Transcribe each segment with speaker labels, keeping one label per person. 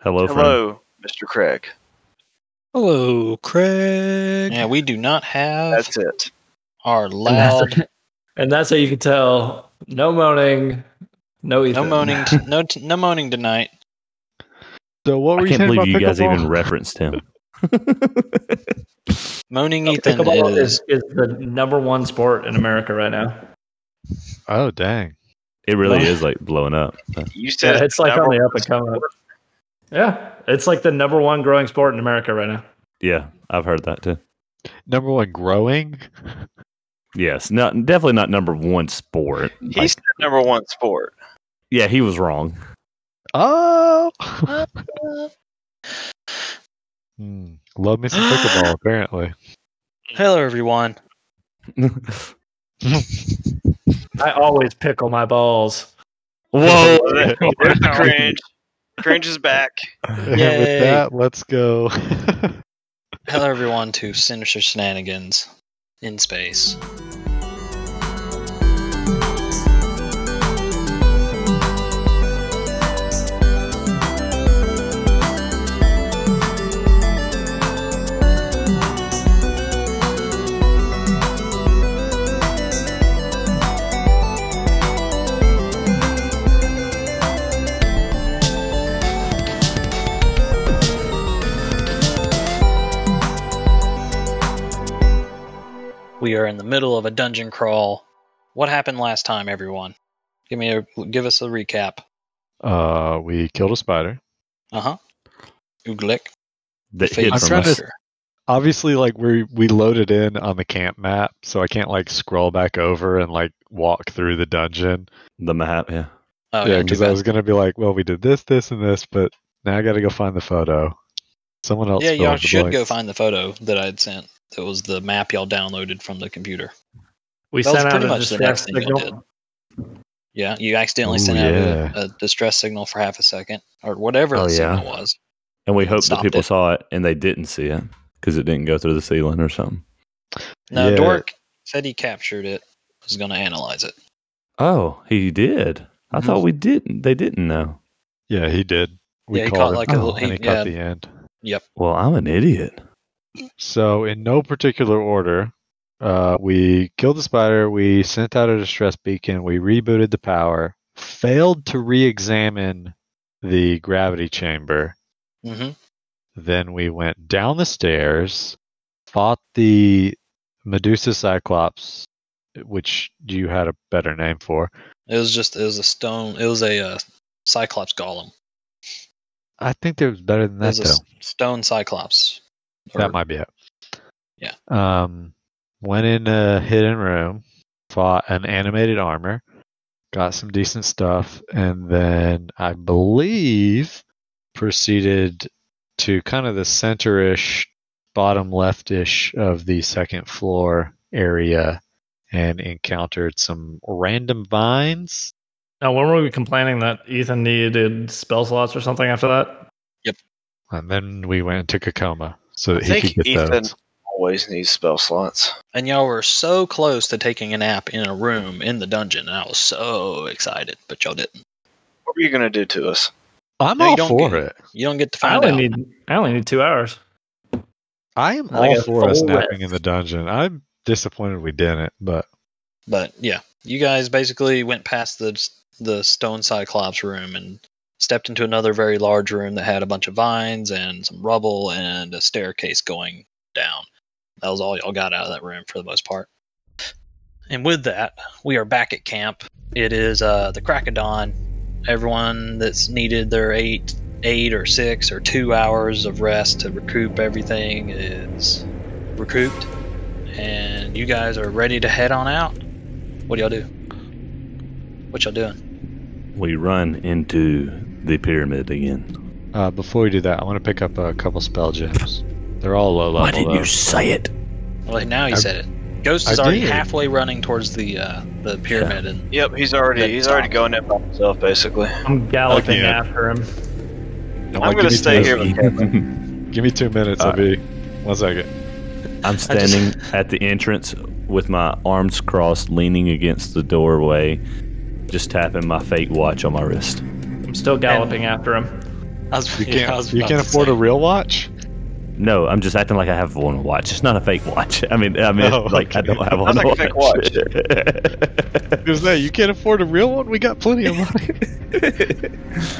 Speaker 1: Hello, friend.
Speaker 2: Hello, Mr. Craig.
Speaker 3: Hello, Craig.
Speaker 4: Yeah, we do not have
Speaker 2: That's it.
Speaker 4: our
Speaker 5: And
Speaker 4: loud,
Speaker 5: that's, and that's how you can tell no moaning, no
Speaker 4: no
Speaker 5: Ethan.
Speaker 4: moaning, t- no t- no moaning tonight.
Speaker 6: So what were
Speaker 1: I
Speaker 6: you
Speaker 1: can't
Speaker 6: saying
Speaker 1: believe
Speaker 6: about
Speaker 1: you guys
Speaker 6: pickleball?
Speaker 1: even referenced him.
Speaker 4: Moaning Ethan
Speaker 5: Pickleball
Speaker 4: is
Speaker 5: Oh, is, is the number one sport in America right now.
Speaker 6: Oh dang!
Speaker 1: It really is like blowing up. Uh, but-
Speaker 2: You said
Speaker 5: Yeah, it's like on
Speaker 2: number
Speaker 5: the up and coming. Yeah, it's like the number one growing sport in America right now.
Speaker 1: yeah, I've heard that too.
Speaker 6: Number one, growing.
Speaker 1: Yes, not definitely not number one sport.
Speaker 2: He
Speaker 1: Like,
Speaker 2: said number one sport.
Speaker 1: yeah, he was wrong.
Speaker 6: Oh. Hmm. Love me some pickleball, apparently.
Speaker 4: hello everyone.
Speaker 5: I always pickle my balls.
Speaker 1: Whoa!
Speaker 2: There's the cringe. Cringe is back.
Speaker 6: And
Speaker 4: Yay.
Speaker 6: with that, let's go.
Speaker 4: Hello everyone to Sinister Shenanigans in space. We are in the middle of a dungeon crawl. What happened last time, everyone? Give me a give us a recap.
Speaker 6: uh, we killed a spider.
Speaker 4: Uh huh. Uglik.
Speaker 1: that
Speaker 4: fate
Speaker 1: hid
Speaker 6: I'm
Speaker 1: from
Speaker 6: trying to-
Speaker 1: us.
Speaker 4: monster.
Speaker 6: Obviously, like we we loaded in on the camp map, so I can't like scroll back over and like walk through the dungeon.
Speaker 1: the map. Yeah,
Speaker 4: Oh,
Speaker 6: yeah,
Speaker 4: too
Speaker 6: because I
Speaker 4: bad.
Speaker 6: was gonna be like, well, we did this, this, and this, but now I gotta go find the photo. Someone else.
Speaker 4: yeah,
Speaker 6: fill in
Speaker 4: y'all
Speaker 6: the
Speaker 4: should
Speaker 6: blanks.
Speaker 4: go find the photo that I'd sent. That was the map y'all downloaded from the computer.
Speaker 5: We
Speaker 4: That was
Speaker 5: sent out
Speaker 4: pretty
Speaker 5: a
Speaker 4: much the next
Speaker 5: distress
Speaker 4: thing y'all
Speaker 5: signal.
Speaker 4: Yeah, you accidentally
Speaker 6: Ooh,
Speaker 4: sent
Speaker 6: yeah.
Speaker 4: out a, a distress signal for half a second, or whatever
Speaker 1: Oh,
Speaker 4: the
Speaker 1: yeah.
Speaker 4: signal was.
Speaker 1: and we hope that
Speaker 4: Stopped
Speaker 1: people
Speaker 4: it.
Speaker 1: saw it and they didn't see it because it didn't go through the ceiling or something.
Speaker 4: No,
Speaker 6: Yeah.
Speaker 4: Dork said he captured it. Was going to analyze it.
Speaker 1: Oh, he did. I
Speaker 4: Mhm.
Speaker 1: thought we didn't. They didn't know.
Speaker 6: Yeah, he did. We
Speaker 4: Yeah, he
Speaker 6: called
Speaker 4: caught,
Speaker 6: him
Speaker 4: like,
Speaker 1: a
Speaker 6: out,
Speaker 1: little-
Speaker 6: and
Speaker 4: he-
Speaker 6: he caught
Speaker 4: yeah.
Speaker 6: the end.
Speaker 1: Well, I'm an idiot.
Speaker 6: So, in no particular order, uh, we killed the spider, we sent out a distress beacon, we rebooted the power, failed to re examine the gravity chamber,
Speaker 4: hmm
Speaker 6: then we went down the stairs, fought the Medusa Cyclops, which you had a better name for.
Speaker 4: It was just it was a stone. It was a uh, Cyclops golem.
Speaker 6: I think there was better than
Speaker 4: It
Speaker 6: that,
Speaker 4: was a s-
Speaker 6: though.
Speaker 4: stone Cyclops. Or-
Speaker 6: That might be it.
Speaker 4: Yeah.
Speaker 6: Um, went in a hidden room, fought an animated armor, got some decent stuff, and then I believe proceeded to kind of the center-ish, bottom left-ish of the second floor area, and encountered some random vines.
Speaker 5: Now, when were we complaining that Ethan needed spell slots or something after that?
Speaker 6: And then we went and took a coma so
Speaker 2: I
Speaker 6: that he
Speaker 2: think
Speaker 6: could get
Speaker 2: Ethan
Speaker 6: those.
Speaker 2: always needs spell slots.
Speaker 4: And y'all were so close to taking a nap in a room in the dungeon, and I was so excited, but y'all didn't.
Speaker 2: What were you gonna do to us?
Speaker 6: I'm
Speaker 4: No, you
Speaker 6: all
Speaker 4: don't
Speaker 6: for
Speaker 4: get-
Speaker 6: it.
Speaker 4: You don't get to
Speaker 5: I
Speaker 4: find
Speaker 5: only
Speaker 4: out.
Speaker 5: need I only need two hours.
Speaker 6: I am
Speaker 5: I
Speaker 6: all
Speaker 5: got
Speaker 6: for us
Speaker 5: full
Speaker 6: napping
Speaker 5: rest.
Speaker 6: in the dungeon. I'm disappointed we didn't, but
Speaker 4: But yeah, you guys basically went past the the stone cyclops room and stepped into another very large room that had a bunch of vines and some rubble and a staircase going down. That was all y'all got out of that room for the most part. And with that, we are back at camp. It is uh, the crack of dawn. Everyone that's needed their eight, eight or six or two hours of rest to recoup everything is recouped and you guys are ready to head on out. What do y'all do? What y'all doing?
Speaker 1: We run into the pyramid again.
Speaker 6: uh, before we do that, I want to pick up a couple spell gems. They're all low level. though.
Speaker 1: say it?
Speaker 4: Well, now he
Speaker 6: I-
Speaker 4: said it. Ghost is
Speaker 6: I
Speaker 4: already
Speaker 6: did.
Speaker 4: halfway running towards the uh, the pyramid, and
Speaker 2: Yep, he's already
Speaker 4: Then
Speaker 2: he's
Speaker 4: stop.
Speaker 2: already going in by himself basically.
Speaker 5: I'm galloping
Speaker 6: Again.
Speaker 5: after him.
Speaker 6: Don't
Speaker 2: I'm
Speaker 6: like, give
Speaker 2: gonna
Speaker 6: me
Speaker 2: stay
Speaker 6: two-
Speaker 2: here with Kevin.
Speaker 6: Give me two minutes. I'll
Speaker 1: Uh,
Speaker 6: be one second.
Speaker 1: I'm standing at the entrance with my arms crossed, leaning against the doorway, just tapping my fake watch on my wrist.
Speaker 5: I'm still galloping after him.
Speaker 4: I was,
Speaker 6: You
Speaker 4: yeah,
Speaker 6: can't.
Speaker 4: I was
Speaker 6: you
Speaker 4: about
Speaker 6: can't
Speaker 4: to
Speaker 6: afford
Speaker 4: say.
Speaker 6: a real watch.
Speaker 1: No, I'm just acting like I have one watch. It's not a fake watch. I mean, I mean,
Speaker 6: Oh,
Speaker 1: like I
Speaker 6: okay.
Speaker 1: don't have one
Speaker 2: Sounds
Speaker 1: watch.
Speaker 2: like a fake
Speaker 6: Is that you can't afford a real one? We got plenty of money.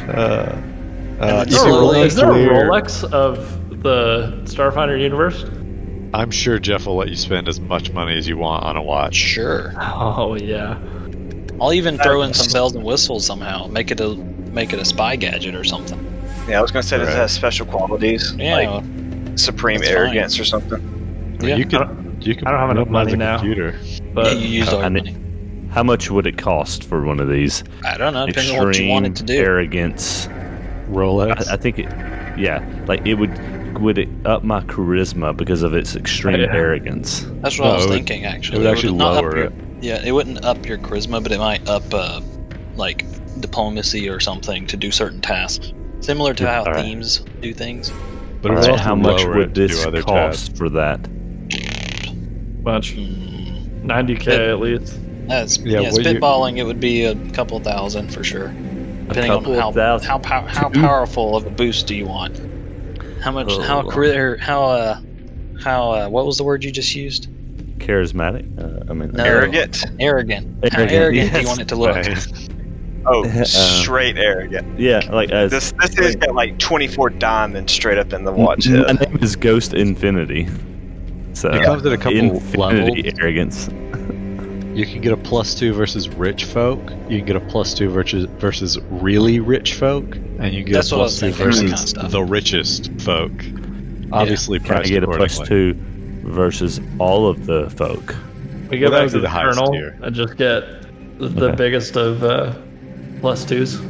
Speaker 6: uh, uh,
Speaker 4: then
Speaker 5: Is
Speaker 4: It's
Speaker 5: there, a
Speaker 4: a
Speaker 5: Rolex, is there a
Speaker 6: clear-
Speaker 5: Rolex of the Starfinder universe?
Speaker 6: I'm sure Jeff will let you spend as much money as you want on a watch.
Speaker 4: Sure.
Speaker 5: Oh yeah.
Speaker 4: I'll even throw in some bells and whistles somehow. Make it a make it a spy gadget or something.
Speaker 2: Yeah, I was gonna say this
Speaker 6: Right.
Speaker 2: has special qualities,
Speaker 4: Yeah.
Speaker 2: like supreme
Speaker 4: that's fine.
Speaker 2: arrogance or something.
Speaker 4: yeah.
Speaker 6: You
Speaker 5: I
Speaker 6: can. You can.
Speaker 5: I don't have enough
Speaker 6: buy the
Speaker 5: money now.
Speaker 6: Computer.
Speaker 4: yeah,
Speaker 5: But
Speaker 4: you used
Speaker 6: uh,
Speaker 4: all
Speaker 1: I
Speaker 4: your
Speaker 1: need-
Speaker 4: money.
Speaker 1: How much would it cost for one of these?
Speaker 4: I don't know. Depends on what you
Speaker 1: Extreme
Speaker 4: wanted to do.
Speaker 1: arrogance. I,
Speaker 6: Rolex.
Speaker 1: I think it. Yeah, like it would. Would it up my charisma because of its extreme
Speaker 5: Yeah.
Speaker 1: arrogance?
Speaker 4: That's what
Speaker 6: No,
Speaker 4: I was
Speaker 6: it would-
Speaker 4: thinking. Actually,
Speaker 6: it would actually
Speaker 4: not up
Speaker 6: lower
Speaker 4: your-
Speaker 6: it.
Speaker 4: Yeah, it wouldn't up your charisma, but it might up uh, like diplomacy or something to do certain tasks, similar to how
Speaker 1: All right.
Speaker 4: themes do things.
Speaker 6: But it
Speaker 1: All
Speaker 6: would
Speaker 1: right,
Speaker 6: also
Speaker 1: how much
Speaker 6: lower it
Speaker 1: would
Speaker 6: to do
Speaker 1: this
Speaker 6: other
Speaker 1: cost
Speaker 6: tabs.
Speaker 1: for that?
Speaker 5: much
Speaker 4: Mm,
Speaker 5: 90k
Speaker 4: Yeah.
Speaker 5: at least.
Speaker 4: that's
Speaker 6: Yeah,
Speaker 4: yeah.
Speaker 6: what you-
Speaker 4: spitballing, it would be a couple thousand for sure, depending on
Speaker 1: couple
Speaker 4: how
Speaker 1: thousand.
Speaker 4: how pow- how
Speaker 1: Two.
Speaker 4: powerful of a boost do you want. How much? How
Speaker 1: Oh.
Speaker 4: career? How uh? How uh? What was the word you just used?
Speaker 1: Charismatic. Uh, I mean,
Speaker 4: No.
Speaker 2: Arrogant?
Speaker 4: Arrogant. How
Speaker 1: Arrogant,
Speaker 4: arrogant do
Speaker 1: yes.
Speaker 4: you want it to look?
Speaker 2: Oh,
Speaker 1: Um,
Speaker 2: straight arrogant.
Speaker 1: Yeah, like as
Speaker 2: This this dude's got like 24 diamonds straight up in
Speaker 5: Mm,
Speaker 2: the watch
Speaker 1: M- My
Speaker 2: head.
Speaker 1: name is Ghost Infinity. So
Speaker 6: It comes at a couple
Speaker 1: Infinity
Speaker 6: levels.
Speaker 1: arrogance.
Speaker 6: You can get a plus two versus rich folk. You can get a plus two versus versus really rich folk, and you get
Speaker 4: That's
Speaker 6: a
Speaker 4: what I was
Speaker 6: plus two
Speaker 4: thinking, that
Speaker 6: versus
Speaker 4: kind of stuff.
Speaker 6: the richest folk. Obviously,
Speaker 1: Can I
Speaker 6: priced
Speaker 1: get a plus
Speaker 6: accordingly.
Speaker 1: two versus all of the folk?
Speaker 5: We go
Speaker 6: Well,
Speaker 5: back
Speaker 6: that
Speaker 5: to
Speaker 6: would be
Speaker 5: the
Speaker 6: the highest
Speaker 5: journal
Speaker 6: tier.
Speaker 5: and just get the the
Speaker 1: Okay.
Speaker 5: biggest of uh, plus twos.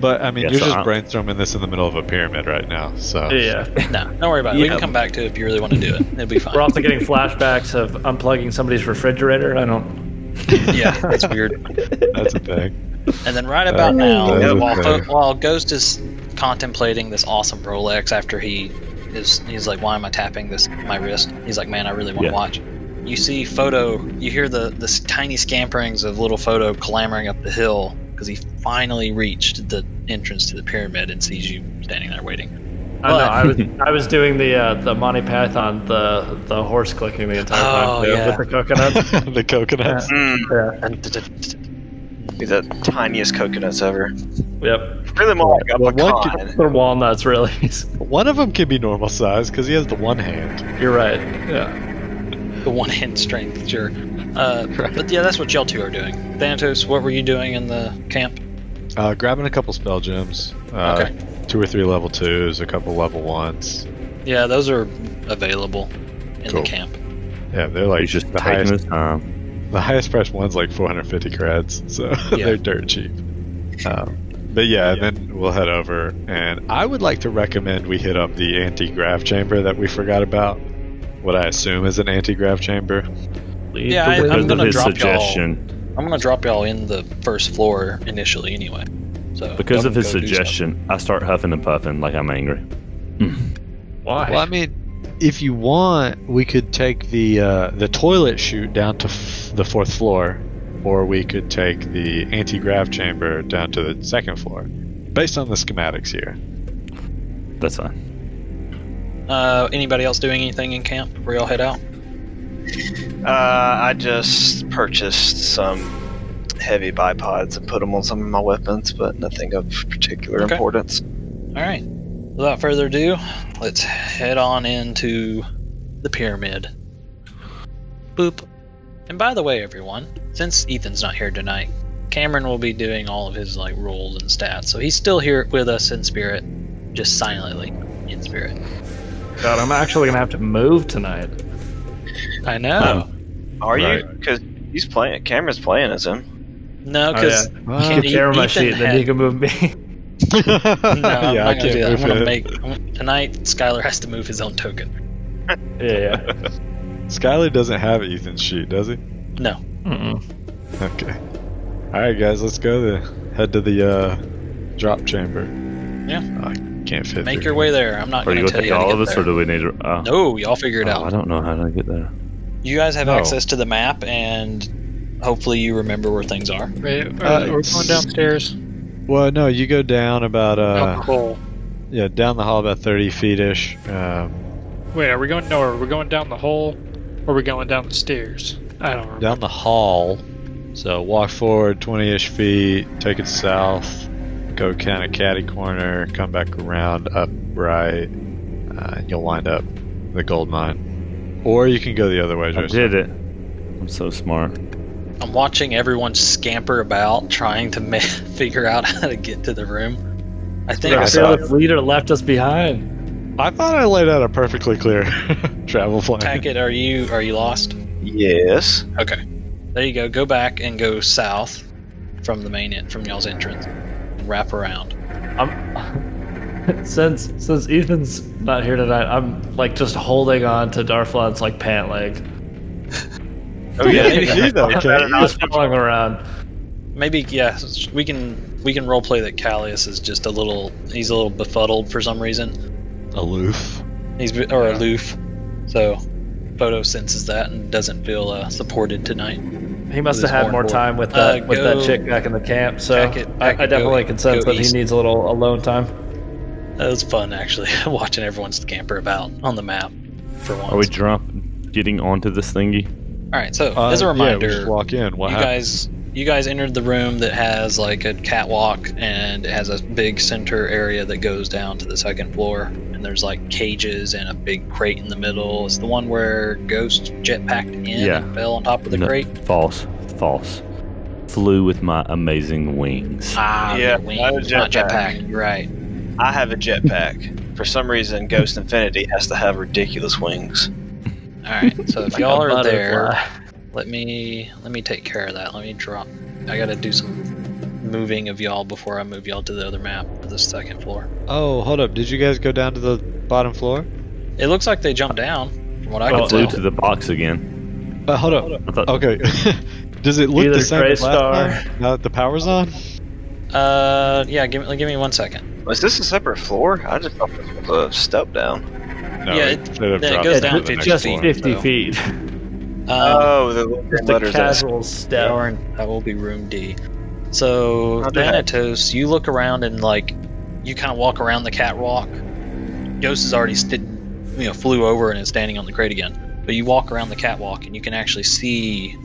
Speaker 6: But I mean,
Speaker 1: Yeah,
Speaker 6: you're
Speaker 1: so
Speaker 6: just
Speaker 1: I'm-
Speaker 6: brainstorming this in the middle of a pyramid right now. So
Speaker 5: Yeah.
Speaker 4: No, don't worry about it. We
Speaker 1: Yeah.
Speaker 4: can come back to it if you really want to do it. It'll be fine.
Speaker 5: We're also getting flashbacks of unplugging somebody's refrigerator. I don't.
Speaker 4: yeah, that's weird.
Speaker 6: that's a thing.
Speaker 4: And then right about now,
Speaker 6: that
Speaker 4: while
Speaker 6: was
Speaker 4: Fo-
Speaker 6: better.
Speaker 4: while Ghost is contemplating this awesome Rolex after he is, he's like, "Why am I tapping this on my wrist?" He's like, "Man, I really want to
Speaker 1: Yeah.
Speaker 4: watch." You see Photo. You hear the the s- tiny scamperings of little Photo clambering up the hill because he finally reached the entrance to the pyramid and sees you standing there waiting.
Speaker 5: I know. I was I was doing the uh, the Monty Python the the horse clicking the entire
Speaker 4: Oh,
Speaker 5: time too,
Speaker 4: yeah.
Speaker 5: with the coconut.
Speaker 6: the coconuts.
Speaker 2: Mm,
Speaker 4: Did
Speaker 2: he's the tiniest coconuts ever.
Speaker 5: yep.
Speaker 2: Really more like a
Speaker 6: Well, what
Speaker 2: pecan.
Speaker 5: They're walnuts, really.
Speaker 6: One of them can be normal size because he has the one hand.
Speaker 5: You're right. Yeah.
Speaker 4: the one hand strength, sure. Uh, But yeah, that's what y'all two are doing. Thanatos, what were you doing in the camp?
Speaker 6: Uh, grabbing a couple spell gems. Uh, Two or three level twos, a couple level ones.
Speaker 4: Yeah, those are available in
Speaker 6: Cool.
Speaker 4: the camp.
Speaker 6: Yeah, they're like
Speaker 1: He's just
Speaker 6: the
Speaker 1: taking
Speaker 6: highest.
Speaker 1: his time.
Speaker 6: The highest priced one's like 450 creds, so
Speaker 4: Yeah.
Speaker 6: they're dirt cheap. Um, but yeah, and then we'll head over, and I would like to recommend we hit up the anti-grav chamber that we forgot about. What I assume is an anti-grav chamber.
Speaker 5: Lead
Speaker 4: Yeah,
Speaker 5: the
Speaker 4: I- I'm
Speaker 5: way.
Speaker 1: Because of
Speaker 4: gonna
Speaker 1: his
Speaker 4: drop y'all.
Speaker 1: suggestion.
Speaker 4: I'm gonna drop y'all in the first floor initially, anyway. So
Speaker 1: Because
Speaker 4: y'all
Speaker 1: of his
Speaker 4: can go do
Speaker 1: suggestion, I start huffing and puffing like I'm angry.
Speaker 5: Why?
Speaker 6: Well, I mean, if you want, we could take the uh, the toilet chute down to f- the fourth floor, or we could take the anti-grav chamber down to the second floor, based on the schematics here.
Speaker 1: That's fine.
Speaker 4: stuff. Uh, anybody else doing anything in camp before y'all head out?
Speaker 2: Uh, I just purchased some heavy bipods and put them on some of my weapons, but nothing of particular
Speaker 4: Okay.
Speaker 2: importance.
Speaker 4: All right. Without further ado, let's head on into the pyramid. Boop. And by the way, everyone, since Ethan's not here tonight, Cameron will be doing all of his like rolls and stats, so he's still here with us in spirit, just silently in spirit.
Speaker 5: God, I'm actually gonna have to move tonight.
Speaker 4: I
Speaker 1: Oh.
Speaker 4: know.
Speaker 2: Are you?
Speaker 6: Right.
Speaker 2: Because he's playing. Cameron's playing as him.
Speaker 4: No,
Speaker 5: Oh,
Speaker 4: because
Speaker 5: Get
Speaker 4: Can you-
Speaker 5: care of my
Speaker 4: Ethan
Speaker 5: sheet, then
Speaker 4: had-
Speaker 5: you can move me.
Speaker 4: No, I'm
Speaker 6: Yeah, I
Speaker 4: not gonna
Speaker 6: can't
Speaker 4: do that. I'm
Speaker 6: move
Speaker 4: gonna
Speaker 6: it.
Speaker 4: make I'm- tonight. Skylar has to move his own token.
Speaker 5: yeah,
Speaker 6: Skylar doesn't have Ethan's sheet, does he?
Speaker 4: No,
Speaker 5: yeah. Mm-mm.
Speaker 6: Okay. All right, guys, let's go. Then. Head to the uh, drop chamber. Oh,
Speaker 4: Yeah.
Speaker 6: I can't fit.
Speaker 4: make
Speaker 6: through.
Speaker 4: your way there. I'm not
Speaker 1: Are you
Speaker 4: gonna tell
Speaker 1: gonna take
Speaker 4: you how to
Speaker 1: all
Speaker 4: get
Speaker 1: of us,
Speaker 4: there.
Speaker 1: or do we need? To, oh.
Speaker 4: No, y'all figure it
Speaker 1: Oh, I
Speaker 4: out.
Speaker 1: don't know how to get there.
Speaker 4: You guys have
Speaker 6: No.
Speaker 4: access to the map, and hopefully you remember where things are.
Speaker 3: Wait, are,
Speaker 6: Uh,
Speaker 3: are we going downstairs?
Speaker 6: Well, no, you go down about
Speaker 3: Oh,
Speaker 4: Oh,
Speaker 6: uh,
Speaker 3: Alcohol.
Speaker 6: yeah, down the hall about thirty feet ish. Um,
Speaker 3: Wait, are we going nowhere? Are we going down the hole or are we going down the stairs? I don't remember.
Speaker 6: down the hall. So walk forward 20 ish feet, take it south, go kind of catty corner, come back around up right, uh, and you'll wind up the gold mine. Or you can go the other way,
Speaker 1: I
Speaker 6: Joseph.
Speaker 1: did it. I'm so smart.
Speaker 4: I'm watching everyone scamper about trying to ma- figure out how to get to the room. I think I
Speaker 5: Our
Speaker 4: saw
Speaker 5: fearless leader left us behind.
Speaker 6: I thought I laid out a perfectly clear travel plan.
Speaker 4: Tackett, are you are you lost?
Speaker 2: Yes.
Speaker 4: Okay. There you go. Go back and go south from the main en- from y'all's entrance. Wrap around.
Speaker 5: I'm since since Ethan's not here tonight. I'm like just holding on to Darflon's like pant leg.
Speaker 2: Oh yeah.
Speaker 4: Maybe-
Speaker 6: you though,
Speaker 5: I
Speaker 6: can't
Speaker 5: don't know,
Speaker 6: you?
Speaker 5: it's following around.
Speaker 4: Maybe yeah, s- we can we can roleplay that Callius is just a little he's a little befuddled for some reason.
Speaker 6: Aloof.
Speaker 4: He's b- or aloof. So Photo senses that and doesn't feel uh, supported tonight.
Speaker 5: He must
Speaker 4: This
Speaker 5: have had more
Speaker 4: hornboard.
Speaker 5: time with that
Speaker 4: Uh,
Speaker 5: with
Speaker 4: go-
Speaker 5: that chick back in the camp. So
Speaker 4: Pack it- pack
Speaker 5: I, I
Speaker 4: it, go- e-,
Speaker 5: definitely can sense
Speaker 4: go
Speaker 5: that
Speaker 4: east.
Speaker 5: he needs a little alone time.
Speaker 4: That was fun actually, watching everyone scamper about on the map for once.
Speaker 1: Are we drunk getting onto this thingy?
Speaker 4: All right, so
Speaker 1: Uh,
Speaker 4: as a reminder,
Speaker 6: Uh, just walk in. What
Speaker 4: you guys you guys entered the room that has like a catwalk and it has a big center area that goes down to the second floor and there's like cages and a big crate in the middle it's the one where ghost jetpacked in
Speaker 1: Yeah.
Speaker 4: and fell on top of the
Speaker 1: No.
Speaker 4: crate
Speaker 1: False. False. Flew with my amazing wings.
Speaker 4: ah
Speaker 2: Yeah,
Speaker 4: the wings,
Speaker 2: not a
Speaker 4: not
Speaker 2: jetpack.
Speaker 4: jetpack you're right
Speaker 2: I have a jetpack. For some reason, Ghost Infinity has to have ridiculous wings.
Speaker 4: all right so if
Speaker 5: Like a
Speaker 4: y'all are there
Speaker 5: butterfly.
Speaker 4: let me let me take care of that let me drop i gotta do some moving of y'all before i move y'all to the other map to the second floor
Speaker 6: Oh, hold up. Did you guys go down to the bottom floor?
Speaker 4: it looks like they jumped down from what i
Speaker 1: I
Speaker 4: can
Speaker 5: Well,
Speaker 1: flew
Speaker 4: tell
Speaker 1: to the box again.
Speaker 6: Uh, hold up.
Speaker 1: I thought
Speaker 6: Okay. Does it look
Speaker 5: Either
Speaker 6: the same as last
Speaker 5: Graystar-
Speaker 6: time? Now that the power's on?
Speaker 4: Uh, yeah. Give me give me one second.
Speaker 2: Was this a separate floor? I just thought this was a step down.
Speaker 6: No,
Speaker 4: Yeah,
Speaker 6: it,
Speaker 4: it-
Speaker 6: should have
Speaker 4: yeah, it
Speaker 6: dropped
Speaker 4: goes
Speaker 6: to
Speaker 4: down
Speaker 6: the
Speaker 4: to
Speaker 6: next
Speaker 5: Just
Speaker 6: floor.
Speaker 4: floor,
Speaker 5: 50
Speaker 4: so.
Speaker 5: feet.
Speaker 4: Um,
Speaker 2: oh, the little
Speaker 5: Just a
Speaker 2: letters. that's-
Speaker 5: casual step.
Speaker 4: darn, that will be room D. So
Speaker 2: Not bad.
Speaker 4: Thanatos, you look around and like, you kind of walk around the catwalk. Ghost is already sti- you know, flew over and is standing on the crate again. But you walk around the catwalk and you can actually see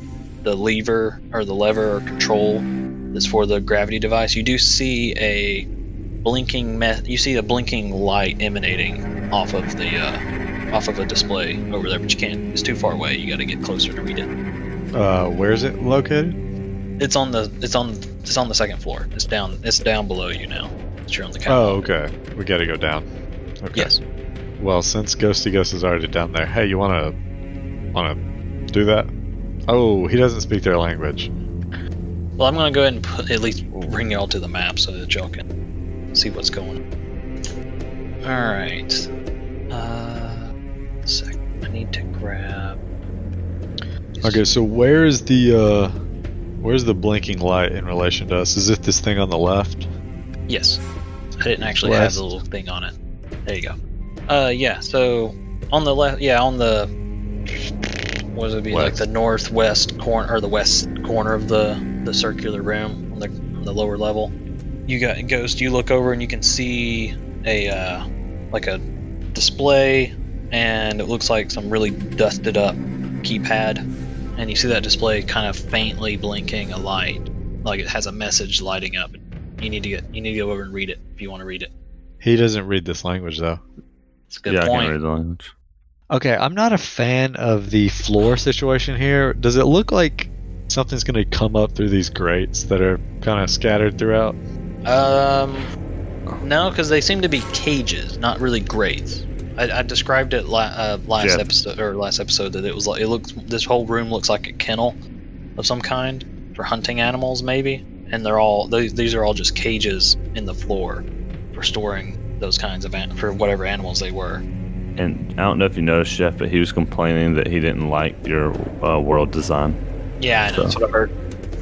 Speaker 4: the lever or the lever or control that's for the gravity device. You do see a blinking me- you see a blinking light emanating off of the uh, off of a display over there, but you can't. It's too far away. You got to get closer to read it.
Speaker 6: Uh, where is it located?
Speaker 4: It's on the it's on it's on the second floor. It's down it's down below you now. It's you're on the couch.
Speaker 6: Oh, okay. We gotta go down. Okay.
Speaker 4: Yes.
Speaker 6: Well, since Ghosty Ghost is already down there, hey, you wanna wanna do that? Oh, he doesn't speak their language.
Speaker 4: Well, I'm gonna go ahead and put, at least bring y'all to the map so that y'all can see what's going. on. All right. Uh, sec. I need to grab.
Speaker 6: Okay, so where is the uh, where's the blinking light in relation to us? Is it this thing on the left?
Speaker 4: Yes. I didn't actually have
Speaker 6: Left.
Speaker 4: the little thing on it. There you go. Uh, yeah. So on the left, yeah, on the what does it be like
Speaker 6: West.
Speaker 4: the northwest corner or the west corner of the the circular room on the on the lower level. You got ghost. You look over and you can see a uh, like a display, and it looks like some really dusted up keypad, and you see that display kind of faintly blinking a light, like it has a message lighting up. You need to get you need to go over and read it if you want to read it.
Speaker 6: He doesn't read this language though.
Speaker 4: It's a good
Speaker 1: yeah, I
Speaker 4: point.
Speaker 1: can't read the language.
Speaker 6: Okay, I'm not a fan of the floor situation here. Does it look like something's going to come up through these grates that are kind of scattered throughout?
Speaker 4: Um,
Speaker 6: Oh.
Speaker 4: no, because they seem to be cages, not really grates. I, I described it la- uh, last
Speaker 1: Yeah.
Speaker 4: episode or last episode that it was like it looks. This whole room looks like a kennel of some kind for hunting animals, maybe. And they're all these. These are all just cages in the floor for storing those kinds of an- for whatever animals they were.
Speaker 1: And I don't know if you noticed, Jeff, but he was complaining that he didn't like your uh, world design.
Speaker 4: Yeah, I know.
Speaker 1: So,
Speaker 2: That's what I heard.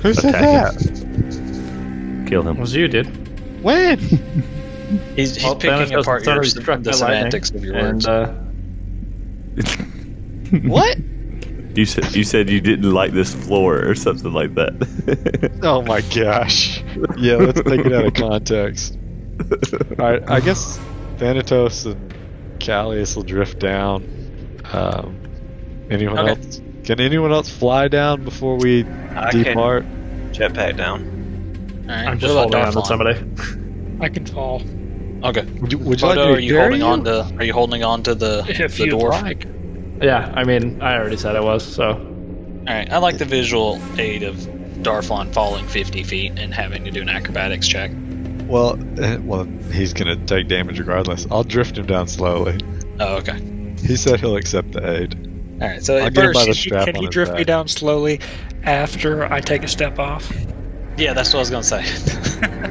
Speaker 6: Who said
Speaker 1: Attack
Speaker 6: that?
Speaker 1: kill him.
Speaker 5: was you, dude.
Speaker 6: When?
Speaker 4: he's he's
Speaker 5: Well,
Speaker 4: picking
Speaker 5: Thanos
Speaker 4: apart
Speaker 5: was
Speaker 4: your, the
Speaker 5: already uh, struck by lightning,
Speaker 4: semantics of your words.
Speaker 5: And uh,
Speaker 6: what?
Speaker 1: You said you said you didn't like this floor or something like that.
Speaker 6: Oh my gosh. Yeah, let's take it out of context. Alright, I guess Thanatos and Callias will drift down. Um, anyone
Speaker 4: Okay.
Speaker 6: else? Can anyone else fly down before we
Speaker 2: I can
Speaker 6: depart?
Speaker 2: jetpack down.
Speaker 4: All right.
Speaker 5: I'm just
Speaker 4: what
Speaker 5: holding
Speaker 4: about
Speaker 5: on to
Speaker 4: Darflon?
Speaker 5: somebody.
Speaker 3: I can fall
Speaker 4: Okay.
Speaker 6: Would you, would you like
Speaker 4: Photo, are
Speaker 6: me to
Speaker 4: you
Speaker 6: carry
Speaker 4: holding on to? Are you holding on to the
Speaker 3: if
Speaker 4: the
Speaker 3: you
Speaker 4: dwarf?
Speaker 3: like.
Speaker 5: Yeah, I mean, I already said I was, so.
Speaker 4: All right. I like the visual aid of Darflon falling 50 feet and having to do an acrobatics check.
Speaker 6: Well, eh, well, he's gonna take damage regardless. I'll drift him down slowly.
Speaker 4: Oh, okay.
Speaker 6: He said he'll accept the aid.
Speaker 4: All right. So
Speaker 6: I'll
Speaker 4: at
Speaker 6: get him by
Speaker 4: first,
Speaker 6: the
Speaker 3: Can you-
Speaker 6: strap
Speaker 3: Can
Speaker 6: on
Speaker 3: you
Speaker 6: his
Speaker 3: drift me
Speaker 6: back.
Speaker 3: down slowly after I take a step off?
Speaker 4: yeah, that's what I was gonna say. I was gonna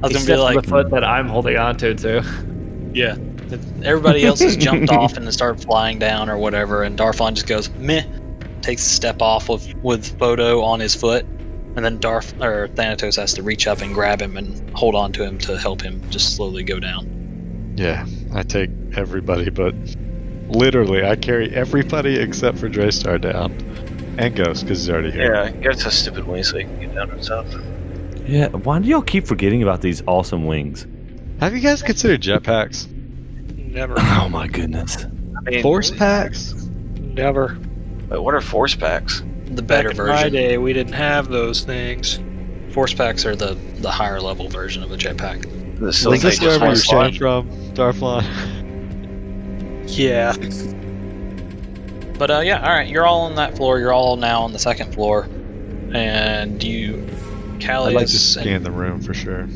Speaker 4: be
Speaker 5: Except for
Speaker 4: like,
Speaker 5: the foot that I'm holding on to, too.
Speaker 4: yeah. Everybody else has jumped off and then started flying down or whatever, and Darflon just goes meh, takes a step off with with Photo on his foot, and then Darf or Thanatos has to reach up and grab him and hold on to him to help him just slowly go down.
Speaker 6: Yeah, I take everybody, but literally, I carry everybody except for Draystar down and Ghost because he's already here.
Speaker 2: Yeah, give us a stupid wing so he can get down himself.
Speaker 1: yeah, why do y'all keep forgetting about these awesome wings?
Speaker 6: Have you guys considered jetpacks?
Speaker 3: Never.
Speaker 1: Oh my goodness.
Speaker 2: I mean,
Speaker 6: Force packs?
Speaker 3: Never.
Speaker 2: Wait, what are force packs?
Speaker 4: The better
Speaker 3: Back in my
Speaker 4: version.
Speaker 3: day, we didn't have those things.
Speaker 4: Force packs are the the higher level version of a jetpack.
Speaker 2: The
Speaker 6: So
Speaker 2: silly
Speaker 6: is this
Speaker 2: just
Speaker 6: wherever
Speaker 2: one
Speaker 6: you
Speaker 2: slot?
Speaker 6: came from, Darflon?
Speaker 3: Yeah.
Speaker 4: But uh, yeah, all right, you're all on that floor. You're all now on the second floor, and you,
Speaker 6: I'd
Speaker 4: Callie,
Speaker 6: like to scan the room for sure.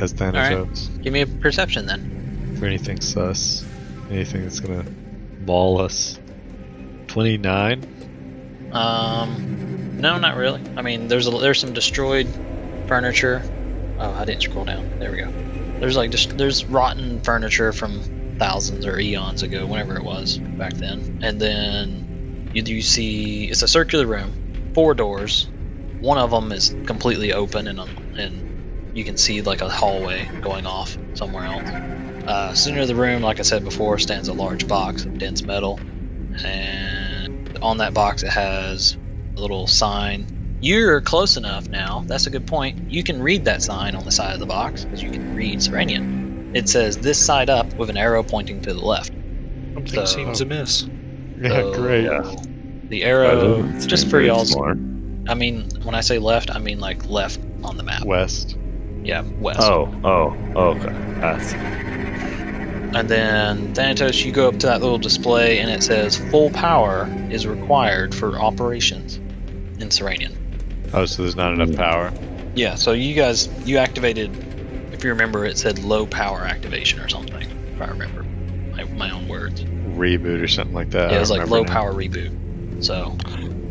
Speaker 6: As Thanatos.
Speaker 4: give me a perception then.
Speaker 6: For anything sus. Anything that's gonna maul us. 29?
Speaker 4: Um, no, not really. I mean, there's a, there's some destroyed furniture. Oh, I didn't scroll down. There we go. There's like just there's rotten furniture from thousands or eons ago, whenever it was back then. And then you do see it's a circular room, four doors. One of them is completely open, and and you can see like a hallway going off somewhere else. Uh, center of the room, like I said before, stands a large box of dense metal, and on that box it has a little sign. You're close enough now. That's a good point. You can read that sign on the side of the box because you can read Serenian. It says this side up with an arrow pointing to the left.
Speaker 3: Something
Speaker 4: So-
Speaker 3: seems amiss.
Speaker 6: Yeah,
Speaker 4: So,
Speaker 6: great.
Speaker 4: The arrow,
Speaker 1: Oh, It's
Speaker 4: just
Speaker 1: been
Speaker 4: for
Speaker 1: very
Speaker 4: y'all's.
Speaker 1: smart.
Speaker 4: I mean, when I say left, I mean like left on the map.
Speaker 6: West.
Speaker 4: Yeah, west.
Speaker 1: Oh, oh, oh, okay. I see.
Speaker 4: And then Thanatos, you go up to that little display and it says full power is required for operations in Serenian.
Speaker 6: Oh, so there's not enough power.
Speaker 4: Yeah, so you guys, you activated, if you remember, it said low power activation or something, if I remember my, my own words.
Speaker 6: Reboot or something like that.
Speaker 4: yeah,
Speaker 6: I
Speaker 4: it was like
Speaker 6: remember
Speaker 4: low
Speaker 6: now.
Speaker 4: power reboot. So,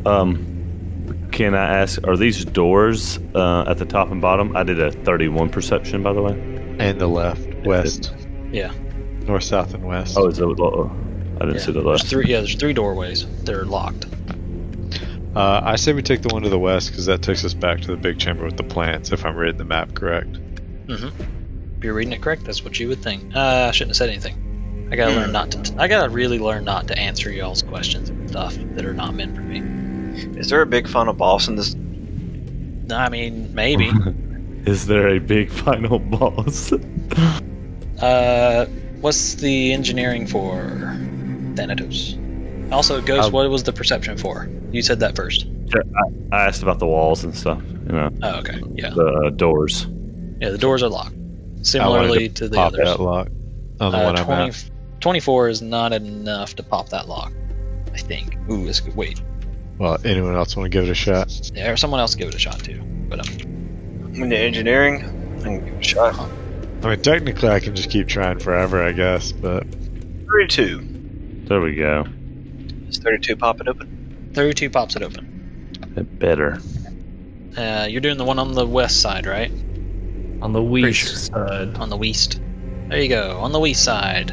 Speaker 1: Um, can I ask? Are these doors uh, at the top and bottom? I did a thirty-one perception, by the way.
Speaker 6: And the left. West.
Speaker 4: yeah.
Speaker 6: North, south, and west.
Speaker 1: Oh, is that? Oh, I didn't
Speaker 4: yeah.
Speaker 1: see the
Speaker 4: There's
Speaker 1: left.
Speaker 4: three, yeah, there's three doorways. They're locked.
Speaker 6: Uh, I say we take the one to the west because that takes us back to the big chamber with the plants, if I'm reading the map correct.
Speaker 4: Mm-hmm. If you're reading it correct, that's what you would think. Uh, I shouldn't have said anything. I gotta learn not to. I gotta really learn not to answer y'all's questions and stuff that are not meant for me.
Speaker 2: Is there a big final boss in this?
Speaker 4: No, I mean, maybe.
Speaker 1: Is there a big final boss?
Speaker 4: uh, what's the engineering for Thanatos? Also, Ghost,
Speaker 6: Um,
Speaker 4: what was the perception for? You said that first.
Speaker 1: I, I asked about the walls and stuff. You know,
Speaker 4: Oh, okay. Yeah.
Speaker 1: the uh, doors.
Speaker 4: Yeah, the doors are locked. Similarly to the
Speaker 6: Pop
Speaker 4: others.
Speaker 6: that lock on the
Speaker 4: Uh,
Speaker 6: one I'm
Speaker 4: 20
Speaker 6: at.
Speaker 4: 24 is not enough to pop that lock, I think. Ooh, it's good. Wait.
Speaker 6: Well, anyone else want to give it a shot?
Speaker 4: Yeah, or someone else give it a shot too. But um,
Speaker 2: In the engineering, I can give it a shot.
Speaker 6: I mean, technically, I can just keep trying forever, I guess, but
Speaker 2: Thirty-two.
Speaker 1: There we go.
Speaker 2: Is thirty-two popping open?
Speaker 4: 32 pops it open.
Speaker 1: Better.
Speaker 4: Uh, you're doing the one on the west side, right?
Speaker 5: On the uh, wee
Speaker 4: sure.
Speaker 5: side.
Speaker 4: On the west. There you go. On the west side.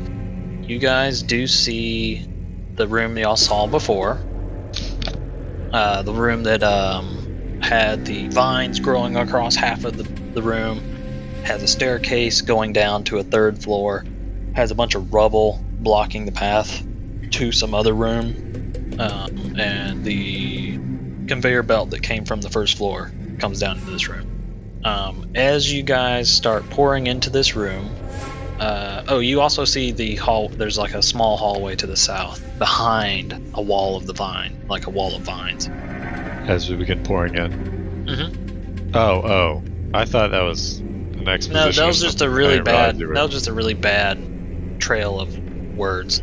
Speaker 4: You guys do see the room y'all saw before. Uh, the room that um, had the vines growing across half of the, the room, has a staircase going down to a third floor, has a bunch of rubble blocking the path to some other room, um, and the conveyor belt that came from the first floor comes down into this room. Um, as you guys start pouring into this room, uh, oh, you also see the hall. There's like a small hallway to the south behind a wall of the vine, like a wall of vines.
Speaker 6: as we begin pouring in.
Speaker 4: Mhm.
Speaker 6: Oh, oh. I thought that was the next
Speaker 4: No,
Speaker 6: position
Speaker 4: that
Speaker 6: or
Speaker 4: was just a
Speaker 6: something. I
Speaker 4: really
Speaker 6: didn't realize
Speaker 4: bad.
Speaker 6: you
Speaker 4: That
Speaker 6: were-
Speaker 4: was just a really bad trail of words.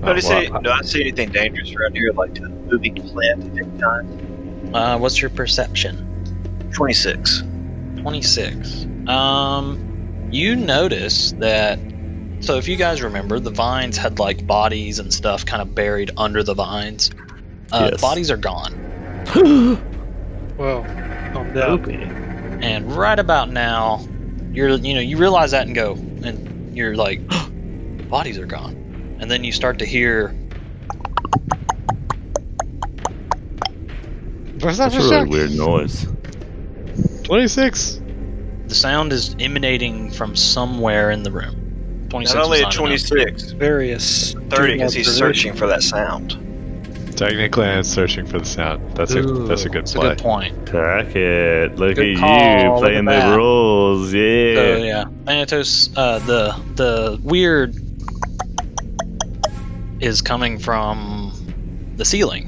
Speaker 2: But I
Speaker 6: well,
Speaker 2: see, do I see anything dangerous around here, like a moving plant at any time?
Speaker 4: Uh, what's your perception?
Speaker 2: 26.
Speaker 4: Twenty-six. Um, you notice that. So if you guys remember, the vines had like bodies and stuff kind of buried under the vines. Uh,
Speaker 1: Yes.
Speaker 4: Bodies are gone,
Speaker 3: Whoa. Calm down.
Speaker 5: Poopy.
Speaker 4: and right about now, you're you know you realize that and go, and you're like, bodies are gone, and then you start to hear
Speaker 6: What's that
Speaker 1: That's a really weird noise.
Speaker 6: 26.
Speaker 4: the sound is emanating from somewhere in the room.
Speaker 2: Not
Speaker 4: 26 was
Speaker 2: only a
Speaker 4: enough.
Speaker 2: 26,
Speaker 3: Various.
Speaker 2: 30, because he's
Speaker 3: observation.
Speaker 2: searching for that sound.
Speaker 6: Technically, I'm searching for the sound. That's a that's a good
Speaker 4: It's a
Speaker 6: play.
Speaker 4: good point.
Speaker 1: Crack it. Look
Speaker 4: Good
Speaker 1: at
Speaker 4: call. Look
Speaker 1: you
Speaker 4: at
Speaker 1: playing
Speaker 4: that. Oh,
Speaker 1: the rules. Yeah.
Speaker 4: So yeah, Thanatos, uh, the the weird is coming from the ceiling,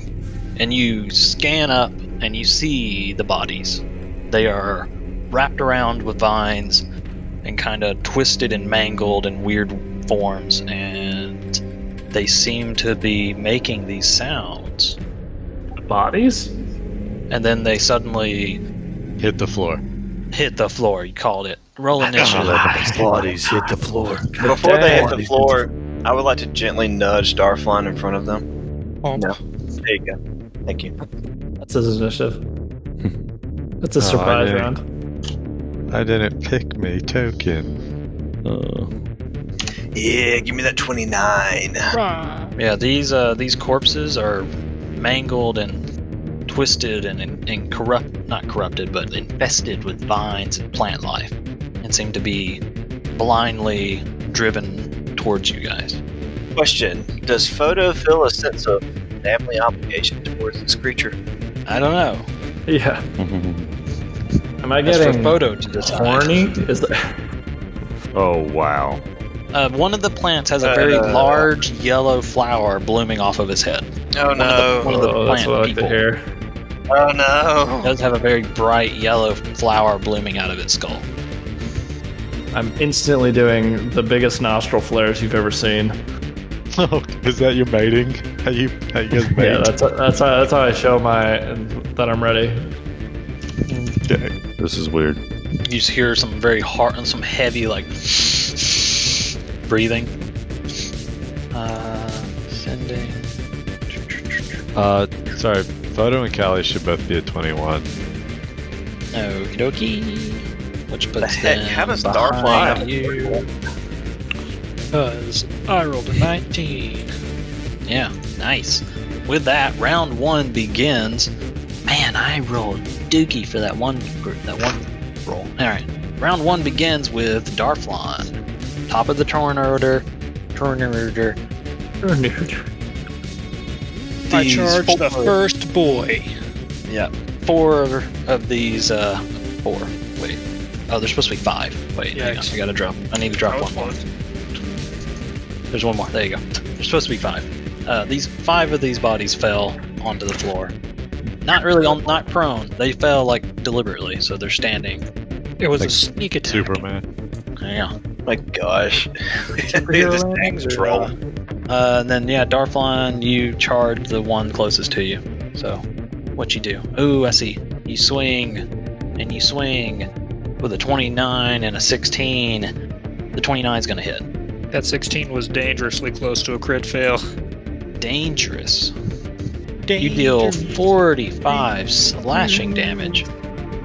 Speaker 4: and you scan up and you see the bodies. They are wrapped around with vines and kind of twisted and mangled in weird forms, and they seem to be making these sounds.
Speaker 5: Bodies?
Speaker 4: And then they suddenly
Speaker 6: Hit the floor.
Speaker 4: hit the floor. You called it. Roll initiative.
Speaker 2: Bodies hit the floor. Before they hit the floor, I would like to gently nudge Darflon in front of them.
Speaker 3: Oh,
Speaker 2: No. There you go. Thank you.
Speaker 5: That's his initiative. That's a
Speaker 6: Oh, I
Speaker 5: surprise
Speaker 6: didn't-
Speaker 5: round.
Speaker 6: I didn't pick me token.
Speaker 1: Uh,
Speaker 2: Yeah, give me that 29.
Speaker 4: Yeah, these uh, these corpses are mangled and twisted and, and, and corrupt, not corrupted, but infested with vines and plant life, and seem to be blindly driven towards you guys.
Speaker 2: Question Does Photo feel a sense of family obligation towards this creature?
Speaker 4: I don't know.
Speaker 5: Yeah.
Speaker 1: Oh.
Speaker 5: Am I
Speaker 4: That's for
Speaker 5: getting
Speaker 4: photo to decide.
Speaker 5: horny? Is that
Speaker 1: oh wow.
Speaker 4: Uh, one of the plants has a very
Speaker 2: Uh.
Speaker 4: large yellow flower blooming off of his head.
Speaker 2: Oh
Speaker 4: One of the
Speaker 5: oh, that's
Speaker 4: plant
Speaker 5: what I like to
Speaker 4: people.
Speaker 5: hear.
Speaker 2: Oh
Speaker 4: It
Speaker 2: no.
Speaker 4: does have a very bright yellow flower blooming out of its skull.
Speaker 5: I'm instantly doing the biggest nostril flares you've ever seen.
Speaker 6: Oh, is that your mating? How you how you guys mate?
Speaker 5: Yeah, that's that's how, that's how I show my that I'm ready.
Speaker 6: Okay.
Speaker 1: This is weird.
Speaker 4: You just hear some very hard and some heavy, like, breathing. Uh, sending.
Speaker 6: Uh, sorry. Photo and Callie should both be at 21.
Speaker 4: Okie dokie. Which puts
Speaker 2: heck?
Speaker 4: them
Speaker 2: How does Darfly
Speaker 4: behind
Speaker 2: have a
Speaker 4: you.
Speaker 3: Because I rolled a 19.
Speaker 4: Yeah, nice. With that, round one begins. Man, I rolled dookie for that one group, that one roll. All right, round one begins with Darflon, top of the turn order, turn order.
Speaker 3: I
Speaker 4: These
Speaker 3: charge the
Speaker 4: four-
Speaker 3: first boy.
Speaker 4: Yeah, four of these. Uh, four. Wait. Oh, there's supposed to be five. Wait, hang on.
Speaker 3: Yikes.
Speaker 4: I gotta drop. I need to drop one more. There's one more. There you go. There's supposed to be five. Uh, these five of these bodies fell onto the floor. Not really on, not prone. They fell like deliberately, so they're standing.
Speaker 3: It was a
Speaker 6: Like
Speaker 3: sneak attack.
Speaker 6: Superman.
Speaker 4: Yeah.
Speaker 2: My gosh. this thing's
Speaker 3: landings or, uh,
Speaker 2: rolling.
Speaker 4: Uh, and then yeah, Darflon, you charge the one closest to you. So, what you do? Ooh, I see. You swing, and you swing with a 29 and a 16. The 29 is gonna hit.
Speaker 3: That 16 was dangerously close to a crit fail.
Speaker 4: Dangerous. You deal 45 slashing damage.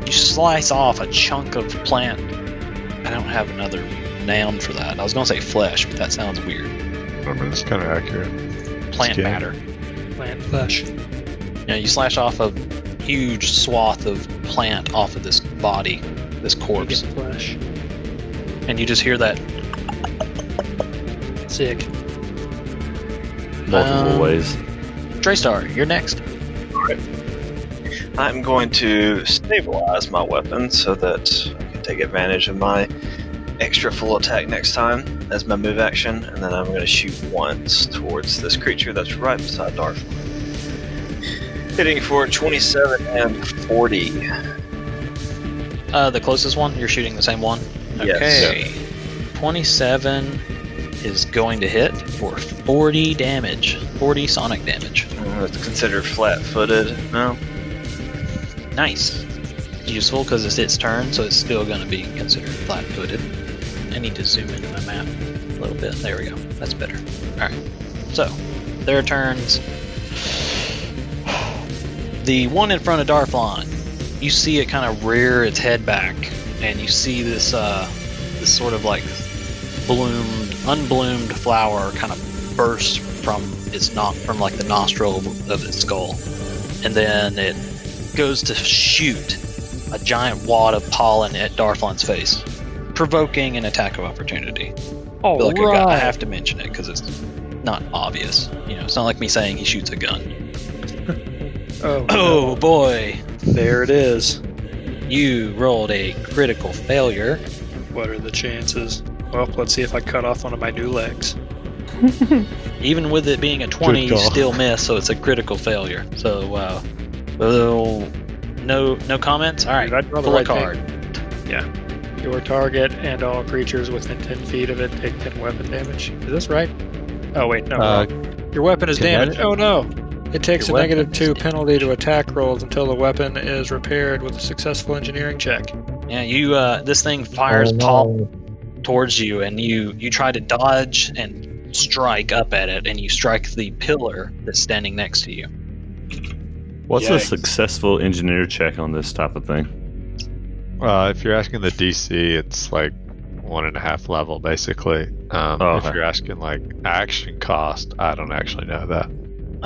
Speaker 4: You slice off a chunk of plant. I don't have another noun for that. I was gonna say flesh, but that sounds weird.
Speaker 6: I mean, it's kind of accurate.
Speaker 4: Plant
Speaker 6: Okay.
Speaker 4: matter.
Speaker 3: Plant flesh.
Speaker 4: You know, you slash off a huge swath of plant off of this body, this corpse,
Speaker 3: Vegan flesh.
Speaker 4: and you just hear that.
Speaker 3: Sick.
Speaker 1: Multiple
Speaker 4: Um,
Speaker 1: ways.
Speaker 4: Draystar, you're next.
Speaker 2: I'm going to stabilize my weapon so that I can take advantage of my extra full attack next time as my move action, and then I'm going to shoot once towards this creature that's right beside Darth. Hitting for 27 and 40.
Speaker 4: Uh, the closest one, you're shooting the same one.
Speaker 2: Yes.
Speaker 4: Okay. 27 is going to hit for 40 damage. 40 sonic damage.
Speaker 2: Uh, It's considered flat footed. No?
Speaker 4: Nice. Useful because it's its turn, so it's still going to be considered flat footed. I need to zoom into my map a little bit. There we go. That's better. Alright. So, their turns. The one in front of Darflon, you see it kind of rear its head back, and you see this, uh, this sort of like bloomed, unbloomed flower kind of burst from its not from like the nostril of of its skull, and then it goes to shoot a giant wad of pollen at Darflon's face, provoking an attack of opportunity. I feel
Speaker 3: Oh,
Speaker 4: like I, got- I have to mention it because it's not obvious. You know, it's not like me saying he shoots a gun.
Speaker 3: oh,
Speaker 4: Oh boy,
Speaker 3: there it is.
Speaker 4: you rolled a critical failure.
Speaker 3: What are the chances? Well, let's see if I cut off one of my new legs.
Speaker 4: Even with it being a 20, you
Speaker 6: God.
Speaker 4: still miss, so it's a critical failure. So, uh, well, no, no comments. All right,
Speaker 3: Dude, I draw the
Speaker 4: pull a
Speaker 3: right thing.
Speaker 4: card.
Speaker 3: Your target and all creatures within 10 feet of it take 10 weapon damage. Is this right? Oh, wait, no.
Speaker 6: Uh,
Speaker 3: Your weapon is
Speaker 6: kinetic-
Speaker 3: damaged. Oh, no. It takes
Speaker 4: Your
Speaker 3: a
Speaker 4: weapon
Speaker 3: negative
Speaker 4: is
Speaker 3: 2
Speaker 4: damaged.
Speaker 3: penalty to attack rolls until the weapon is repaired with a successful engineering check.
Speaker 4: Yeah, you. Uh, this thing fires paw towards you, and you you try to dodge and strike up at it, and you strike the pillar that's standing next to you.
Speaker 1: What's a
Speaker 3: Yikes.
Speaker 1: successful engineer check on this type of thing? Oh.
Speaker 6: Uh, if you're asking the DC, it's like one and a half level basically. Um,
Speaker 1: Oh,
Speaker 6: If
Speaker 1: okay.
Speaker 6: you're asking like action cost, I don't actually know that.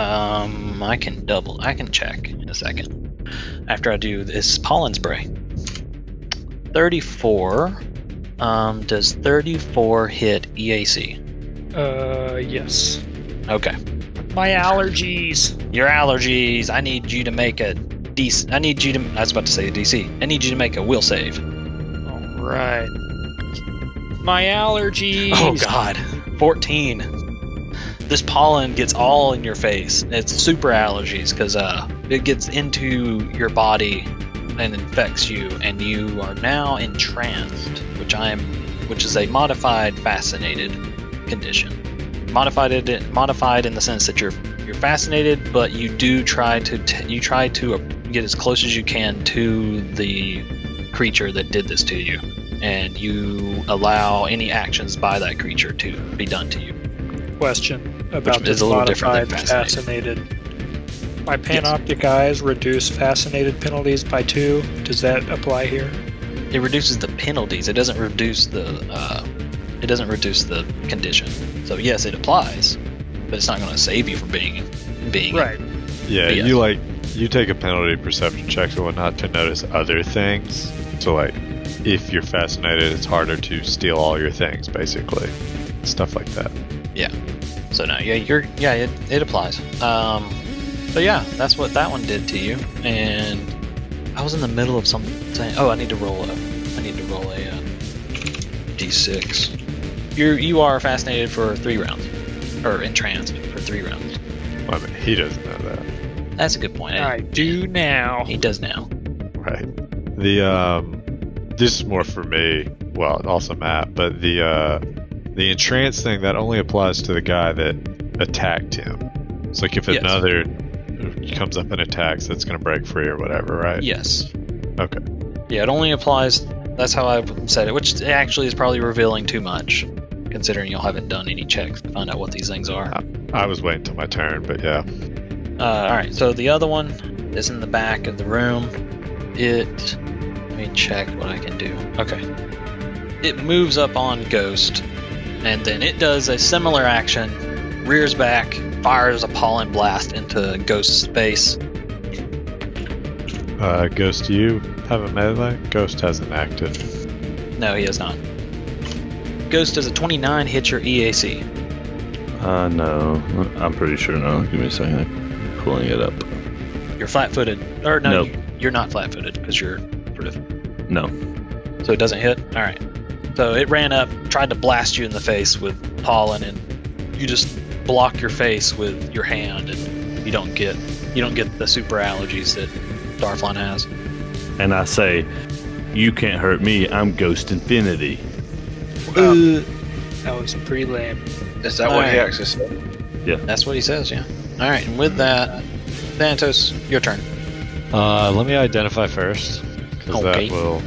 Speaker 4: Um, I can double. I can check in a second after I do this pollen spray. Thirty-four. Um, does thirty-four hit E EAC?
Speaker 3: Uh, yes.
Speaker 4: Okay.
Speaker 3: My allergies.
Speaker 4: Your allergies. I need you to make a DC. I need you to. I was about to say a DC. I need you to make a will save.
Speaker 3: All right. My allergies.
Speaker 4: Oh god. 14. This pollen gets all in your face. It's super allergies because uh, it gets into your body and infects you, and you are now entranced, which I am, which is a modified fascinated condition. Modified it, modified in the sense that you're you're fascinated, but you do try to t- you try to uh, get as close as you can to the creature that did this to you and you allow any actions by that creature to be done to you.
Speaker 3: Question about
Speaker 4: is
Speaker 3: this
Speaker 4: a little
Speaker 3: modified
Speaker 4: different than
Speaker 3: fascinated. My panoptic eyes reduce fascinated penalties by two. Does that apply here?
Speaker 4: It reduces the penalties. It doesn't reduce the. Uh, it doesn't reduce the condition. So yes, it applies, but it's not going to save you from being being.
Speaker 3: Right.
Speaker 6: Yeah,
Speaker 4: Yes.
Speaker 6: you like you take a penalty perception checks and whatnot to notice other things. So like, if you're fascinated, it's harder to steal all your things basically, stuff like that.
Speaker 4: So no, yeah, you're yeah, it, it applies. Um, so yeah, that's what that one did to you. And I was in the middle of something. Oh, I need to roll a. I need to roll a uh, d6. You're you are fascinated for three rounds, or entranced for three rounds.
Speaker 6: Well, I mean, he doesn't know that.
Speaker 4: That's a good point.
Speaker 3: I do now.
Speaker 4: He does now.
Speaker 6: Right. The um, this is more for me. Well, also Matt, but the uh, the entrance thing that only applies to the guy that attacked him. It's like if
Speaker 4: Yes.
Speaker 6: another comes up and attacks, that's gonna break free or whatever, right?
Speaker 4: Yes.
Speaker 6: Okay.
Speaker 4: Yeah, it only applies. That's how I said it, which actually is probably revealing too much, considering you all haven't done any checks to find out what these things are.
Speaker 6: I was waiting till my turn, but yeah.
Speaker 4: Uh, all right, so the other one is in the back of the room. It. Let me check what I can do. Okay. It moves up on Ghost, and then it does a similar action, rears back, fires a pollen blast into Ghost's face.
Speaker 6: Uh, Ghost, do you have a melee? Ghost hasn't acted.
Speaker 4: No, he is not. Ghost does a 29 hit your E EAC.
Speaker 1: Uh, no. I'm pretty sure no. Give me a second. pulling it up.
Speaker 4: You're flat-footed, or no,
Speaker 1: Nope.
Speaker 4: you- you're not flat-footed because you're sort of
Speaker 1: No.
Speaker 4: So it doesn't hit? Alright. So it ran up, tried to blast you in the face with pollen and you just block your face with your hand and you don't get you don't get the super allergies that Darflon has.
Speaker 1: And I say, You can't hurt me. I'm Ghost Infinity.
Speaker 2: Um,
Speaker 3: Wow. Um, That was pretty lame.
Speaker 2: Uh, Is that what he actually said?
Speaker 4: That's what he says, yeah. Alright, and with that, Thanatos, your turn.
Speaker 6: Uh, let me identify first, because
Speaker 4: Okay.
Speaker 6: that will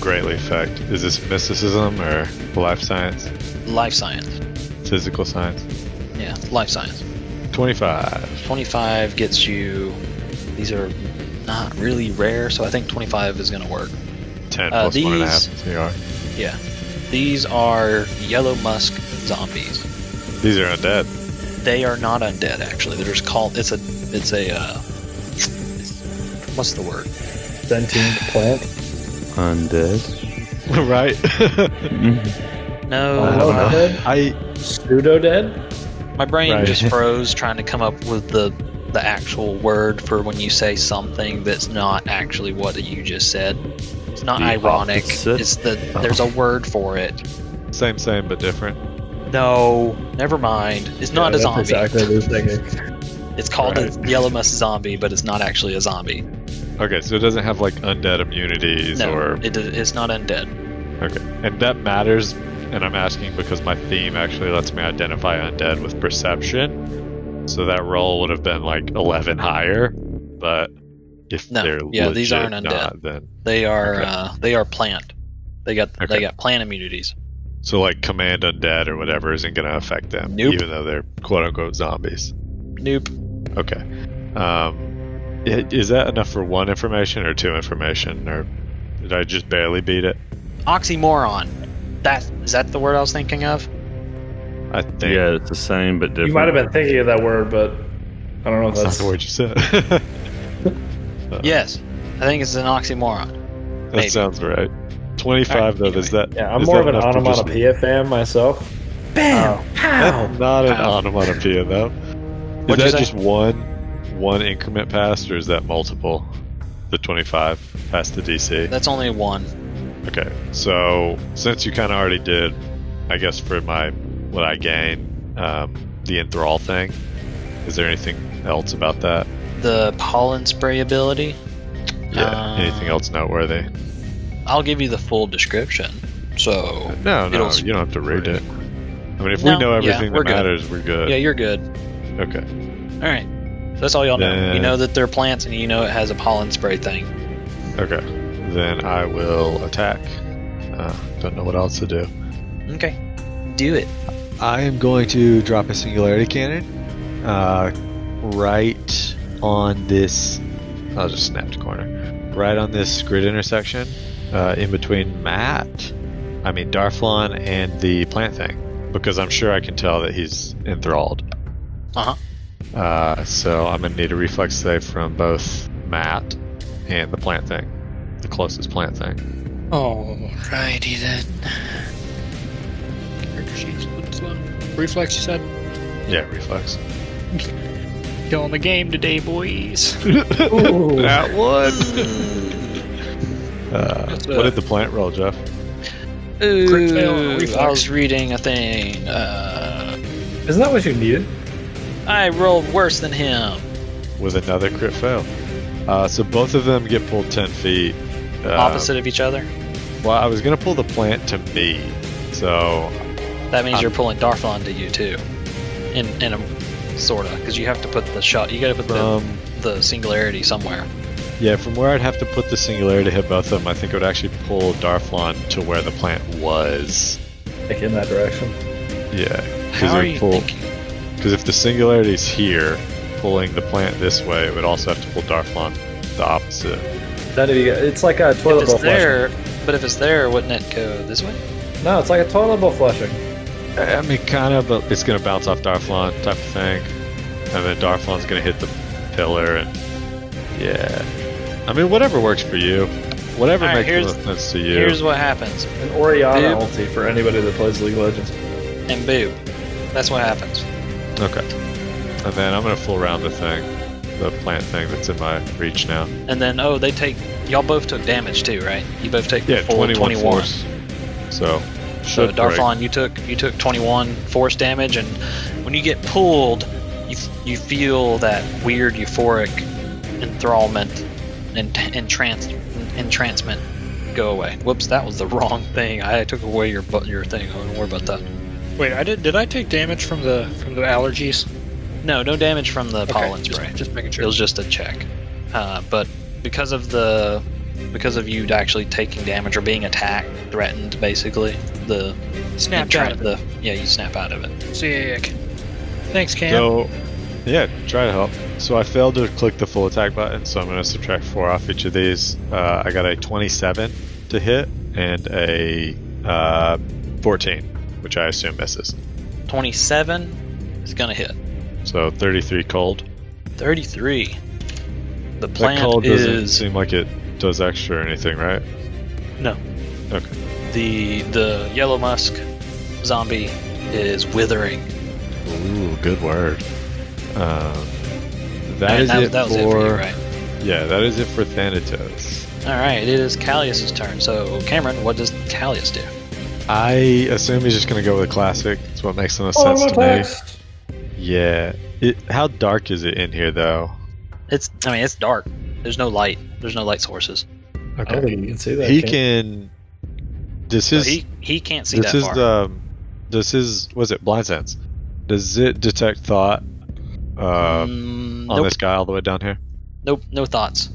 Speaker 6: greatly affect. Is this mysticism or life science,
Speaker 4: Life science.
Speaker 6: physical science?
Speaker 4: Yeah, life science.
Speaker 6: Twenty-five.
Speaker 4: 25 gets you these are not really rare, so I think 25 is gonna work.
Speaker 6: Ten
Speaker 4: Uh,
Speaker 6: plus one and a half
Speaker 4: these-
Speaker 6: CR.
Speaker 4: Yeah. These are yellow musk zombies.
Speaker 6: These are undead.
Speaker 4: They are not undead, actually. They're just called. It's a. It's a. Uh, what's the word?
Speaker 5: Sentient plant.
Speaker 1: Undead.
Speaker 6: right.
Speaker 1: Mm-hmm.
Speaker 4: No,
Speaker 5: Uh, I don't know. Undead?
Speaker 6: I
Speaker 5: Pseudo dead?
Speaker 4: my brain
Speaker 6: Right.
Speaker 4: just froze trying to come up with the the actual word for when you say something that's not actually what you just said. It's not
Speaker 1: The
Speaker 4: ironic.
Speaker 1: opposite?
Speaker 4: It's the there's a word for it.
Speaker 6: same, same, but different.
Speaker 4: No, never mind. It's not a zombie.
Speaker 5: Exactly. what I was thinking.
Speaker 4: It's called a yellow musk zombie, but it's not actually a zombie.
Speaker 6: Okay, so it doesn't have like undead immunities
Speaker 4: No,
Speaker 6: or
Speaker 4: it, it's not undead.
Speaker 6: okay, and that matters. And I'm asking because my theme actually lets me identify undead with perception. So that roll would have been like eleven higher, but if
Speaker 4: No,
Speaker 6: they're
Speaker 4: yeah, these
Speaker 6: legit
Speaker 4: aren't undead.
Speaker 6: not, then
Speaker 4: They are
Speaker 6: Okay.
Speaker 4: uh, they are plant. They got they
Speaker 6: Okay.
Speaker 4: got plant immunities.
Speaker 6: So like command undead or whatever isn't gonna affect them,
Speaker 4: Nope.
Speaker 6: even though they're quote unquote zombies.
Speaker 4: Nope.
Speaker 6: Okay. Um, i- is that enough for one information or two information, or did I just barely beat it?
Speaker 4: Oxymoron. That is that the word I was thinking of?
Speaker 6: I think
Speaker 1: Yeah, it's the same but different.
Speaker 5: You might have been thinking of that word, but I don't know if that's
Speaker 6: that's, not the word you said.
Speaker 4: Yes. I think it's an oxymoron.
Speaker 6: that
Speaker 4: Maybe.
Speaker 6: sounds right. Twenty-five though. Is that?
Speaker 5: Yeah, I'm
Speaker 6: is
Speaker 5: more of
Speaker 6: that
Speaker 5: an
Speaker 6: enough to just-
Speaker 5: onomatopoeia fan myself. Oh. Bam! How?
Speaker 6: That's not an
Speaker 4: Ow.
Speaker 6: onomatopoeia though. Is
Speaker 4: Oh. What'd you
Speaker 6: that
Speaker 4: say?
Speaker 6: just one one increment past, or is that multiple? The twenty-five past the DC.
Speaker 4: That's only one.
Speaker 6: Okay, so since you kind of already did, I guess for my what I gain, um, the enthrall thing. Is there anything else about that?
Speaker 4: The pollen spray ability.
Speaker 6: Yeah.
Speaker 4: Uh,
Speaker 6: anything else noteworthy?
Speaker 4: I'll give you the full description. So
Speaker 6: No, no,
Speaker 4: it'll-
Speaker 6: you don't have to read it. I mean, if
Speaker 4: No,
Speaker 6: we know
Speaker 4: yeah,
Speaker 6: everything
Speaker 4: we're
Speaker 6: that
Speaker 4: good.
Speaker 6: matters, we're good.
Speaker 4: yeah, you're good.
Speaker 6: okay.
Speaker 4: All right. So that's all y'all know.
Speaker 6: Then-
Speaker 4: You know that they're plants, and you know it has a pollen spray thing.
Speaker 6: Okay. Then I will attack. Uh, don't know what else to do.
Speaker 4: Okay. Do it.
Speaker 6: I am going to drop a singularity cannon uh, right on this. I'll just snap the corner. Right on this grid intersection, uh, in between Matt, I mean Darflon, and the plant thing, because I'm sure I can tell that he's enthralled.
Speaker 4: Uh-huh.
Speaker 6: Uh So I'm gonna need a reflex save from both Matt and the plant thing, the closest plant thing.
Speaker 3: Alrighty then. Character sheets look slow. Reflex, you said?
Speaker 6: Yeah, reflex.
Speaker 3: Killing the game today, boys.
Speaker 5: Ooh.
Speaker 6: That one. Uh,
Speaker 3: That's
Speaker 6: what
Speaker 3: a-
Speaker 6: did the plant roll, Jeff?
Speaker 3: Crit fail on
Speaker 4: Ooh, I
Speaker 3: reflex.
Speaker 4: was reading a thing. Uh,
Speaker 5: Isn't that what you needed?
Speaker 4: I rolled worse than him.
Speaker 6: with another crit fail. Uh, so both of them get pulled 10 feet. Uh,
Speaker 4: Opposite of each other.
Speaker 6: Well, I was going to pull the plant to me. So,
Speaker 4: That means
Speaker 6: Um,
Speaker 4: you're pulling Darflon to you too, in in a sorta, because you have to put the shot. You got to put the,
Speaker 6: from,
Speaker 4: the singularity somewhere.
Speaker 6: yeah, from where I'd have to put the singularity to hit both of them, I think it would actually pull Darflon to where the plant was.
Speaker 5: Like in that direction.
Speaker 6: Yeah.
Speaker 4: How are you thinking?
Speaker 6: Because if the singularity's here, pulling the plant this way, it would also have to pull Darflon the opposite.
Speaker 5: None of you. guys- It's like a toilet
Speaker 4: If
Speaker 5: bowl
Speaker 4: it's
Speaker 5: flushing.
Speaker 4: there, but if it's there, wouldn't it go this way?
Speaker 5: No, it's like a toilet bowl flushing.
Speaker 6: I I mean, kind of, but it's going to bounce off Darflon type of thing. And then Darflon's going to hit the pillar. and Yeah. I mean, whatever works for you. Whatever
Speaker 4: Alright,
Speaker 6: makes the
Speaker 4: here's-
Speaker 6: most sense to you.
Speaker 4: Here's what happens,
Speaker 5: An Oriana
Speaker 4: Boop.
Speaker 5: ulti for anybody that plays League of Legends.
Speaker 4: and boo, that's what happens.
Speaker 6: Okay. And then I'm going to full round the thing. the plant thing that's in my reach now.
Speaker 4: And then, oh, they take. Y'all both took damage too, right? You both take
Speaker 6: Yeah,
Speaker 4: full
Speaker 6: 21,
Speaker 4: 21.
Speaker 6: force. So,
Speaker 4: So
Speaker 6: should break.
Speaker 4: Darflon, you took you took 21 force damage, and when you get pulled, you you feel that weird euphoric enthrallment and entrance entrancement go away. Whoops, that was the wrong thing. I took away your bu- your thing. I don't worry about that.
Speaker 3: Wait, I did. Did I take damage from the from the allergies?
Speaker 4: No, no damage from the pollen
Speaker 3: just,
Speaker 4: spray.
Speaker 3: Just making
Speaker 4: It
Speaker 3: sure.
Speaker 4: was just a check. Uh, but because of the because of you actually taking damage or being attacked, threatened, basically the
Speaker 3: Snapped
Speaker 4: entra-
Speaker 3: out of it.
Speaker 4: the yeah you snap out of it.
Speaker 3: Sick. Thanks, Cam.
Speaker 6: So, yeah, try to help. So I failed to click the full attack button, so I'm going to subtract four off each of these. Uh, I got a 27 to hit and a uh, 14, which I assume misses.
Speaker 4: Twenty seven is gonna hit.
Speaker 6: So 33 cold.
Speaker 4: Thirty three. The
Speaker 6: That
Speaker 4: plant
Speaker 6: cold doesn't
Speaker 4: is
Speaker 6: seem like it does extra or anything, right?
Speaker 4: no.
Speaker 6: Okay.
Speaker 4: The the yellow musk zombie is withering.
Speaker 6: Ooh, good word. Um, that
Speaker 4: And
Speaker 6: is it
Speaker 4: that was it for you, right?
Speaker 6: Yeah, that is it for Thanatos.
Speaker 4: All right, it is Callius's turn. So Cameron, what does Callius do?
Speaker 6: I assume he's just going to go with a classic. That's what makes the most sense to me. Yeah. It, how dark is it in here, though?
Speaker 4: It's I mean it's dark. There's no light. There's no light sources.
Speaker 5: I don't think you can see that.
Speaker 6: He
Speaker 5: Cam.
Speaker 6: can. Does
Speaker 4: So
Speaker 6: his.
Speaker 4: he he can't see
Speaker 6: This
Speaker 4: that
Speaker 6: is
Speaker 4: far.
Speaker 6: the. Does his. Was it blind sense? Does it detect thought uh,
Speaker 4: Mm,
Speaker 6: on
Speaker 4: nope,
Speaker 6: this guy all the way down here?
Speaker 4: nope, no thoughts.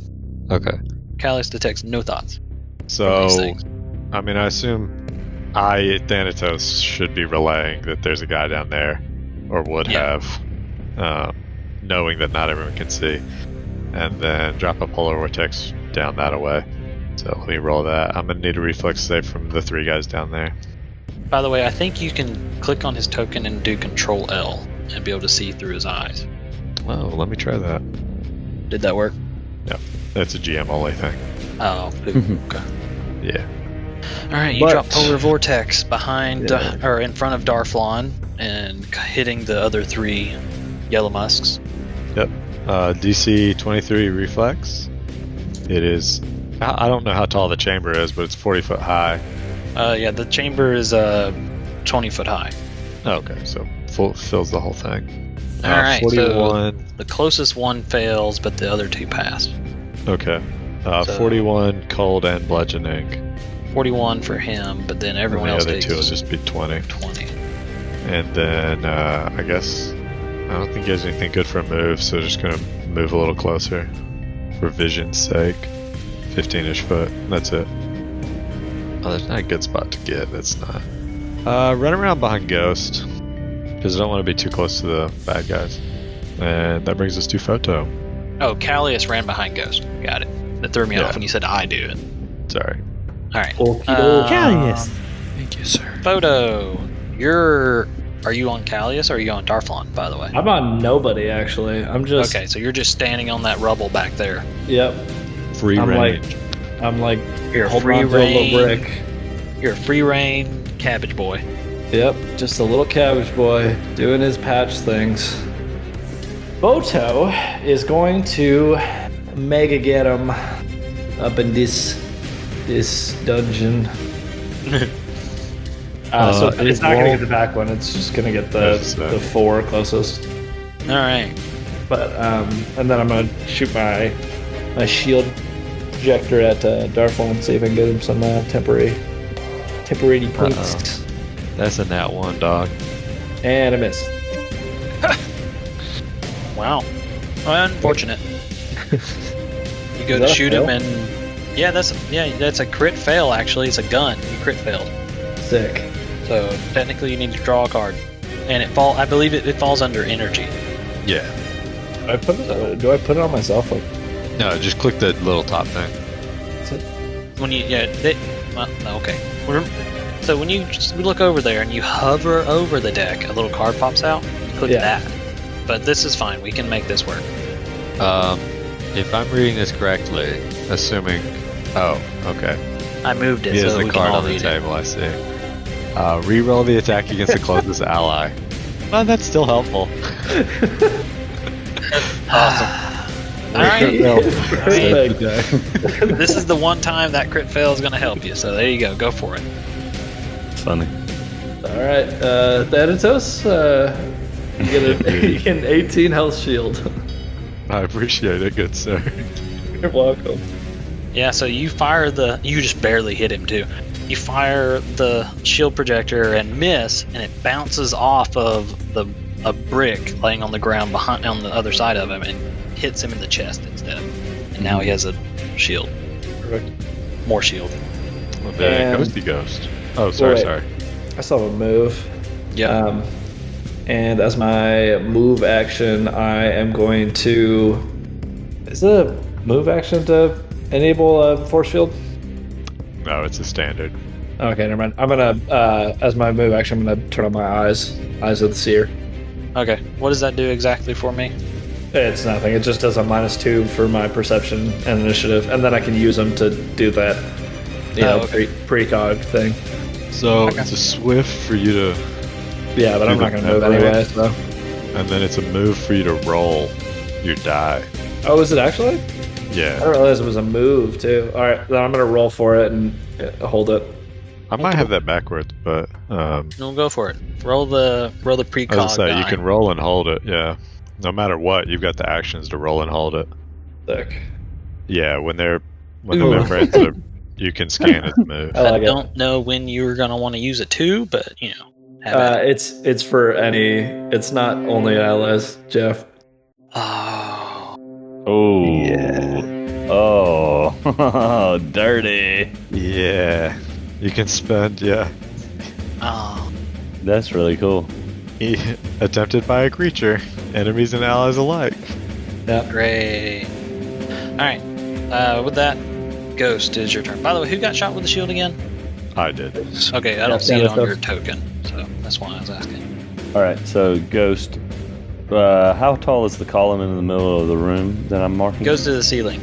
Speaker 6: Okay.
Speaker 4: Callius detects no thoughts.
Speaker 6: So.
Speaker 4: These things.
Speaker 6: I mean, I assume I, Thanatos, should be relaying that there's a guy down there, or would
Speaker 4: Yeah.
Speaker 6: have, um, knowing that not everyone can see, and then drop a polar vortex down that away. So let me roll that. I'm gonna need a reflex save from the three guys down there.
Speaker 4: By the way, I think you can click on his token and do Control L and be able to see through his eyes.
Speaker 6: Oh, let me try that.
Speaker 4: Did that work?
Speaker 6: That's a GM only thing.
Speaker 4: Oh, good. okay.
Speaker 6: Yeah.
Speaker 4: All right, you
Speaker 6: But-
Speaker 4: drop Polar Vortex behind
Speaker 6: Yeah.
Speaker 4: uh, or in front of Darflon and c- hitting the other three yellow musks.
Speaker 6: Uh, DC 23 reflex. It is. I I don't know how tall the chamber is, but it's 40 foot high.
Speaker 4: Uh, yeah, the chamber is uh, 20 foot high.
Speaker 6: Oh, Okay, so full, fills the whole thing. Uh,
Speaker 4: All right, so
Speaker 6: 41.
Speaker 4: the closest one fails, but the other two pass.
Speaker 6: Okay. Uh,
Speaker 4: So-
Speaker 6: 41 cold and bludgeoning.
Speaker 4: 41 for him, but then everyone
Speaker 6: and the
Speaker 4: else
Speaker 6: other
Speaker 4: takes
Speaker 6: two will just be 20.
Speaker 4: 20.
Speaker 6: And then uh, I guess I don't think he has anything good for a move, so just gonna move a little closer for vision's sake. 15-ish foot. That's it. Oh, that's not a good spot to get. That's not. Uh, run around behind Ghost because I don't want to be too close to the bad guys. And that brings us to Photo.
Speaker 4: Oh, Callius ran behind Ghost. Got it. That threw me
Speaker 6: Yeah.
Speaker 4: off when you said I do it.
Speaker 6: Sorry.
Speaker 4: All right. Um,
Speaker 5: Okey-doke.
Speaker 4: Callius.
Speaker 3: Thank you, sir.
Speaker 4: Photo, you're. Are you on Callius or are you on Darflon, by the way?
Speaker 5: I'm on nobody actually. I'm just
Speaker 4: Okay, so you're just standing on that rubble back there.
Speaker 5: Yep.
Speaker 6: Free
Speaker 5: I'm
Speaker 6: range.
Speaker 5: like I'm like
Speaker 4: You're
Speaker 5: holding
Speaker 4: free
Speaker 5: on to a
Speaker 4: reign.
Speaker 5: little brick.
Speaker 4: You're a free reign cabbage boy.
Speaker 5: Yep, just a little cabbage boy doing his patch things. Boto is going to mega get him up in this this dungeon. uh, so
Speaker 6: Uh,
Speaker 5: it's
Speaker 6: it
Speaker 5: not gonna
Speaker 6: won't-
Speaker 5: get the back one. It's just gonna get the
Speaker 6: That's, uh,
Speaker 5: the four closest.
Speaker 4: All right.
Speaker 5: But um, and then I'm gonna shoot my my shield projector at uh, Darflon and see if I can get him some uh, temporary temporary points.
Speaker 6: That's a nat one, dog.
Speaker 5: And I miss.
Speaker 4: Wow. Unfortunate. you go to
Speaker 5: that a
Speaker 4: shoot him
Speaker 5: fail?
Speaker 4: and. Yeah, that's a, yeah, that's a crit fail. Actually, it's a gun. You crit failed.
Speaker 5: Sick.
Speaker 4: So technically, you need to draw a card, and it fall. I believe it, it falls under energy.
Speaker 6: Yeah.
Speaker 5: I put it, uh, do I put it on myself? Like,
Speaker 6: No, just click the little top thing.
Speaker 4: when you yeah they, well, okay Remem- so when you just look over there and you hover over the deck a little card pops out you click
Speaker 5: Yeah.
Speaker 4: that but this is fine we can make this work
Speaker 6: Um, if I'm reading this correctly, assuming. Oh, okay.
Speaker 4: i moved it
Speaker 6: He
Speaker 4: so
Speaker 6: has
Speaker 4: that
Speaker 6: the
Speaker 4: we can
Speaker 6: card
Speaker 4: all
Speaker 6: on the
Speaker 4: read it
Speaker 6: table. I see. Uh, reroll the attack against the closest ally. Well, that's still helpful.
Speaker 4: awesome All right.
Speaker 6: Well,
Speaker 5: Perfect.
Speaker 4: this is the one time that crit fail is going to help you. So there you go. Go for it.
Speaker 1: Funny.
Speaker 5: All right, uh, Thanatos, uh, you get, a, you get an 18 health shield.
Speaker 6: I appreciate it, good sir.
Speaker 5: You're welcome.
Speaker 4: Yeah. So you fire the. You just barely hit him too. You fire the shield projector and miss, and it bounces off of the a brick laying on the ground behind on the other side of him and hits him in the chest instead. And now he has a shield. More shield.
Speaker 6: Well, the
Speaker 5: And-
Speaker 6: ghosty ghost. Oh, sorry,
Speaker 5: Wait.
Speaker 6: sorry.
Speaker 5: I still have a move.
Speaker 4: Yeah.
Speaker 5: Um, and as my move action, I am going to. Is it a move action to enable a force field?
Speaker 6: No, it's a standard.
Speaker 5: Okay, never mind. I'm gonna, uh, as my move action, I'm gonna turn on my eyes, eyes of the seer.
Speaker 4: Okay. What does that do exactly for me?
Speaker 5: It's nothing. It just does a minus two for my perception and initiative, and then I can use them to do that, you
Speaker 4: Oh,
Speaker 5: know,
Speaker 4: okay.
Speaker 5: pre precog thing.
Speaker 6: So it's a swift for you to,
Speaker 5: Yeah, but I'm
Speaker 6: Do
Speaker 5: not
Speaker 6: the
Speaker 5: gonna move
Speaker 6: pepper.
Speaker 5: anyway. So,
Speaker 6: and then it's a move for you to roll your die.
Speaker 5: oh, is it actually? I
Speaker 6: Yeah,
Speaker 5: didn't realize it was a move too. All right, then I'm gonna roll for it and uh, hold it.
Speaker 6: I might have that backwards, but um,
Speaker 4: No, go for it. Roll the roll the precog.
Speaker 6: I was gonna say you
Speaker 4: die.
Speaker 6: can roll and hold it. Yeah, no matter what, you've got the actions to roll and hold it.
Speaker 5: Sick.
Speaker 6: Yeah, when they're when
Speaker 5: Ooh.
Speaker 6: the membranes are, you can scan it to move.
Speaker 5: Oh, I
Speaker 4: I
Speaker 5: like it.
Speaker 4: don't know when you're gonna want to use it too, but you know, have
Speaker 5: Uh,
Speaker 4: at it.
Speaker 5: it's it's for any. It's not only allies, Jeff.
Speaker 4: Oh,
Speaker 1: Oh.
Speaker 6: Yeah.
Speaker 1: Oh. Dirty.
Speaker 6: Yeah, you can spend. Yeah,
Speaker 4: oh,
Speaker 1: That's really cool.
Speaker 6: e, attempted by a creature, enemies and allies alike.
Speaker 4: great. All right. Uh, with that, Ghost it is your turn. By the way, who got shot with the shield again?
Speaker 6: I did.
Speaker 4: Okay, I don't see it on
Speaker 5: Thanatos.
Speaker 4: your token, so that's why I was asking.
Speaker 1: All right. So ghost. Uh, how tall is the column in the middle of the room that I'm marking?
Speaker 4: Goes to the ceiling.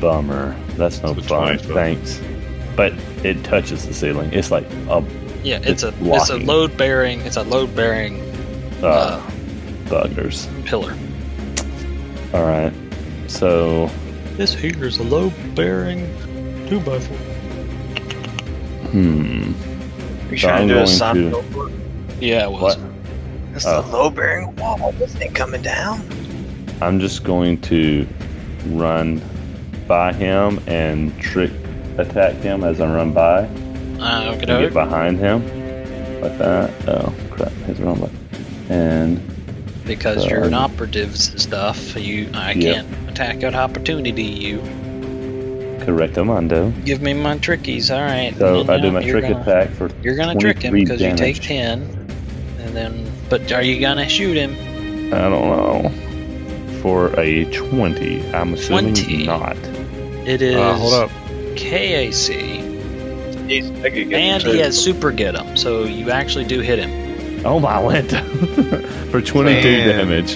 Speaker 1: Bummer. That's no
Speaker 6: It's a
Speaker 1: fun.
Speaker 6: 20 foot.
Speaker 1: Thanks. But it touches the ceiling. It's like uh, a
Speaker 4: Yeah, it's a it's a
Speaker 1: Blocking.
Speaker 4: load bearing it's a load bearing
Speaker 1: uh,
Speaker 4: uh,
Speaker 1: buggers.
Speaker 4: pillar.
Speaker 1: All right. So
Speaker 4: This here is a load bearing two by four.
Speaker 1: hmm.
Speaker 2: You
Speaker 1: So
Speaker 2: trying
Speaker 1: I'm
Speaker 2: to do a
Speaker 1: going
Speaker 2: sign?
Speaker 4: Yeah, it was.
Speaker 1: What?
Speaker 2: That's
Speaker 1: Oh.
Speaker 2: the low bearing wall. This ain't coming down.
Speaker 1: I'm just going to run by him and trick attack him as I run by.
Speaker 4: Uh,
Speaker 1: and
Speaker 4: okay,
Speaker 1: get behind him like that. Oh crap! Hit the wrong button. And
Speaker 4: because you're an
Speaker 1: Um,
Speaker 4: operative and stuff. You, I
Speaker 1: Yep.
Speaker 4: can't attack at opportunity. You
Speaker 1: correcto mundo.
Speaker 4: give me my trickies. All right.
Speaker 1: So
Speaker 4: and
Speaker 1: I do
Speaker 4: now
Speaker 1: my
Speaker 4: you're
Speaker 1: trick
Speaker 4: gonna-
Speaker 1: attack for
Speaker 4: You're gonna
Speaker 1: 20
Speaker 4: trick him
Speaker 1: feet
Speaker 4: because you take
Speaker 1: damage.
Speaker 4: ten, and then. But are you gonna shoot him?
Speaker 1: I don't know for a twenty. I'm assuming
Speaker 4: 20.
Speaker 1: not.
Speaker 4: It is
Speaker 6: Uh, hold up.
Speaker 4: KAC,
Speaker 2: Jeez, I could get
Speaker 4: and
Speaker 2: him
Speaker 4: he
Speaker 2: too.
Speaker 4: has super get him, so you actually do hit him
Speaker 1: Oh my lanta! for twenty-two
Speaker 6: Man.
Speaker 1: damage.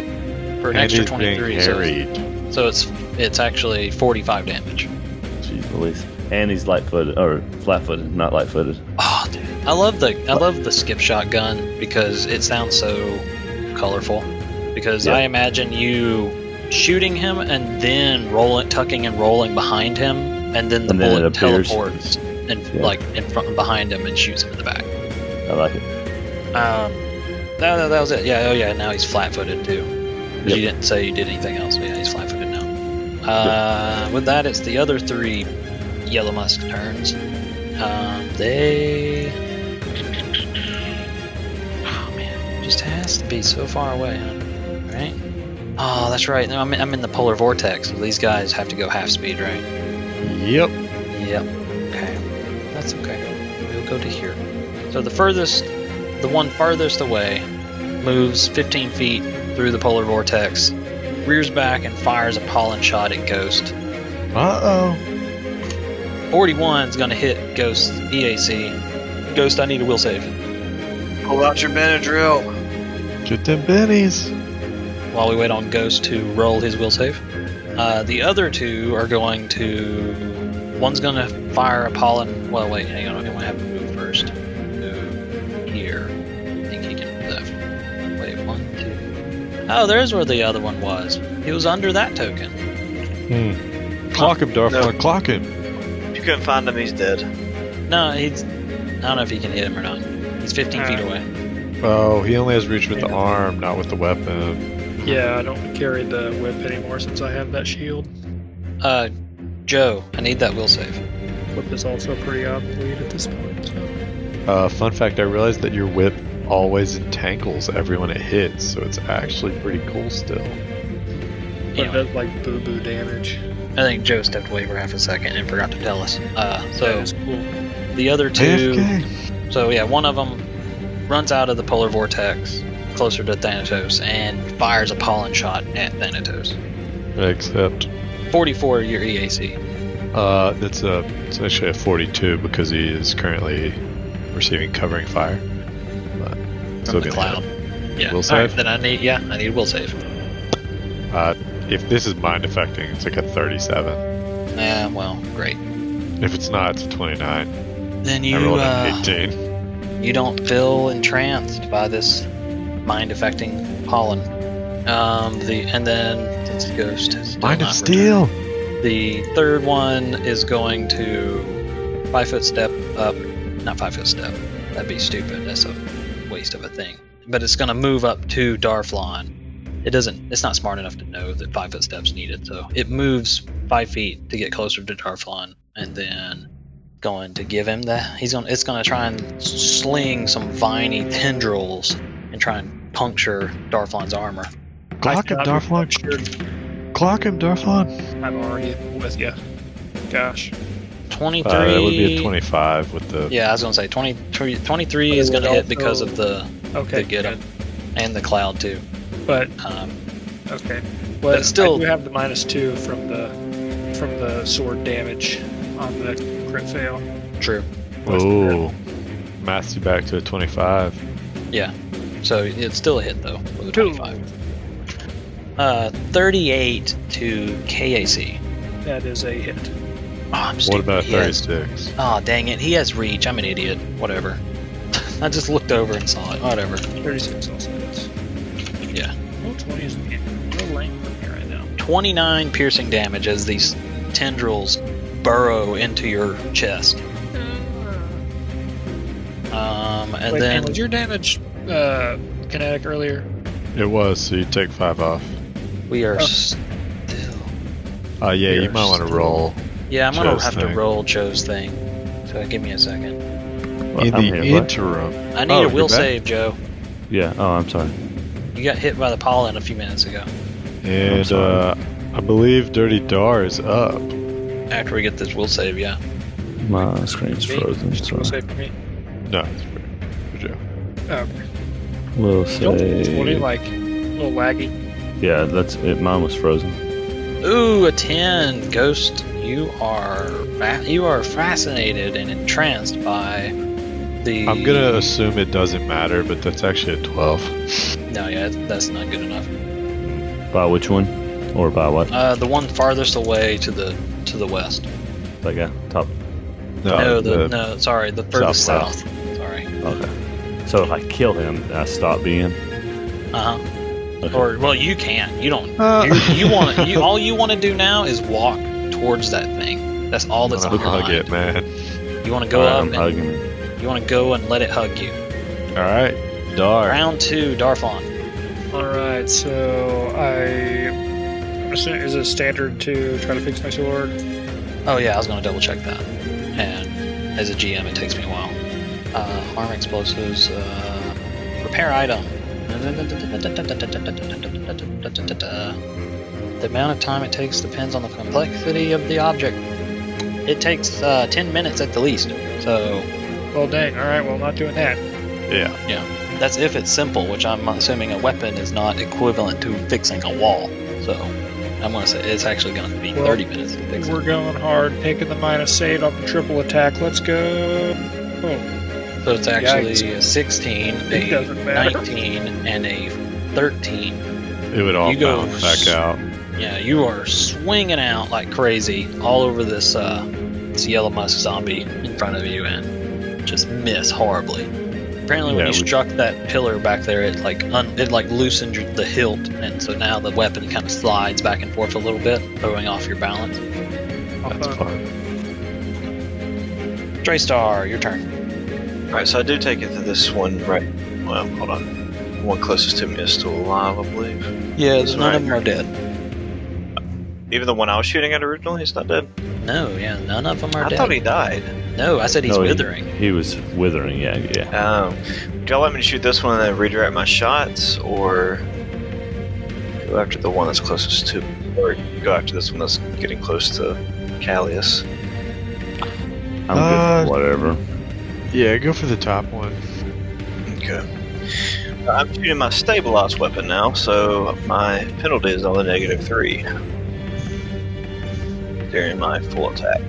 Speaker 4: for an
Speaker 6: And
Speaker 4: extra
Speaker 6: he's being
Speaker 4: twenty-three. So,
Speaker 6: carried.
Speaker 4: so it's it's actually forty-five damage.
Speaker 1: Jeez, Louise. And he's light-footed or flat-footed, not light-footed.
Speaker 4: Oh, dude. I love the I love the skip shot gun because it sounds so colorful. Because
Speaker 1: Yeah.
Speaker 4: I imagine you shooting him and then rolling, tucking and rolling behind him, and then the
Speaker 1: And then it
Speaker 4: bullet
Speaker 1: appears.
Speaker 4: teleports and
Speaker 1: Yeah.
Speaker 4: like in front behind him and shoots him in the back.
Speaker 1: I like it.
Speaker 4: Um, no, no, that was it. Yeah, oh yeah. Now he's flat-footed too. 'Cause You
Speaker 1: Yep.
Speaker 4: didn't say you did anything else. but Yeah, he's flat-footed now. Uh, With that, it's the other three yellow musk turns. Um, they. Oh man, just has to be so far away, huh? right? Oh, that's right. No, I'm I'm in the polar vortex. So these guys have to go half speed, right?
Speaker 6: Yep.
Speaker 4: Yep. Okay. That's okay. We'll go to here. So the furthest, the one farthest away, moves 15 feet through the polar vortex, rears back, and fires a pollen shot at Ghost.
Speaker 6: Uh oh.
Speaker 4: 41 is going to hit Ghost EAC. Ghost, I need a will save.
Speaker 2: Pull out your Benadryl.
Speaker 6: Get them bennies.
Speaker 4: While we wait on Ghost to roll his will save, uh, the other two are going to. One's going to fire a pollen. Well, wait, hang on. I'm going to have to move first. Move here. I think he can do that. Wait, one, two. Oh, there's where the other one was. He was under that token.
Speaker 6: Hmm. Clock him, Darth.
Speaker 2: No.
Speaker 6: Clock him.
Speaker 2: If you couldn't find him, he's dead.
Speaker 4: No, he's. I don't know if he can hit him or not. He's 15 feet
Speaker 3: Uh,
Speaker 4: away.
Speaker 6: Oh, he only has reach with the
Speaker 3: Yeah.
Speaker 6: arm, not with the weapon.
Speaker 3: Yeah, I don't carry the whip anymore since I have that shield.
Speaker 4: Uh, Joe, I need that will save.
Speaker 3: Whip is also pretty obsolete at this point. So.
Speaker 6: Uh, fun fact: I realized that your whip always entangles everyone it hits, so it's actually pretty cool still.
Speaker 3: But it
Speaker 4: Anyway,
Speaker 3: does like boo boo damage.
Speaker 4: I think Joe stepped away for half a second and forgot to tell us. Uh,
Speaker 3: That
Speaker 4: so
Speaker 3: is cool.
Speaker 4: the other two.
Speaker 6: AFK.
Speaker 4: So yeah, one of them runs out of the polar vortex closer to Thanatos and fires a pollen shot at Thanatos. E
Speaker 6: Except,
Speaker 4: 44 your EAC.
Speaker 6: uh, that's a it's actually a 42 because he is currently receiving covering fire. But
Speaker 4: from
Speaker 6: still
Speaker 4: the
Speaker 6: gonna
Speaker 4: cloud.
Speaker 6: hit.
Speaker 4: Yeah.
Speaker 6: Will
Speaker 4: All right,
Speaker 6: save?
Speaker 4: then I need yeah, I need will save.
Speaker 6: Uh, if this is mind affecting, it's like a 37.
Speaker 4: Yeah, well, great.
Speaker 6: If it's not, it's a 29.
Speaker 4: Then
Speaker 6: I
Speaker 4: you
Speaker 6: rolled
Speaker 4: uh,
Speaker 6: an 18.
Speaker 4: you don't feel entranced by this mind affecting pollen. Um the and then it's a ghost. it's still
Speaker 6: Mind of
Speaker 4: not
Speaker 6: steel.
Speaker 4: returned. The third one is going to five foot step up not five foot step. That'd be stupid. That's a waste of a thing. But it's gonna move up to Darflon. It doesn't it's not smart enough to know that five foot steps needed, so it moves five feet to get closer to Darflon and then going to give him the he's gonna it's gonna try and sling some viney tendrils and try and puncture Darflon's armor.
Speaker 6: Clock him,
Speaker 3: I've-
Speaker 6: Darflon. Clock him, Darflon.
Speaker 3: I'm already with you. Gosh.
Speaker 4: Twenty three
Speaker 6: Uh, that would be a 25 with the.
Speaker 4: Yeah, I was gonna say 20, 23
Speaker 3: But
Speaker 4: is
Speaker 3: it
Speaker 4: gonna
Speaker 3: would
Speaker 4: hit because
Speaker 3: also-
Speaker 4: of the
Speaker 3: Okay.
Speaker 4: to get him and the cloud too.
Speaker 3: good. But
Speaker 4: Um,
Speaker 3: okay. But,
Speaker 4: But still-
Speaker 3: I do have the minus two from the from the sword damage on the crit fail.
Speaker 4: true.
Speaker 6: Oh. Maths you back to a 25.
Speaker 4: Yeah. So it's still a hit though. With a 25. Uh, 38 to KAC.
Speaker 3: That is a hit.
Speaker 4: Oh, I'm
Speaker 6: What
Speaker 4: stupid.
Speaker 6: about
Speaker 4: He has-
Speaker 6: 36?
Speaker 4: Aw, dang it. He has reach. I'm an idiot. Whatever. I just looked over and saw it. Whatever.
Speaker 3: 36 also hits.
Speaker 4: Yeah.
Speaker 3: Roll 20 is the real length from me right now.
Speaker 4: 29 piercing damage as these tendrils burrow into your chest. Um, and
Speaker 3: Wait,
Speaker 4: then
Speaker 3: man, was your damage uh, kinetic earlier?
Speaker 6: It was, so you take 5 off.
Speaker 4: we are
Speaker 3: Oh.
Speaker 4: still.
Speaker 6: Uh, yeah, you
Speaker 4: You're
Speaker 6: might want to
Speaker 4: still-
Speaker 6: roll.
Speaker 4: Yeah, I'm gonna
Speaker 6: Joe's
Speaker 4: have to
Speaker 6: thing.
Speaker 4: roll Joe's thing. So give me a second.
Speaker 1: Well,
Speaker 6: In
Speaker 1: I'm
Speaker 6: the
Speaker 1: here, what?
Speaker 6: interim.
Speaker 4: I need
Speaker 6: Oh,
Speaker 4: a will
Speaker 6: you're back?
Speaker 4: save, Joe.
Speaker 1: Yeah. Oh, I'm sorry.
Speaker 4: You got hit by the pollen a few minutes ago.
Speaker 6: And
Speaker 1: sorry.
Speaker 6: uh, I believe Dirty Dar is up.
Speaker 4: After we get this will save, yeah.
Speaker 1: My screen's
Speaker 3: Me?
Speaker 1: frozen.
Speaker 3: Just roll
Speaker 1: So
Speaker 3: save for me.
Speaker 6: No, it's for, for Joe.
Speaker 3: Oh,
Speaker 1: we'll
Speaker 3: okay. 20,
Speaker 1: say.
Speaker 3: like, a little laggy.
Speaker 1: Yeah, that's it. Mine was frozen.
Speaker 4: Ooh, a ten, Ghost. You are fa- you are fascinated and entranced by the.
Speaker 6: I'm gonna assume it doesn't matter, but that's actually a 12.
Speaker 4: No, yeah, that's not good enough.
Speaker 1: By which one? Or by what?
Speaker 4: Uh, the one farthest away to the to the west.
Speaker 1: That guy. Top.
Speaker 4: no, the, no, sorry, the furthest south.
Speaker 1: southwest.
Speaker 4: Sorry.
Speaker 1: Okay. So if I kill him, I stop being.
Speaker 4: Uh huh.
Speaker 1: Okay.
Speaker 4: Or well, you can't. You don't.
Speaker 6: Uh.
Speaker 4: you you want you all you want to do now is walk towards that thing. That's all that's
Speaker 6: Let's
Speaker 4: on your
Speaker 6: hug
Speaker 4: mind.
Speaker 6: it, man.
Speaker 4: You want to go
Speaker 1: Alright,
Speaker 4: up
Speaker 1: I'm
Speaker 4: and
Speaker 1: hugging him.
Speaker 4: you want to go and let it hug you.
Speaker 6: Alright, Dar.
Speaker 4: Round two, Darfon.
Speaker 3: Alright, so I. I'm assuming- Is it standard to try to fix my sword?
Speaker 4: Oh yeah, I was gonna double check that. And as a GM, it takes me a while. Uh, harm explosives. Uh, repair item. The amount of time it takes depends on the complexity of the object. It takes uh, 10 minutes at the least. So
Speaker 3: Well, dang. Alright, well, not doing that.
Speaker 6: Yeah.
Speaker 4: that's if it's simple, which I'm assuming a weapon is not equivalent to fixing a wall. So I'm gonna say it's actually gonna be
Speaker 3: Well,
Speaker 4: 30 minutes to fix it.
Speaker 3: We're going hard, taking the minus eight on the triple attack. Let's go. Oh,
Speaker 4: So it's actually
Speaker 3: Yikes.
Speaker 4: a 16,
Speaker 3: it
Speaker 4: a
Speaker 3: doesn't matter.
Speaker 4: 19, and a 13.
Speaker 6: It would all
Speaker 4: You go
Speaker 6: bounce back
Speaker 4: s-
Speaker 6: out.
Speaker 4: Yeah, you are swinging out like crazy all over this uh, this yellow musk zombie in front of you and just miss horribly. Apparently, when
Speaker 1: Yeah,
Speaker 4: you
Speaker 1: we-
Speaker 4: struck that pillar back there, it like un- it like loosened your- the hilt, and so now the weapon kind of slides back and forth a little bit, throwing off your balance.
Speaker 6: That's fun.
Speaker 4: Draystar, your turn.
Speaker 2: Alright, so I do take it that this one, right? Well, hold on. The one closest to me is still alive, I believe.
Speaker 4: Yeah,
Speaker 2: That's
Speaker 4: none
Speaker 2: right.
Speaker 4: of them are dead.
Speaker 2: Even the one I was shooting at originally, he's not dead.
Speaker 4: No, yeah, none of them are
Speaker 2: I
Speaker 4: dead.
Speaker 2: thought he died.
Speaker 4: no, I said he's
Speaker 1: No, he-
Speaker 4: withering.
Speaker 1: He was withering. Yeah, yeah.
Speaker 2: Um, do y'all want me to shoot this one and then redirect my shots, or go after the one that's closest to, or go after this one that's getting close to Callius?
Speaker 1: I'm good.
Speaker 6: Uh,
Speaker 1: for Whatever.
Speaker 6: Yeah, go for the top one.
Speaker 2: Okay. Uh, I'm shooting my stabilized weapon now, so my penalty is only negative three during my full attack.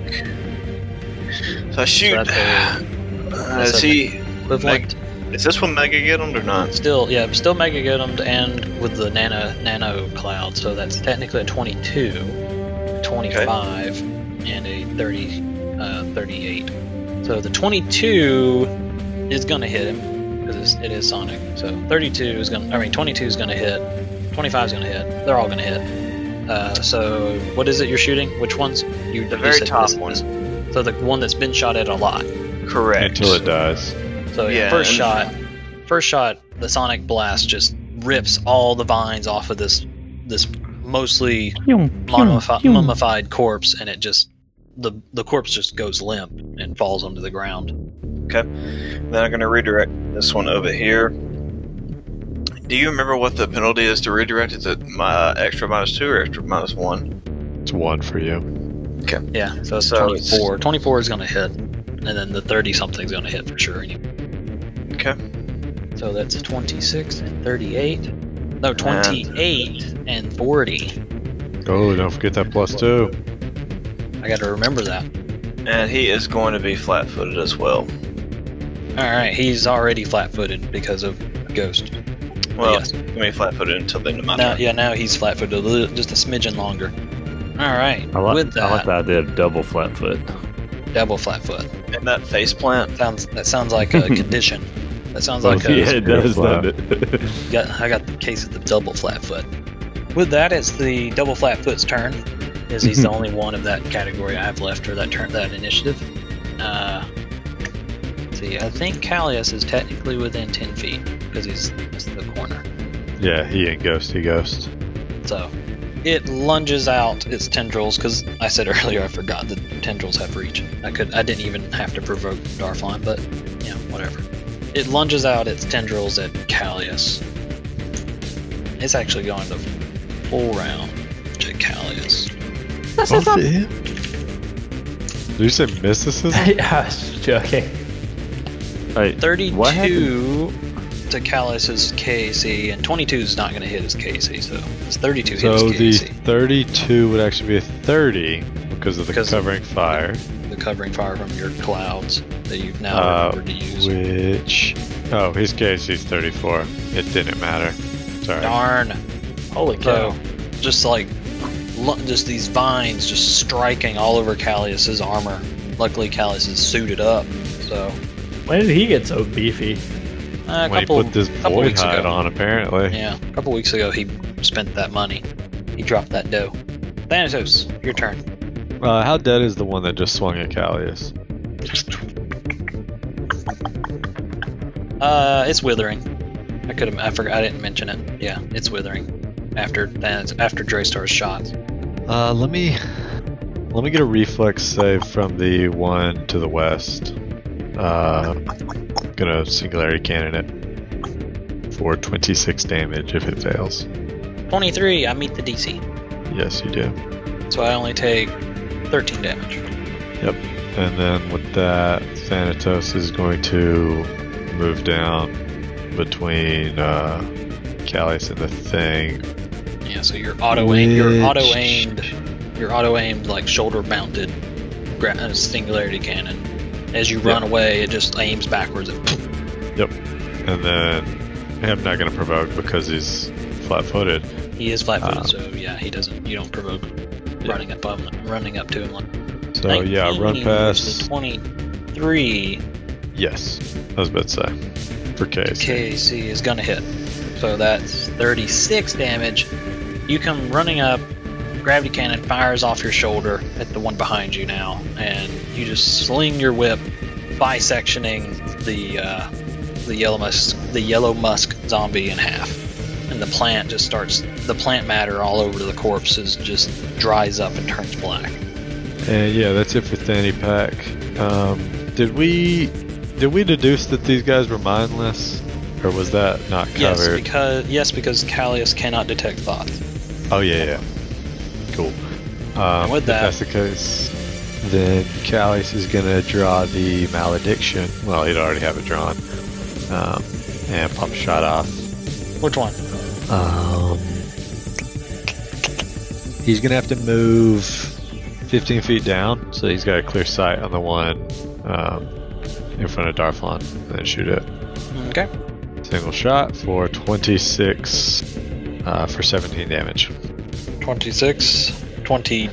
Speaker 2: So I shoot.
Speaker 4: That's a-
Speaker 2: Uh,
Speaker 4: that's
Speaker 2: is
Speaker 4: a-
Speaker 2: he?
Speaker 4: Equivalent.
Speaker 2: Is this one mega get him or not?
Speaker 4: Uh, Still, yeah, still mega get 'em and with the nano nano cloud, so that's technically a 22, 25, and a 30, uh, 38. So the 22 is gonna hit him because it is Sonic. So 32 is gonna, I mean 22 is gonna hit, 25 is gonna hit. They're all gonna hit. Uh, so what is it you're shooting? Which ones? You
Speaker 2: The
Speaker 4: you
Speaker 2: very
Speaker 4: said
Speaker 2: top
Speaker 4: this-
Speaker 2: one.
Speaker 4: this- So the one that's been shot at a lot.
Speaker 2: Correct.
Speaker 6: Until it dies.
Speaker 4: So yeah,
Speaker 2: Yeah,
Speaker 4: first
Speaker 2: and-
Speaker 4: shot, first shot, the sonic blast just rips all the vines off of this this mostly mummifi- mummified corpse, and it just the the corpse just goes limp and falls onto the ground.
Speaker 2: Then I'm going to redirect this one over here. Do you remember what the penalty is to redirect? Is it my extra minus two or extra minus one?
Speaker 6: It's one for you.
Speaker 4: Yeah, so it's
Speaker 2: So it's-
Speaker 4: 24. 24 is gonna hit, and then the 30 something's gonna hit for sure. anyway.
Speaker 2: Okay.
Speaker 4: So that's 26 and 38. No, 28 and 40.
Speaker 6: Oh, don't forget that plus two.
Speaker 4: I got to remember that.
Speaker 2: And he is going to be flat-footed as well.
Speaker 4: All right, he's already flat-footed because of ghost.
Speaker 2: Well,
Speaker 4: Yes.
Speaker 2: he's going to be flat-footed until the end of my
Speaker 4: Now,
Speaker 2: turn.
Speaker 4: yeah, now he's flat footed, just a smidgen longer. All right.
Speaker 1: I like,
Speaker 4: With that,
Speaker 1: I like the idea of double flat foot.
Speaker 4: double flat foot.
Speaker 2: And that face plant.
Speaker 4: Sounds that sounds like a condition. That sounds like a.
Speaker 1: Oh, yeah, it does,
Speaker 6: flat.
Speaker 1: doesn't it?
Speaker 4: Got, I got the case of the double flat foot. With that, it's the double flat foot's turn, as he's
Speaker 1: Mm-hmm.
Speaker 4: the only one of that category I have left for that turn, that initiative. Uh, let's see, I think Callius is technically within ten feet because he's it's the corner.
Speaker 6: Yeah, he ain't ghost. He ghost.
Speaker 4: So it lunges out its tendrils because I said earlier I forgot that tendrils have reach. I could I didn't even have to provoke Darflon, but you know, whatever. It lunges out its tendrils at Callius. It's actually going to full round to Callius.
Speaker 6: Both of you? Did you say mysticism?
Speaker 5: I was joking.
Speaker 1: Hey, What
Speaker 4: Thirty-two to Callius's KC, and twenty-two is not going to hit his KC, so it's thirty-two
Speaker 6: So the
Speaker 4: hits KC.
Speaker 6: 32 would actually be a 30 because of the
Speaker 4: Because-
Speaker 6: covering fire,
Speaker 4: The covering fire from your clouds that you've now
Speaker 6: Uh,
Speaker 4: remembered to use.
Speaker 6: which oh, his case he's 34. It didn't matter. Sorry.
Speaker 4: Darn.
Speaker 5: Holy cow.
Speaker 4: So, just like, lu- just these vines just striking all over Callius's armor. Luckily, Callius is suited up, so
Speaker 6: Oh.
Speaker 5: When did he get so beefy?
Speaker 4: uh, a
Speaker 6: when
Speaker 4: couple
Speaker 6: he put this
Speaker 4: couple
Speaker 6: void
Speaker 4: weeks
Speaker 6: hide
Speaker 4: ago.
Speaker 6: on, apparently.
Speaker 4: yeah, a couple weeks ago he spent that money. He dropped that dough. Thanatos, your turn.
Speaker 6: Uh, how dead is the one that just swung at Callius?
Speaker 4: Uh, it's withering. I could have, I forgot, I didn't mention it. Yeah, it's withering. After Thanatos, after Draystar's shots.
Speaker 6: Uh, let me let me get a reflex save from the one to the west. Uh, gonna singularity cannon it for 26 damage if it fails.
Speaker 4: 23, I meet the DC.
Speaker 6: Yes, you do.
Speaker 4: So I only take 13 damage.
Speaker 6: And then with that, Thanatos is going to move down between uh, Callius and the thing.
Speaker 4: Yeah, so you're auto aim, you're
Speaker 6: Which-
Speaker 4: auto aimed, you're auto aimed like shoulder mounted, gra- uh, singularity cannon. As you run away, it just aims backwards. And
Speaker 6: And then I'm not going to provoke because he's flat footed.
Speaker 4: he is flat footed,
Speaker 6: Ah.
Speaker 4: so yeah, he doesn't. You don't provoke running up on running up to him. Like
Speaker 6: So yeah, run past.
Speaker 4: Twenty three.
Speaker 6: Yes, I was about to say. for case.
Speaker 4: KC is gonna hit. So that's 36 damage. You come running up, gravity cannon fires off your shoulder at the one behind you now, and you just sling your whip, bisectioning the uh, the yellow musk the yellow musk zombie in half, and the plant just starts the plant matter all over the corpse is just dries up and turns black.
Speaker 6: And yeah, that's it for Thanny Pack. Um, did we did we deduce that these guys were mindless, or was that not
Speaker 4: Yes,
Speaker 6: covered?
Speaker 4: because yes, because Callius cannot detect thoughts.
Speaker 6: oh yeah, yeah. Cool. Um,
Speaker 4: with
Speaker 6: if
Speaker 4: that-
Speaker 6: that's the case, then Callius is gonna draw the malediction. Well, he'd already have it drawn, um, and pump shot off.
Speaker 4: Which one?
Speaker 6: Um, he's gonna have to move 15 feet down, so he's got a clear sight on the one um, in front of Darflon, and then shoot it.
Speaker 4: Okay.
Speaker 6: Single shot for 26 uh, for 17 damage.
Speaker 4: 26, 20,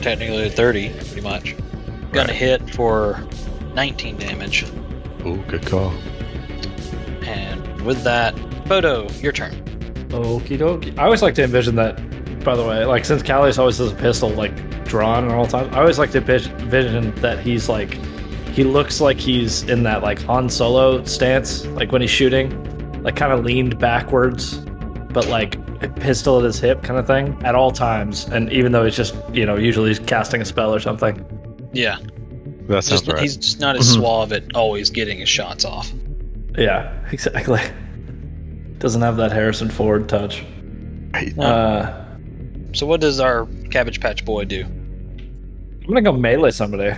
Speaker 4: technically 30, pretty much. Gonna
Speaker 6: Right.
Speaker 4: hit for 19 damage.
Speaker 6: Ooh, good call.
Speaker 4: And with that, Photo, your turn.
Speaker 5: Okie dokie. I always like to envision that, by the way, like since Callius always has a pistol like drawn all the time, I always like to envis- envision that he's like, he looks like he's in that like Han Solo stance, like when he's shooting, like kind of leaned backwards, but like a pistol at his hip kind of thing at all times. And even though he's just, you know, usually he's casting a spell or something.
Speaker 4: Yeah,
Speaker 6: That sounds
Speaker 4: just,
Speaker 6: right. Mm-hmm.
Speaker 4: he's just not as
Speaker 5: Mhm.
Speaker 4: suave at always getting his shots off.
Speaker 5: Yeah, exactly. Doesn't have that Harrison Ford touch. Uh,
Speaker 4: So, what does our Cabbage Patch Boy do?
Speaker 5: I'm gonna go melee somebody.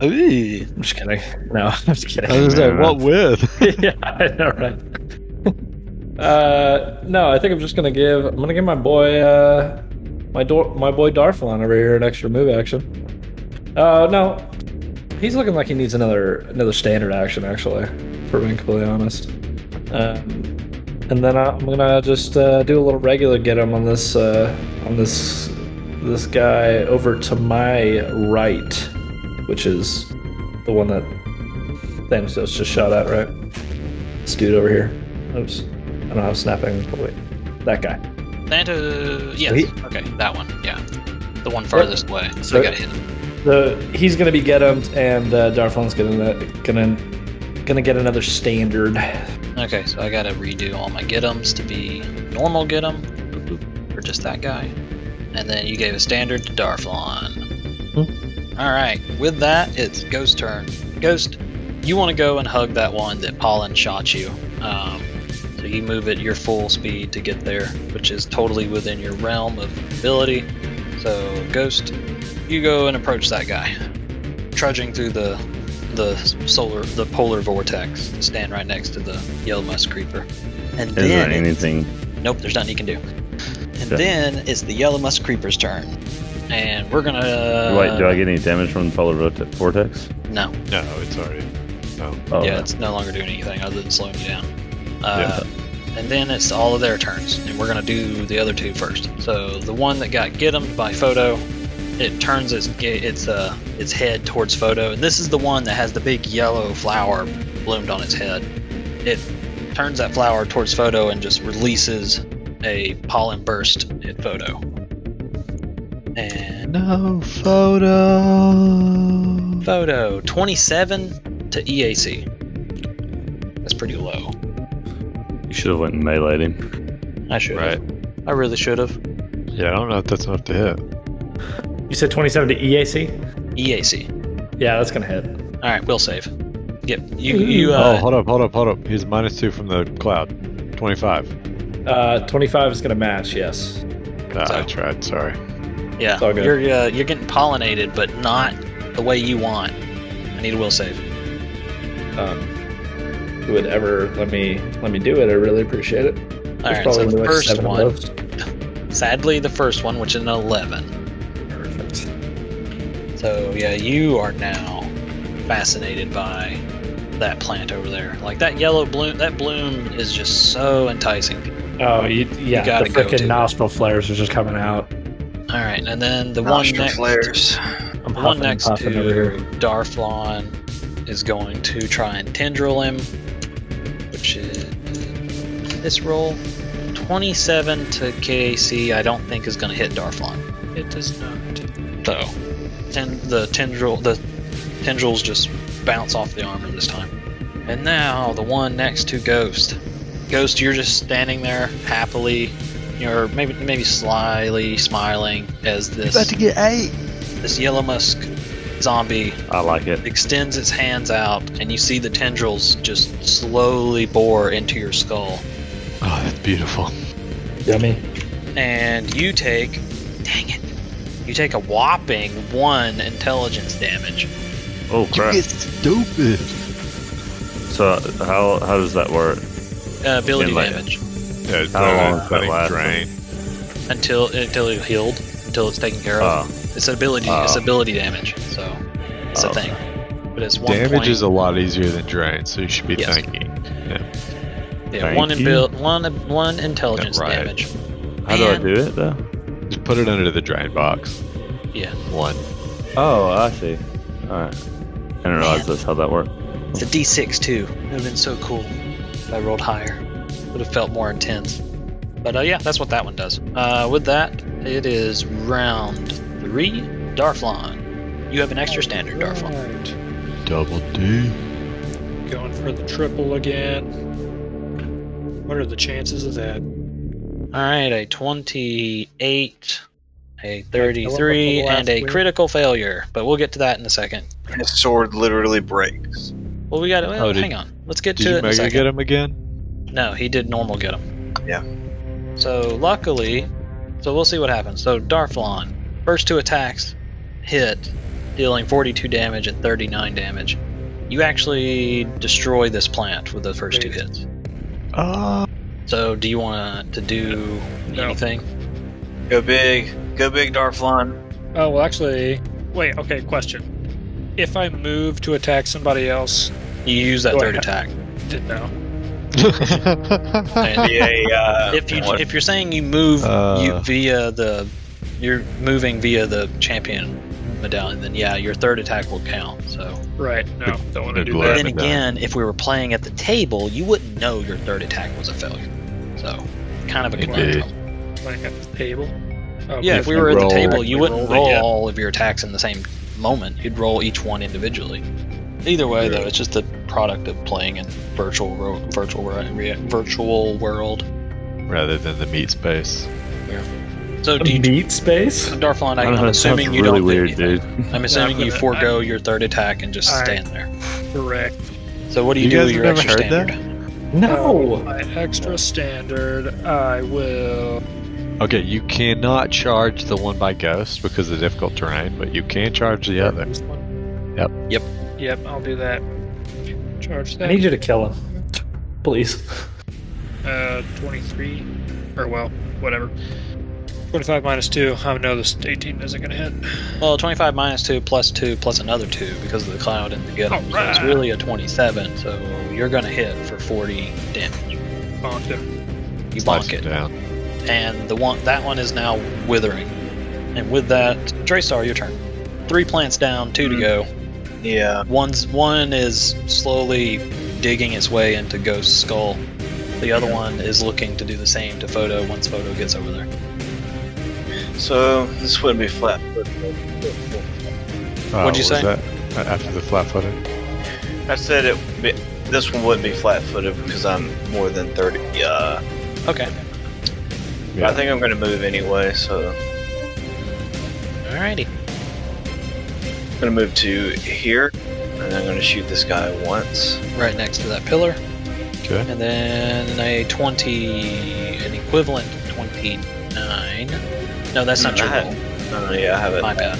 Speaker 4: Ooh. Oh.
Speaker 5: I'm just kidding. No, I'm just kidding.
Speaker 6: I was like, what with?
Speaker 5: yeah, I know, right? uh, no, I think I'm just gonna give. I'm gonna give my boy, uh, my door, my boy Darflon over here an extra move action. Uh, no, he's looking like he needs another another standard action. Actually, for being completely honest. Um, and then I- I'm gonna just uh, do a little regular get him on this uh, on this this guy over to my right, which is the one that Thanos just shot at, right? This dude over here. Oops. I don't have snapping. Oh, wait. That guy.
Speaker 4: Santa, yes.
Speaker 5: Sweet.
Speaker 4: uh, Okay, that one. Yeah. The one farthest away. So,
Speaker 5: So-
Speaker 4: I gotta hit him.
Speaker 5: So he's gonna be get him, and uh, Darflon's gonna gonna gonna get another standard.
Speaker 4: Okay, so I gotta redo all my get 'ems to be normal get 'em, or just that guy. And then you gave a standard to Darflon. Alright, with that, it's Ghost turn. Ghost, you wanna go and hug that one that Pollen shot you. Um, so you move at your full speed to get there, which is totally within your realm of ability. So, Ghost, you go and approach that guy, trudging through the the solar the polar vortex to stand right next to the yellow musk creeper. And
Speaker 1: Is there
Speaker 4: then
Speaker 1: anything?
Speaker 4: nope, there's nothing you can do. And
Speaker 1: Okay.
Speaker 4: then it's the yellow musk creeper's turn. And we're gonna
Speaker 1: Wait, do I get any damage from the polar vorte- vortex?
Speaker 4: No.
Speaker 6: no, it's already. No.
Speaker 1: Oh,
Speaker 4: yeah, it's no longer doing anything other than slowing you down. Uh, And then it's all of their turns, and we're gonna do the other two first. So the one that got get 'em by photo, it turns its ga- its uh its head towards photo, and this is the one that has the big yellow flower bloomed on its head. It turns that flower towards photo and just releases a pollen burst at photo. And
Speaker 6: No photo.
Speaker 4: photo 27 to EAC. That's pretty low.
Speaker 1: You should have went and meleeed him.
Speaker 4: I should.
Speaker 6: Right.
Speaker 4: I really should have.
Speaker 6: Yeah, I don't know if that's enough to hit.
Speaker 5: You said 27 to EAC.
Speaker 4: EAC.
Speaker 5: Yeah, that's gonna hit.
Speaker 4: E All right, we'll save. Yep. You. you uh,
Speaker 6: oh, hold up, hold up, hold up. He's minus two from the cloud. 25.
Speaker 5: Uh, 25 is gonna match. Yes.
Speaker 6: Ah, I
Speaker 4: So-
Speaker 6: tried, sorry.
Speaker 4: yeah.
Speaker 5: It's all good.
Speaker 4: You're uh, you're getting pollinated, but not the way you want. I need a will save.
Speaker 5: Um, who would ever let me let me do it? I really appreciate it.
Speaker 4: All
Speaker 5: There's
Speaker 4: right. So
Speaker 5: probably
Speaker 4: the
Speaker 5: like
Speaker 4: first
Speaker 5: seven
Speaker 4: one,
Speaker 5: of those.
Speaker 4: sadly, the first one, which is an eleven.
Speaker 5: Perfect.
Speaker 4: So yeah, you are now fascinated by that plant over there. Like that yellow bloom. That bloom is just so enticing.
Speaker 5: Oh, you, yeah.
Speaker 4: gotta
Speaker 5: the
Speaker 4: go do
Speaker 5: freaking
Speaker 4: it.
Speaker 5: nostril flares are just coming out.
Speaker 4: All right, and then the one
Speaker 2: Nostril
Speaker 4: next.
Speaker 2: flares.
Speaker 5: I'm
Speaker 4: The one
Speaker 5: huffing and
Speaker 4: next to
Speaker 5: puffing over here.
Speaker 4: Darflon is going to try and tendril him. which is this roll. 27 to KAC, I don't think is going to hit Darflon.
Speaker 3: It does not.
Speaker 4: So, ten, the tendril, the tendrils just bounce off the armor this time. And now the one next to Ghost. Ghost, you're just standing there happily, you're maybe maybe slyly smiling as this
Speaker 6: get eight.
Speaker 4: this yellow musk zombie
Speaker 1: I like it.
Speaker 4: extends its hands out, and you see the tendrils just slowly bore into your skull.
Speaker 6: Oh, that's beautiful.
Speaker 5: Yummy.
Speaker 4: And you take, dang it, you take a whopping one intelligence damage.
Speaker 1: Oh crap!
Speaker 6: stupid.
Speaker 1: So how how does that work?
Speaker 4: Uh, ability
Speaker 1: Inlet.
Speaker 4: damage
Speaker 7: Yeah, it's,
Speaker 1: How long does
Speaker 7: uh,
Speaker 1: that
Speaker 7: I think
Speaker 1: last?
Speaker 7: drain.
Speaker 4: until until you healed, until it's taken care of.
Speaker 1: Oh,
Speaker 4: It's an ability, it's
Speaker 1: oh.
Speaker 4: ability damage, so it's
Speaker 1: Oh,
Speaker 4: a thing. But it's one
Speaker 6: Damage
Speaker 4: point-
Speaker 6: is a lot easier than drain, so you should be
Speaker 4: Yes.
Speaker 6: thanking.
Speaker 4: yeah,
Speaker 1: thank
Speaker 4: one in
Speaker 1: you.
Speaker 4: build, one one intelligence
Speaker 6: right.
Speaker 4: damage.
Speaker 1: how do I
Speaker 4: And-
Speaker 1: do it though?
Speaker 6: Just put it under the drain box.
Speaker 4: Yeah.
Speaker 6: One.
Speaker 1: Oh, I see. All right. I didn't realize that's how that worked.
Speaker 4: It's a D6 too. It would have been so cool if I rolled higher. Would have felt more intense. But uh, yeah, that's what that one does. Uh, with that, it is round three. Darflon, you have an extra standard, Darflon.
Speaker 3: Right.
Speaker 6: Double D.
Speaker 3: Going for the triple again. What are the chances of that?
Speaker 4: All right, a 28, a 33,
Speaker 3: last
Speaker 4: and a
Speaker 3: week.
Speaker 4: critical failure. But we'll get to that in a second.
Speaker 2: His sword literally breaks.
Speaker 4: Well, we got to
Speaker 6: Oh, did-
Speaker 4: hang on. Let's get
Speaker 6: Did
Speaker 4: to
Speaker 6: you
Speaker 4: it in a
Speaker 6: mega
Speaker 4: second.
Speaker 6: get him again?
Speaker 4: No, he did normal get him.
Speaker 2: Yeah.
Speaker 4: So luckily, so we'll see what happens. So Darflon, first two attacks hit, dealing 42 damage and 39 damage. You actually destroy this plant with the first two hits.
Speaker 6: Ah.
Speaker 4: So do you want to do
Speaker 3: No.
Speaker 4: anything?
Speaker 2: Go big, go big, Darflon.
Speaker 3: Oh, well, actually. Wait, okay, question. If I move to attack somebody else,
Speaker 4: You use that
Speaker 3: Go
Speaker 4: third
Speaker 3: ahead.
Speaker 4: attack.
Speaker 3: did no.
Speaker 4: And
Speaker 2: Yeah, yeah.
Speaker 4: if you if you're saying you move you
Speaker 6: Uh.
Speaker 4: via the you're moving via the champion medallion, then yeah, your third attack will count. So
Speaker 3: Right, no. Don't want to
Speaker 6: Good
Speaker 3: do
Speaker 4: But
Speaker 6: luck.
Speaker 3: that.
Speaker 4: then
Speaker 6: Rapid
Speaker 4: again, if we were playing at the table, you wouldn't know your third attack was a failure. So, kind of a
Speaker 6: Indeed.
Speaker 4: conundrum.
Speaker 3: Like at the table. Oh,
Speaker 4: Yeah, if we
Speaker 6: you
Speaker 4: were at the
Speaker 6: roll-
Speaker 4: table, you wouldn't
Speaker 3: rolled it,
Speaker 4: roll
Speaker 3: yeah.
Speaker 4: all of your attacks in the same moment. You'd roll each one individually. Either way, though, it's just the product of playing in virtual ro- virtual ri- rea- virtual world.
Speaker 6: Rather than the meat space.
Speaker 4: So, do you,
Speaker 5: Meat space?
Speaker 4: Darflon,
Speaker 1: I
Speaker 4: I'm
Speaker 1: don't know, that sounds
Speaker 4: assuming you
Speaker 1: really
Speaker 4: don't.
Speaker 1: weird,
Speaker 4: do anything.
Speaker 1: dude.
Speaker 4: I'm assuming you
Speaker 3: gonna-
Speaker 4: forego your third attack and just
Speaker 3: All right.
Speaker 4: stand there.
Speaker 3: Correct.
Speaker 4: So, what do you,
Speaker 6: You
Speaker 4: do
Speaker 6: guys
Speaker 4: with your
Speaker 6: have never
Speaker 4: extra
Speaker 6: heard that?
Speaker 4: standard?
Speaker 3: Uh,
Speaker 5: No.
Speaker 3: my extra standard, I will.
Speaker 6: Okay, you cannot charge the one by ghost because of the difficult terrain, but you can charge the other.
Speaker 3: This one.
Speaker 6: Yep.
Speaker 4: Yep.
Speaker 3: Yep, I'll do that. Charge
Speaker 5: I
Speaker 3: that.
Speaker 5: need you to kill him. Please.
Speaker 3: Uh, 23. Or, well, whatever. 25 minus 2. I know this 18 isn't going to hit.
Speaker 4: Well, 25 minus 2 plus 2 plus another 2 because of the cloud and the get so it's
Speaker 3: Alright.
Speaker 4: really a 27, so you're going to hit for 40 damage.
Speaker 3: Bonked him.
Speaker 4: You
Speaker 6: Slice
Speaker 4: bonk
Speaker 6: him
Speaker 4: it.
Speaker 6: down.
Speaker 4: And the one that one is now withering. And with that, Draystar, your turn. Three plants down, 2 to
Speaker 2: Mhm.
Speaker 4: go.
Speaker 2: Yeah.
Speaker 4: One's One is slowly digging its way into Ghost's skull. The other one is looking to do the same to Photo once Photo gets over there.
Speaker 2: So this wouldn't be flat.
Speaker 6: Uh,
Speaker 4: What'd you
Speaker 6: was
Speaker 4: say?
Speaker 6: that? A- After the flat footed?
Speaker 2: I said it. would Be, this one would be flat-footed because I'm more than thirty. Yeah.
Speaker 4: Okay.
Speaker 2: I think I'm gonna move anyway, so
Speaker 4: Alrighty.
Speaker 2: I'm gonna move to here, and I'm gonna shoot this guy once.
Speaker 4: Right next to that pillar.
Speaker 6: Okay.
Speaker 4: And then a 20, an equivalent 29. No, that's not your
Speaker 2: Not-
Speaker 4: roll.
Speaker 2: Uh, yeah, I have it.
Speaker 4: My bad.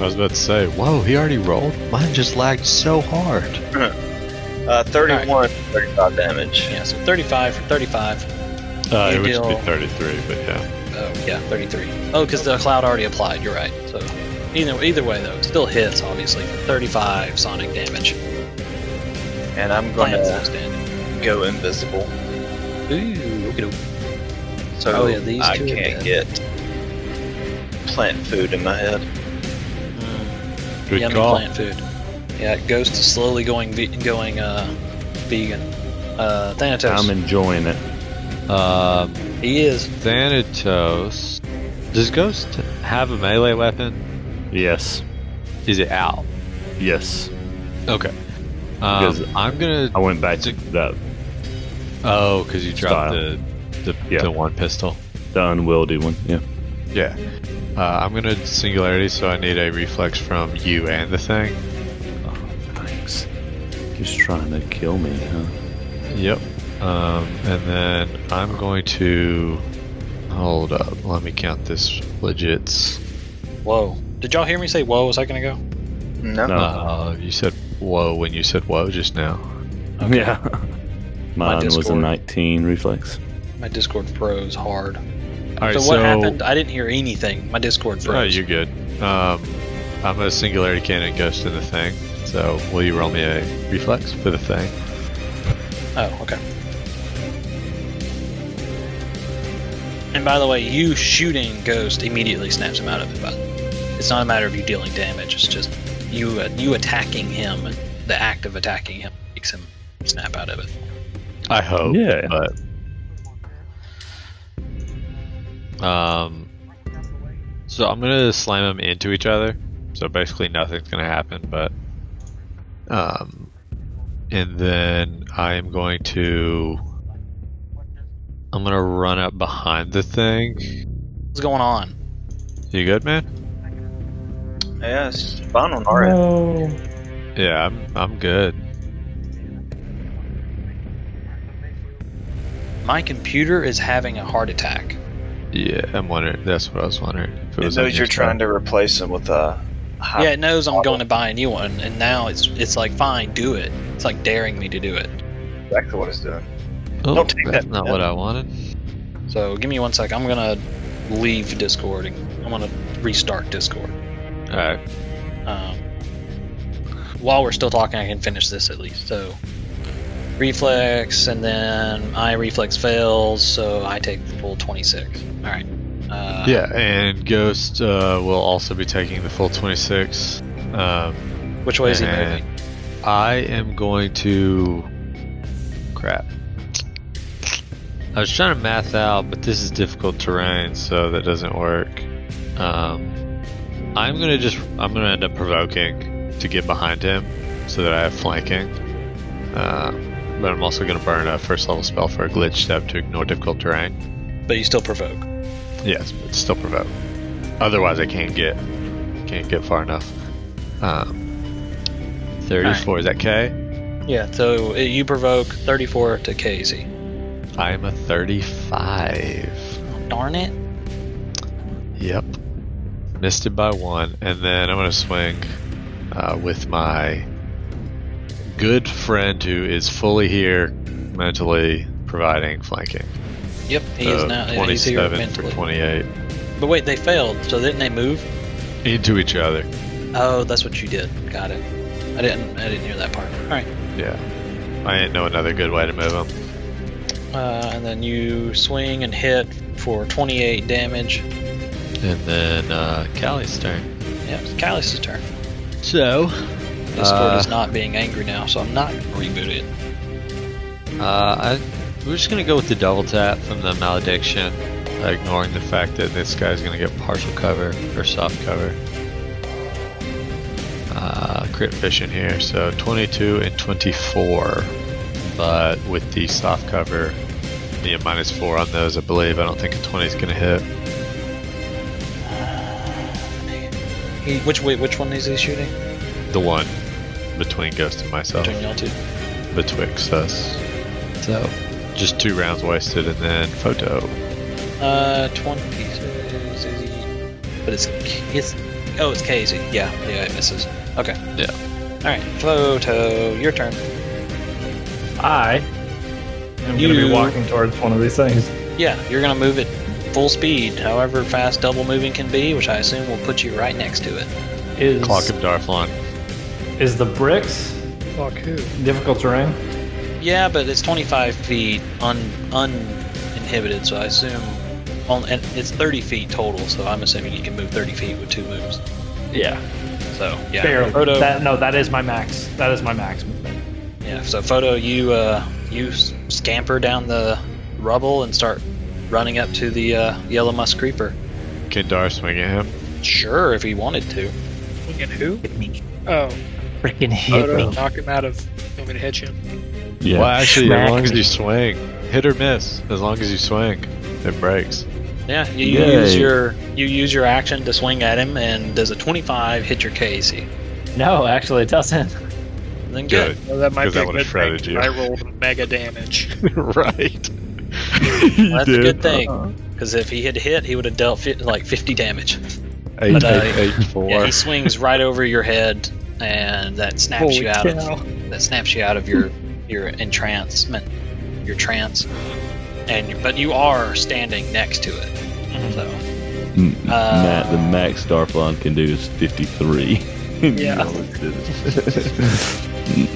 Speaker 6: I was about to say, whoa, he already rolled? Mine just lagged so hard.
Speaker 2: Uh, 31, 35 damage.
Speaker 4: Yeah, so 35 for 35.
Speaker 6: Uh,
Speaker 4: You
Speaker 6: it would just be
Speaker 4: deal-
Speaker 6: 33, but yeah.
Speaker 4: Oh, yeah, 33. Oh, because the cloud already applied. You're right. So either either way though, it still hits obviously. 35 sonic damage.
Speaker 2: And I'm going
Speaker 4: Plants
Speaker 2: to
Speaker 4: outstanding.
Speaker 2: go invisible.
Speaker 4: Ooh, okay.
Speaker 2: So
Speaker 4: Oh, yeah, these
Speaker 2: I
Speaker 4: two are
Speaker 2: can't get plant food in my head.
Speaker 6: Good
Speaker 4: Yummy
Speaker 6: call.
Speaker 4: plant food. Yeah, Ghost is slowly going ve- going uh, vegan. Uh, Thanatos.
Speaker 1: I'm enjoying it.
Speaker 6: Um,
Speaker 4: he is.
Speaker 6: Thanatos. Does Ghost have a melee weapon?
Speaker 1: Yes.
Speaker 6: Is it out?
Speaker 1: Yes.
Speaker 6: Okay.
Speaker 1: Because
Speaker 6: Um, I'm gonna.
Speaker 1: I went back to
Speaker 6: Six-
Speaker 1: that
Speaker 6: Oh, because you
Speaker 1: Style.
Speaker 6: dropped the the,
Speaker 1: Yeah.
Speaker 6: the one pistol.
Speaker 1: the unwieldy one. Yeah.
Speaker 6: Yeah. Uh, I'm gonna singularity, so I need a reflex from you and the thing.
Speaker 1: Oh, Thanks. Just trying to kill me, huh?
Speaker 6: Yep. Um, and then I'm going to hold up. Let me count this legits.
Speaker 4: Whoa. Did y'all hear me say whoa a second ago?
Speaker 2: No.
Speaker 4: Oh.
Speaker 1: No.
Speaker 6: Uh, you said whoa when you said whoa just now.
Speaker 1: Yeah.
Speaker 4: My
Speaker 1: Mine was a
Speaker 4: Discord.
Speaker 1: 19 reflex.
Speaker 4: My Discord froze hard.
Speaker 6: All right.
Speaker 4: so what happened? I didn't hear anything. My Discord
Speaker 6: No,
Speaker 4: froze.
Speaker 6: Oh, you're good. Um, I'm a singularity cannon ghost in the thing. So will you roll me a reflex for the thing?
Speaker 4: Oh, okay. And by the way, you shooting Ghost immediately snaps him out of it. But it's not a matter of you dealing damage. It's just you uh, you attacking him. The act of attacking him makes him snap out of it.
Speaker 6: I hope.
Speaker 1: Yeah.
Speaker 6: But um, so I'm gonna slam them into each other. So basically nothing's gonna happen. But um, and then I am going to I'm gonna run up behind the thing.
Speaker 4: What's going on?
Speaker 6: You good, man?
Speaker 2: Yeah, it's fine on our end.
Speaker 6: Yeah, I'm I'm good.
Speaker 4: My computer is having a heart attack.
Speaker 6: Yeah, I'm wondering. That's what I was wondering. If
Speaker 2: It knows you're trying to replace him with uh, a high.
Speaker 4: Yeah, it knows I'm
Speaker 2: problem.
Speaker 4: going to buy a new one, and now it's it's like fine, do it. It's like daring me to do it.
Speaker 2: exactly what it's doing.
Speaker 6: Oh,
Speaker 2: Don't take
Speaker 6: that's
Speaker 2: that.
Speaker 6: not what I wanted.
Speaker 4: So give me one sec. I'm gonna leave Discord. and I'm gonna restart Discord.
Speaker 6: All right.
Speaker 4: Um, while we're still talking, I can finish this at least. So reflex, and then my reflex fails, so I take the full 26. All right. Uh,
Speaker 6: Yeah, and Ghost uh, will also be taking the full 26. Um,
Speaker 4: Which way is he
Speaker 6: and
Speaker 4: moving?
Speaker 6: I am going to. Crap. I was trying to math out, but this is difficult terrain, so that doesn't work. Um, I'm gonna just. I'm gonna end up provoking to get behind him, so that I have flanking. Uh, but I'm also gonna burn a first level spell for a glitch step to ignore difficult terrain.
Speaker 4: But you still provoke.
Speaker 6: Yes, but still provoke. Otherwise, I can't get can't get far enough. Um, Thirty-four is that K?
Speaker 4: Yeah. So uh, you provoke 34 to KZ.
Speaker 6: I am a thirty-five.
Speaker 4: Darn it.
Speaker 6: Yep, missed it by one, and then I'm gonna swing uh, with my good friend who is fully here mentally providing flanking.
Speaker 4: Yep. He is
Speaker 6: So
Speaker 4: now. He's here
Speaker 6: Uh, twenty-seven for
Speaker 4: mentally.
Speaker 6: twenty-eight
Speaker 4: But wait, they failed. So didn't they move?
Speaker 6: into each other.
Speaker 4: Oh, that's what you did. Got it. I didn't. I didn't hear that part. All right.
Speaker 6: Yeah, I didn't know another good way to move them.
Speaker 4: Uh, and then you swing and hit for 28 damage.
Speaker 6: And then uh, Callie's turn.
Speaker 4: Yeah, it's Callius' turn.
Speaker 6: So,
Speaker 4: Discord is not being angry now, so I'm not gonna reboot it.
Speaker 6: Uh, I, we're just gonna go with the double tap from the malediction, uh, ignoring the fact that this guy's gonna get partial cover or soft cover. Uh, crit fishing here, so 22 and 24, but with the soft cover, the minus four on those, I believe. I don't think a 20 is gonna hit.
Speaker 4: He, which wait, which one is he shooting?
Speaker 6: The one between Ghost and myself.
Speaker 4: Between y'all two.
Speaker 6: betwixt us. So, just two rounds wasted, and then photo.
Speaker 4: Uh, 20. is- is he- But it's it's oh, it's KZ. Yeah, yeah, it misses. Okay.
Speaker 6: Yeah.
Speaker 4: All right, photo. Your turn.
Speaker 5: I am going to
Speaker 4: You-
Speaker 5: be walking towards one of these things.
Speaker 4: Yeah, you're gonna move it full speed, however fast double moving can be, which I assume will put you right next to it.
Speaker 5: Is
Speaker 6: Clock of Darflon.
Speaker 5: is the bricks
Speaker 3: Fuck who?
Speaker 5: difficult terrain?
Speaker 4: Yeah, but it's 25 feet un uninhibited, so I assume. On, and it's 30 feet total, so I'm assuming you can move 30 feet with two moves.
Speaker 5: Yeah,
Speaker 4: So yeah,
Speaker 5: barely.
Speaker 4: photo.
Speaker 5: That, no, that is my max. That is my max.
Speaker 4: yeah, so photo. You uh, you s- scamper down the rubble and start running up to the uh, yellow musk creeper.
Speaker 6: Can Dar swing at him?
Speaker 4: Sure, if he wanted to.
Speaker 3: Freaking who?
Speaker 5: Hit me.
Speaker 3: Oh,
Speaker 5: Freaking hit
Speaker 3: Odo,
Speaker 5: me.
Speaker 3: knock him out of. I'm gonna hit you.
Speaker 8: Yeah.
Speaker 6: Well, actually,
Speaker 5: Smack
Speaker 6: as long as
Speaker 5: me.
Speaker 6: you swing, hit or miss, as long as you swing, it breaks.
Speaker 4: Yeah, you you
Speaker 8: Yay.
Speaker 4: use your you use your action to swing at him, and does a 25 hit your KC?
Speaker 5: No, actually, it doesn't.
Speaker 4: Then good.
Speaker 3: Well, that might
Speaker 6: 'Cause
Speaker 3: be
Speaker 6: that
Speaker 3: a
Speaker 6: would've
Speaker 3: good thing.
Speaker 6: shredded
Speaker 3: 'cause
Speaker 6: you.
Speaker 3: I rolled mega damage.
Speaker 6: right.
Speaker 4: That's a good
Speaker 5: Uh-uh.
Speaker 4: thing because if he had hit, he would have dealt fi- like 50 damage.
Speaker 6: Eight,
Speaker 4: But, uh,
Speaker 6: eight, eight, four.
Speaker 4: Yeah, he swings right over your head, and that snaps
Speaker 3: Holy
Speaker 4: you out
Speaker 3: cow.
Speaker 4: of that snaps you out of your your entrancement, your trance, and but you are standing next to
Speaker 5: Mm-hmm.
Speaker 4: it. So
Speaker 8: M-
Speaker 4: Uh,
Speaker 8: Matt, the max Starflon can do is 53.
Speaker 3: Yeah.
Speaker 8: No, it didn't.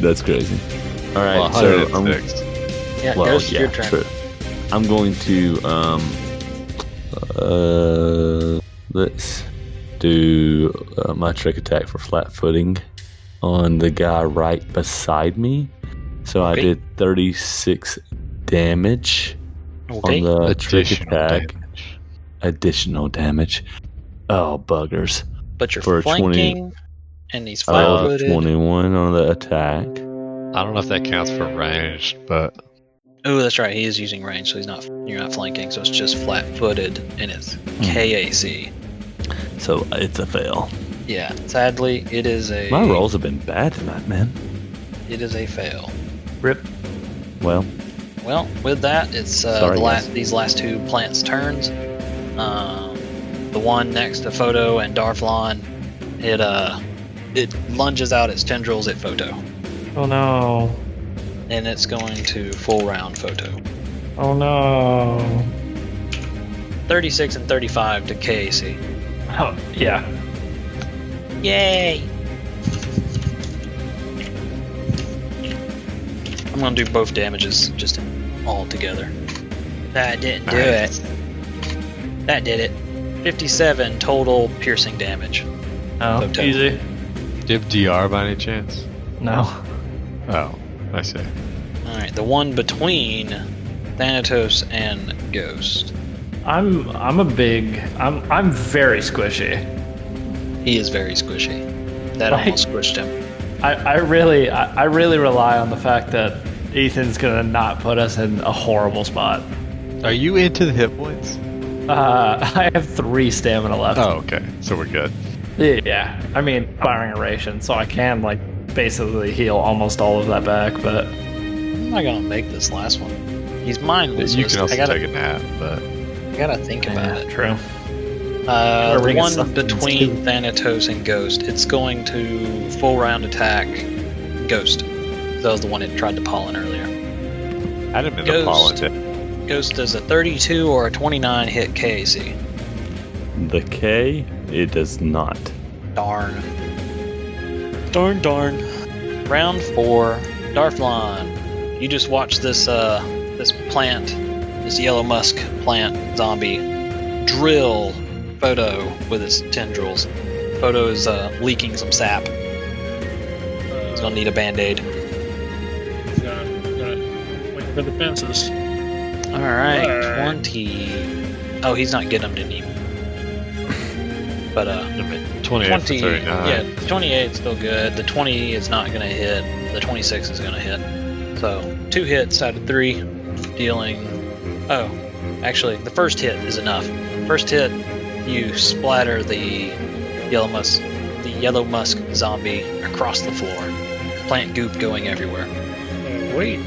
Speaker 8: That's crazy. All right,
Speaker 6: Well,
Speaker 8: so
Speaker 6: 106.
Speaker 8: I'm,
Speaker 4: yeah,
Speaker 8: well,
Speaker 4: goes
Speaker 8: yeah,
Speaker 4: your turn.
Speaker 8: true. I'm going to um uh let's do uh, my trick attack for flat footing on the guy right beside me. So I
Speaker 4: Okay.
Speaker 8: did 36 damage
Speaker 4: Okay.
Speaker 8: on the trick
Speaker 6: Additional
Speaker 8: attack.
Speaker 6: damage.
Speaker 8: Additional damage. Oh buggers.
Speaker 4: but you're
Speaker 8: for a uh, 20
Speaker 4: flanking, and he's
Speaker 8: I
Speaker 4: flat
Speaker 8: rolled a
Speaker 4: footed.
Speaker 8: 21 on the attack.
Speaker 6: I don't know if that counts for ranged, but
Speaker 4: Oh, that's right. He is using range, so he's not. You're not flanking, so it's just flat footed, and it's
Speaker 8: Hmm.
Speaker 4: KAC.
Speaker 8: So it's a fail.
Speaker 4: Yeah, sadly, it is a.
Speaker 8: My rolls have been bad tonight, man.
Speaker 4: It is a fail.
Speaker 8: Well,
Speaker 4: Well, with that, it's uh, the
Speaker 8: Sorry, guys.
Speaker 4: last, these last two plants' turns. Um, the one next to Photo and Darflon, it uh, it lunges out its tendrils at Photo,
Speaker 5: Oh no.
Speaker 4: and it's going to full round Photo.
Speaker 5: Oh no.
Speaker 4: 36 and 35 to KAC.
Speaker 5: Oh, yeah.
Speaker 4: Yay! I'm gonna do both damages just all together. That didn't do
Speaker 6: Nice.
Speaker 4: it. That did it. 57 total piercing damage.
Speaker 5: Oh,
Speaker 4: Photo.
Speaker 5: easy.
Speaker 6: do you have DR by any chance?
Speaker 5: No.
Speaker 6: Oh, I see.
Speaker 4: Alright, the one between Thanatos and Ghost.
Speaker 5: I'm I'm a big I'm I'm very squishy.
Speaker 4: He is very squishy. That
Speaker 5: Right.
Speaker 4: almost squished him.
Speaker 5: I, I really I, I really rely on the fact that Ethan's gonna not put us in a horrible spot.
Speaker 6: Are you into the hit points?
Speaker 5: Uh, I have three stamina left.
Speaker 6: Oh, okay. So we're good.
Speaker 5: Yeah, I mean, firing ration, so I can like basically heal almost all of that back. But
Speaker 4: I'm not gonna make this last one. He's mindless.
Speaker 6: You can also
Speaker 4: I gotta,
Speaker 6: take a nap, but
Speaker 4: I gotta think about it.
Speaker 5: true.
Speaker 4: Uh,
Speaker 5: Or
Speaker 4: the
Speaker 5: ring of
Speaker 4: one
Speaker 5: sustenance,
Speaker 4: between
Speaker 5: too.
Speaker 4: Thanatos and Ghost. It's going to full round attack Ghost. That was the one it tried to pollen earlier.
Speaker 6: I didn't mean
Speaker 4: Ghost.
Speaker 6: to pollen it.
Speaker 4: Ghost does a 32 or a 29 hit KAC.
Speaker 8: the K, it does not.
Speaker 4: Darn. Darn, darn. Round four, Darflon. You just watch this uh this plant, this yellow musk plant zombie, drill Photo with its tendrils. Photo is uh, leaking some sap.
Speaker 3: Uh,
Speaker 4: He's gonna need a band-aid.
Speaker 3: gonna, gonna wait for the fences.
Speaker 4: All right,
Speaker 3: Alright.
Speaker 4: twenty. Oh, he's not getting them to need. But uh,
Speaker 6: 28 for
Speaker 4: twenty.
Speaker 6: 39.
Speaker 4: Yeah, twenty-eight is still good. The twenty is not gonna hit. The twenty-six is gonna hit. So two hits out of three, dealing. Oh, actually, the first hit is enough. First hit, you splatter the yellow musk, the yellow musk zombie across the floor. Plant goop going everywhere.
Speaker 3: Oh, wait.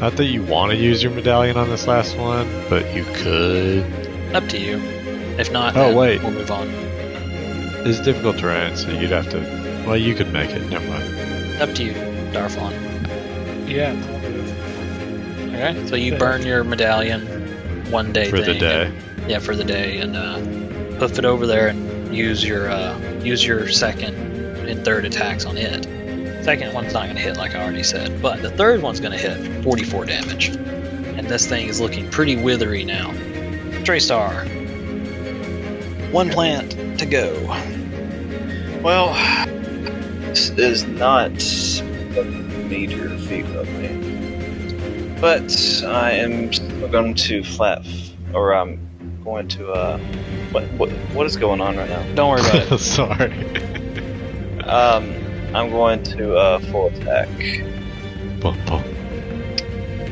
Speaker 6: Not that you want to use your medallion on this last one, but you could.
Speaker 4: Up to you. If not,
Speaker 6: Oh,
Speaker 4: then
Speaker 6: wait.
Speaker 4: we'll move on.
Speaker 6: It's difficult terrain, so you'd have to. Well, you could make it. Never mind.
Speaker 4: Up to you, Darflon.
Speaker 3: Yeah.
Speaker 4: Okay. So you burn your medallion one day
Speaker 6: For the
Speaker 4: thing,
Speaker 6: day.
Speaker 4: yeah, for the day, and uh, hoof it over there and use your uh, use your second and third attacks on it. Second one's not gonna hit like I already said, but the third one's gonna hit 44 damage, and this thing is looking pretty withery now. Traystar. One plant to go.
Speaker 2: Well, this is not a meter feet of me. It's But I am still going to flat, f- or I'm going to uh, what what what is going on right now?
Speaker 4: Don't worry about it.
Speaker 6: Sorry.
Speaker 2: Um, I'm going to uh full attack.
Speaker 6: Bum, bum.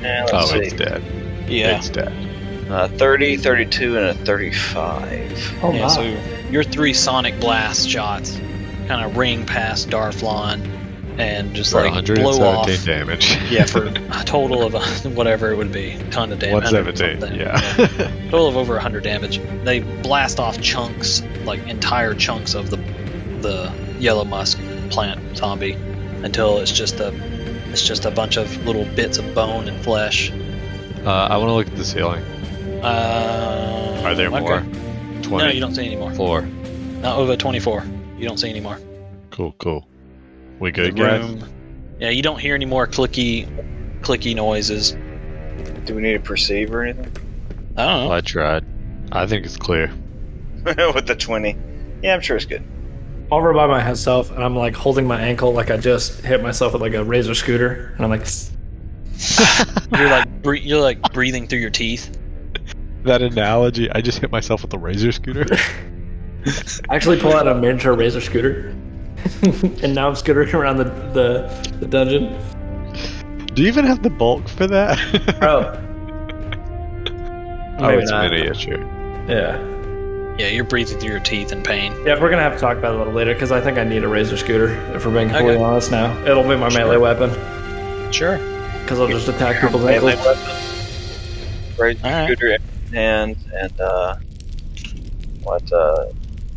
Speaker 2: And let's
Speaker 6: Oh, it's
Speaker 2: see,
Speaker 6: dead.
Speaker 4: Yeah.
Speaker 6: It's dead.
Speaker 2: uh, 30, 32, and a 35.
Speaker 5: Oh,
Speaker 4: yeah,
Speaker 5: my.
Speaker 4: so your three sonic blast shots kind of ring past Darflon and just
Speaker 6: For
Speaker 4: like blow off.
Speaker 6: 117 damage.
Speaker 4: Yeah, for a total of uh, whatever it would be, ton of damage.
Speaker 6: 117.
Speaker 4: something.
Speaker 6: Yeah.
Speaker 4: total of over 100 damage. They blast off chunks, like entire chunks of the the yellow musk plant zombie, until it's just a it's just a bunch of little bits of bone and flesh.
Speaker 6: Uh, I want to look at the ceiling.
Speaker 4: Uh,
Speaker 6: Are there
Speaker 4: okay.
Speaker 6: more? 20.
Speaker 4: No, you don't see any more.
Speaker 6: Floor.
Speaker 4: Not over 24. You don't see any more.
Speaker 6: Cool, cool. We
Speaker 4: The
Speaker 6: good, guys?
Speaker 4: room. Yeah, you don't hear any more clicky clicky noises.
Speaker 2: Do we need to perceive or anything?
Speaker 4: I don't know.
Speaker 6: I tried. I think it's clear.
Speaker 2: With the 20. Yeah, I'm sure it's good.
Speaker 5: over by myself and I'm like holding my ankle like I just hit myself with like a razor scooter and I'm like
Speaker 4: You're like bre- you're like breathing through your teeth.
Speaker 6: That analogy, I just hit myself with a razor scooter.
Speaker 5: actually pull out a miniature razor scooter and now I'm scootering around the, the, the dungeon.
Speaker 6: Do you even have the bulk for that?
Speaker 5: Bro.
Speaker 6: oh, it's miniature.
Speaker 5: Yeah.
Speaker 4: Yeah, you're breathing through your teeth in pain.
Speaker 5: Yeah, we're gonna have to talk about it a little later because I think I need a razor scooter if we're being completely
Speaker 4: Okay.
Speaker 5: honest now. It'll be my melee weapon
Speaker 4: Sure.
Speaker 5: because I'll just attack people's
Speaker 2: Melee
Speaker 5: ankles.
Speaker 2: weapon. Right,
Speaker 4: All right.
Speaker 2: scooter in hand, and uh, what uh,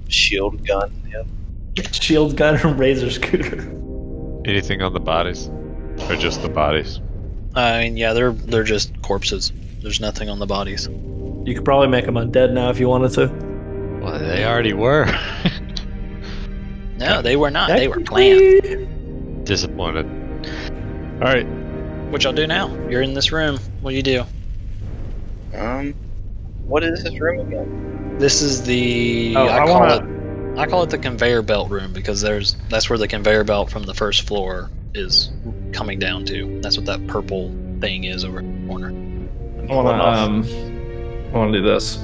Speaker 2: shield gun? Yeah.
Speaker 5: Shield gun and razor scooter.
Speaker 6: Anything on the bodies? Or just the bodies?
Speaker 4: I mean, yeah, they're they're just corpses. There's nothing on the bodies.
Speaker 5: You could probably make them undead now if you wanted to.
Speaker 6: Well, they already were.
Speaker 4: No, they were not. They were plants.
Speaker 6: Disappointed. Alright,
Speaker 4: What y'all do now? You're in this room. What do you do?
Speaker 2: Um, what is this room again?
Speaker 4: This is the
Speaker 5: Oh,
Speaker 4: I,
Speaker 5: I
Speaker 4: call
Speaker 5: wanna-
Speaker 4: it I call it the conveyor belt room because there's that's where the conveyor belt from the first floor is coming down to. That's what that purple thing is over in the corner.
Speaker 5: I wanna um I wanna do this.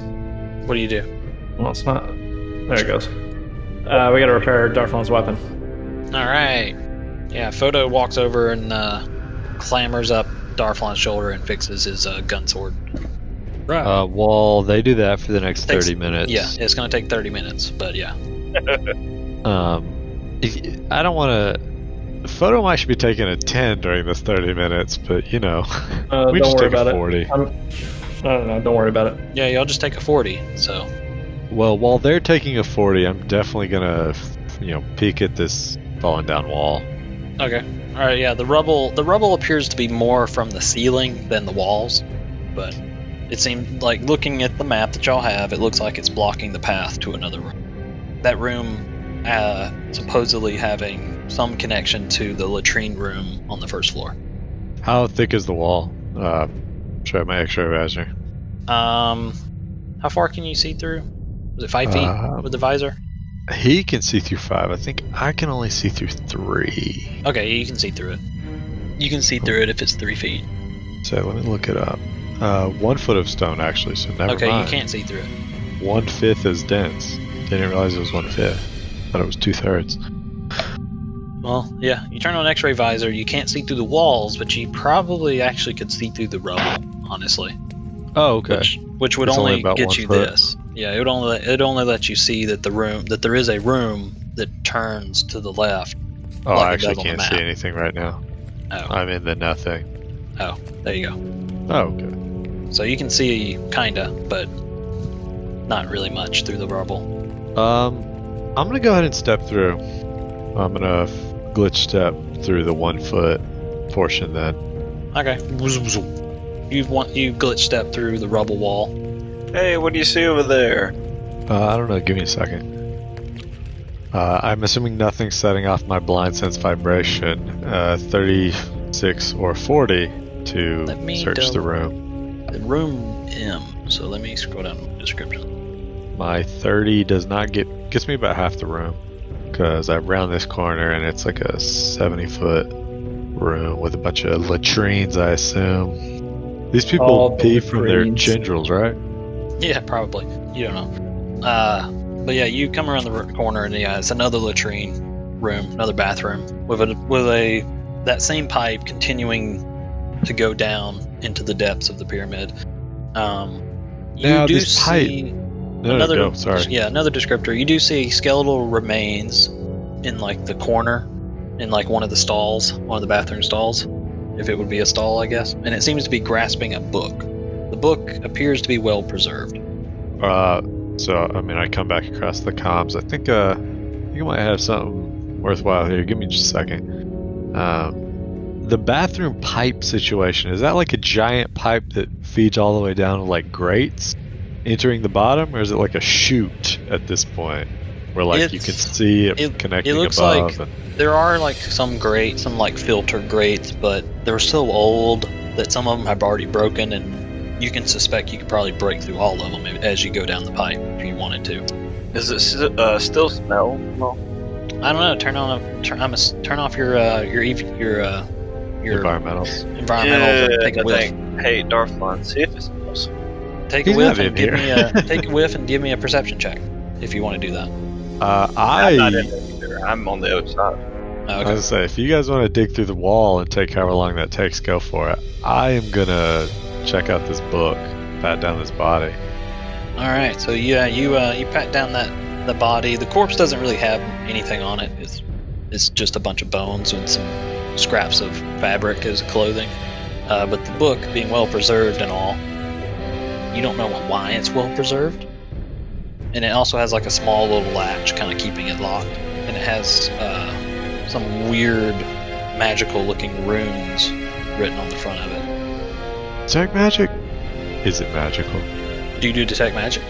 Speaker 4: What do you do?
Speaker 5: Well, it's not. There it goes. Uh, we gotta repair Darflon's weapon.
Speaker 4: All right. Yeah, Photo walks over and uh, clambers up Darflon's shoulder and fixes his uh, gun sword.
Speaker 3: Right.
Speaker 6: uh, while they do that for the next
Speaker 4: Thanks.
Speaker 6: 30 minutes,
Speaker 4: Yeah, it's gonna take 30 minutes, but yeah.
Speaker 6: Um, if you, I don't want to. Photo might should be taking a ten during this thirty minutes, but you know,
Speaker 5: Uh,
Speaker 6: we
Speaker 5: don't
Speaker 6: just
Speaker 5: worry
Speaker 6: take
Speaker 5: about
Speaker 6: a
Speaker 5: it.
Speaker 6: forty.
Speaker 5: No, no, no, don't worry about it.
Speaker 4: Yeah, y'all just take a 40. So
Speaker 6: Well, while they're taking a forty, I'm definitely gonna, you know, peek at this falling down wall.
Speaker 4: Okay. All right. Yeah. The rubble. The rubble appears to be more from the ceiling than the walls, but it seemed like looking at the map that y'all have, it looks like it's blocking the path to another room. That room, uh, supposedly having some connection to the latrine room on the first floor.
Speaker 6: How thick is the wall? Uh, show my X-ray visor.
Speaker 4: Um, how far can you see through? Was it five feet
Speaker 6: Uh,
Speaker 4: with the visor?
Speaker 6: He can see through five. I think I can only see through three.
Speaker 4: Okay, you can see through it. You can see through it if it's three feet.
Speaker 6: So let me look it up. Uh, one foot of stone actually. So never
Speaker 4: okay,
Speaker 6: mind.
Speaker 4: you can't see through it.
Speaker 6: one fifth as dense. Didn't realize it was one fifth. Thought it was two thirds.
Speaker 4: Well, yeah. You turn on X-ray visor, you can't see through the walls, but you probably actually could see through the rubble, honestly.
Speaker 6: Oh, okay.
Speaker 4: Which, which would
Speaker 6: It's only
Speaker 4: only,
Speaker 6: about
Speaker 4: get
Speaker 6: one
Speaker 4: you
Speaker 6: foot.
Speaker 4: this. Yeah, it would only it only let you see that the room that there is a room that turns to the left.
Speaker 6: oh,
Speaker 4: like
Speaker 6: I
Speaker 4: it
Speaker 6: actually
Speaker 4: does on the
Speaker 6: can't
Speaker 4: map.
Speaker 6: see anything right now.
Speaker 4: Oh.
Speaker 6: I'm in the nothing.
Speaker 4: There you go.
Speaker 6: Oh, okay.
Speaker 4: So you can see kinda, but not really much through the rubble.
Speaker 6: Um, I'm gonna go ahead and step through. I'm gonna f- glitch step through the one foot portion then.
Speaker 4: Okay. You want you glitch step through the rubble wall.
Speaker 2: Hey, what do you see over there?
Speaker 6: Uh, I don't know. Give me a second. Uh, I'm assuming nothing's setting off my blind sense vibration. Uh, 36 or 40 to
Speaker 4: Let me
Speaker 6: search the
Speaker 4: double-
Speaker 6: room.
Speaker 4: The room M. So let me scroll down to the description.
Speaker 6: My 30 does not get gets me about half the room because I round this corner and it's like a 70 foot room with a bunch of latrines, I assume. These people
Speaker 5: All
Speaker 6: pee
Speaker 5: the
Speaker 6: from their
Speaker 5: brains.
Speaker 6: tendrils, right?
Speaker 4: Yeah, probably. You don't know. Uh, but yeah, you come around the r- corner and yeah, it's another latrine room, another bathroom with a with a that same pipe continuing to go down into the depths of the pyramid. Um, you
Speaker 6: Now,
Speaker 4: do
Speaker 6: this pipe-
Speaker 4: see
Speaker 6: No,
Speaker 4: another
Speaker 6: no, sorry.
Speaker 4: yeah another descriptor. You do see skeletal remains in like the corner in like one of the stalls, one of the bathroom stalls, if it would be a stall, I guess. And it seems to be grasping a book. The book appears to be well preserved.
Speaker 6: Uh, so I mean, I come back across the comms. I think uh, I think I might have something worthwhile here. Give me just a second. Um, the bathroom pipe situation is that like a giant pipe that feeds all the way down to like grates, entering the bottom, or is it like a chute at this point, where like you
Speaker 4: It's-
Speaker 6: can see it,
Speaker 4: it-
Speaker 6: connecting
Speaker 4: it looks
Speaker 6: above?
Speaker 4: like-
Speaker 6: and-
Speaker 4: There are like some grates, some like filter grates, but they're so old that some of them have already broken, and you can suspect you could probably break through all of them as you go down the pipe if you wanted to.
Speaker 2: Does it s- uh, still smell? Well,
Speaker 4: I don't know. Turn on a turn. I'm a, turn off your uh, your ev- your uh, your
Speaker 6: environmentals.
Speaker 4: environmental.
Speaker 2: Yeah,
Speaker 4: take a
Speaker 2: I
Speaker 4: whiff.
Speaker 2: think- Hey, Darflon, see if it smells.
Speaker 4: Take
Speaker 6: He's
Speaker 4: a whiff
Speaker 6: not
Speaker 4: and
Speaker 6: in
Speaker 4: give me
Speaker 6: here.
Speaker 4: a take a whiff and give me a perception check if you want to do that.
Speaker 6: Uh,
Speaker 2: I'm
Speaker 6: I
Speaker 2: not in there either. I'm on the other side.
Speaker 4: Uh,
Speaker 6: I was gonna say, if you guys want to dig through the wall and take however long that takes, go for it. I am gonna check out this book, pat down this body.
Speaker 4: All right, so yeah, you uh, you pat down that the body. The corpse doesn't really have anything on it. It's it's just a bunch of bones and some scraps of fabric as clothing. Uh, but the book, being well preserved and all, you don't know why it's well preserved. And it also has like a small little latch, kind of keeping it locked. And it has uh, some weird, magical-looking runes written on the front of it.
Speaker 6: Detect magic? Is it magical?
Speaker 4: Do you do detect magic?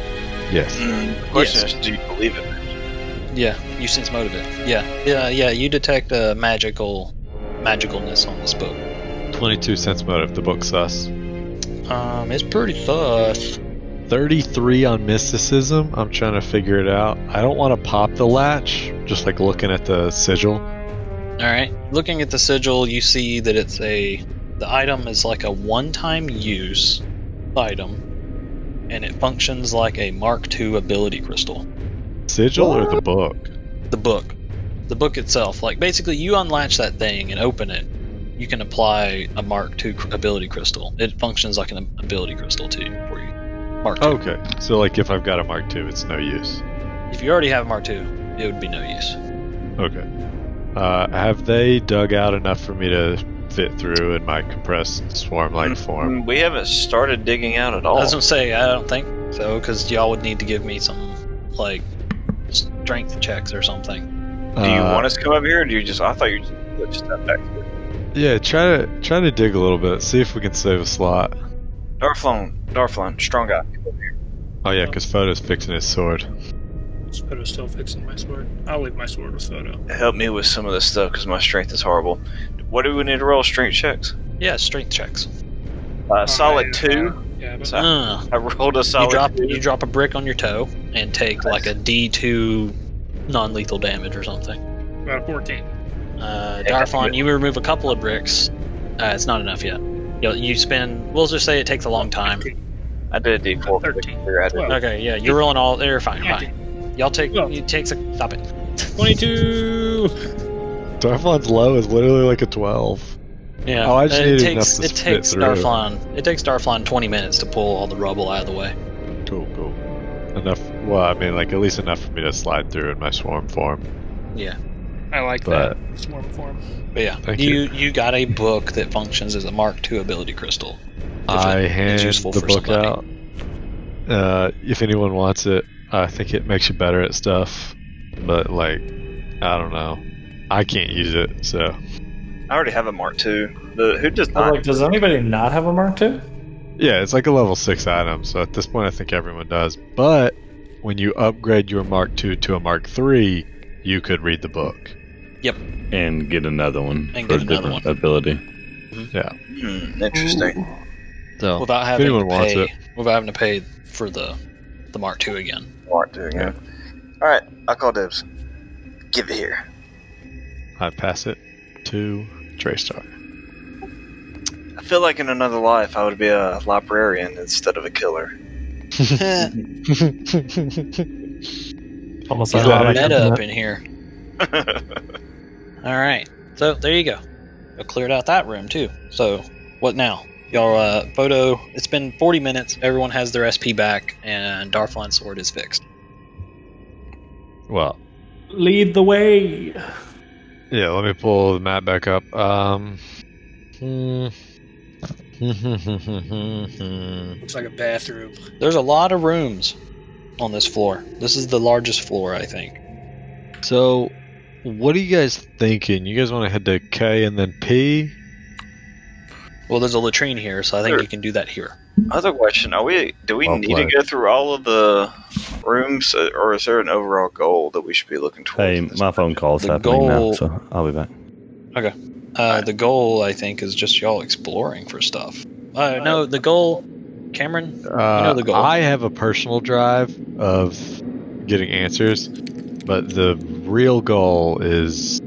Speaker 6: Yes.
Speaker 2: Mm, the question is, do you believe it?
Speaker 4: Yeah, you sense motive it. Yeah, yeah, yeah. You detect a magical, magicalness on this book.
Speaker 6: 22 cents motive, the book sus.
Speaker 4: Um, it's pretty tough.
Speaker 6: 33 on mysticism. I'm trying to figure it out. I don't want to pop the latch, just like looking at the sigil.
Speaker 4: All right. Looking at the sigil, you see that it's a the item is like a one-time use item, and it functions like a Mark II ability crystal.
Speaker 6: Sigil or the book?
Speaker 4: The book, the book itself, like basically you unlatch that thing and open it. You can apply a Mark II cr- ability crystal. It functions like an ability crystal too for you. Mark II.
Speaker 6: Okay, so like if I've got a Mark II, it's no use.
Speaker 4: If you already have Mark II, it would be no use.
Speaker 6: Okay. Uh, have they dug out enough for me to fit through in my compressed swarm-like form?
Speaker 2: Mm, We haven't started digging out at all.
Speaker 4: I was gonna say I don't think so because y'all would need to give me some like strength checks or something.
Speaker 2: do
Speaker 6: Uh,
Speaker 2: you want us to come up here, or do you just? I thought you just you just step back. Here.
Speaker 6: Yeah, try to try to dig a little bit. See if we can save a slot.
Speaker 2: Darflon, Darflon, strong guy.
Speaker 6: Oh yeah, because Photo's fixing his sword.
Speaker 3: Photo's still fixing my sword. I'll leave my sword with Photo.
Speaker 2: Help me with some of this stuff because my strength is horrible. What do we need to roll? Strength checks.
Speaker 4: Yeah, strength checks.
Speaker 2: Uh, solid two.
Speaker 3: Oh, Yeah, but
Speaker 2: So
Speaker 4: Uh,
Speaker 2: I rolled a
Speaker 4: you
Speaker 2: solid.
Speaker 4: drop
Speaker 2: two.
Speaker 4: you drop a brick on your toe and take like a D two non lethal damage or something.
Speaker 3: about a 14.
Speaker 4: Uh, Darfon, you remove a couple of bricks. Uh, it's not enough yet. You, you spend. We'll just say it takes a long time.
Speaker 2: I did a D four.
Speaker 3: Thirteen. Well,
Speaker 4: Okay, yeah, you're rolling all. They're fine, fine.
Speaker 3: 19,
Speaker 4: Y'all take.
Speaker 3: Well-
Speaker 4: It takes a. Stop it.
Speaker 3: 22!
Speaker 6: Darflon's low is literally like a twelve.
Speaker 4: Yeah.
Speaker 6: Oh, I just
Speaker 4: it
Speaker 6: needed
Speaker 4: takes
Speaker 6: enough to
Speaker 4: it
Speaker 6: spit
Speaker 4: takes
Speaker 6: through.
Speaker 4: Darflon it takes Darflon 20 minutes to pull all the rubble out of the way.
Speaker 6: Cool, cool. Enough. Well, I mean, like at least enough for me to slide through in my swarm form.
Speaker 3: I like
Speaker 6: But-
Speaker 3: that. It's warm form.
Speaker 4: But yeah,
Speaker 6: Thank
Speaker 4: you, you got a book that functions as a Mark II ability crystal. If
Speaker 6: I
Speaker 4: it- it's
Speaker 6: hand
Speaker 4: useful
Speaker 6: the
Speaker 4: for
Speaker 6: book
Speaker 4: somebody.
Speaker 6: out. Uh, if anyone wants it, I think it makes you better at stuff. But like, I don't know. I can't use it, so
Speaker 2: I already have a Mark two. The, who does
Speaker 5: I'm
Speaker 2: not?
Speaker 5: like, does anybody not have a Mark II?
Speaker 6: Yeah, it's like a level 6 item, so at this point I think everyone does. But when you upgrade your Mark II to a Mark III, you could read the book.
Speaker 1: and get another one
Speaker 4: And
Speaker 1: for a
Speaker 4: get another
Speaker 1: different ability.
Speaker 2: Hmm, interesting.
Speaker 6: So
Speaker 4: without having to
Speaker 6: anyone wants
Speaker 4: pay,
Speaker 6: it.
Speaker 4: without having to pay for the the Mark II again.
Speaker 2: Mark two again. All right, I call dibs. Give it here.
Speaker 6: I pass it to Traystar.
Speaker 2: I feel like in another life I would be a librarian instead of a killer.
Speaker 7: Almost
Speaker 4: He's
Speaker 7: like
Speaker 4: a lot of
Speaker 7: that.
Speaker 4: meta up in here. All right. So there you go. I cleared out that room too. So what now? Y'all, uh, Bodo, it's been 40 minutes. Everyone has their SP back, and Darflon's sword is fixed.
Speaker 6: Well,
Speaker 7: Lead the way.
Speaker 6: yeah, let me pull the map back up. Um, hmm. yeah,
Speaker 3: Looks like a bathroom.
Speaker 4: There's a lot of rooms on this floor. This is the largest floor, I think.
Speaker 6: so what are you guys thinking? You guys want to head to K and then P?
Speaker 4: Well, there's a latrine here, so I think
Speaker 2: Sure.
Speaker 4: you can do that here.
Speaker 2: Other question: Are we? Do we
Speaker 6: Well
Speaker 2: need
Speaker 6: played.
Speaker 2: to go through all of the rooms, uh, or is there an overall goal that we should be looking towards?
Speaker 1: Hey,
Speaker 2: in this-
Speaker 1: my phone call's
Speaker 4: The
Speaker 1: happening now,
Speaker 4: goal-
Speaker 1: so I'll be back.
Speaker 4: Uh, the goal, I think, is just y'all exploring for stuff. Uh, no, the goal, Cameron,
Speaker 6: Uh,
Speaker 4: the goal.
Speaker 6: I have a personal drive of getting answers, but the real goal is,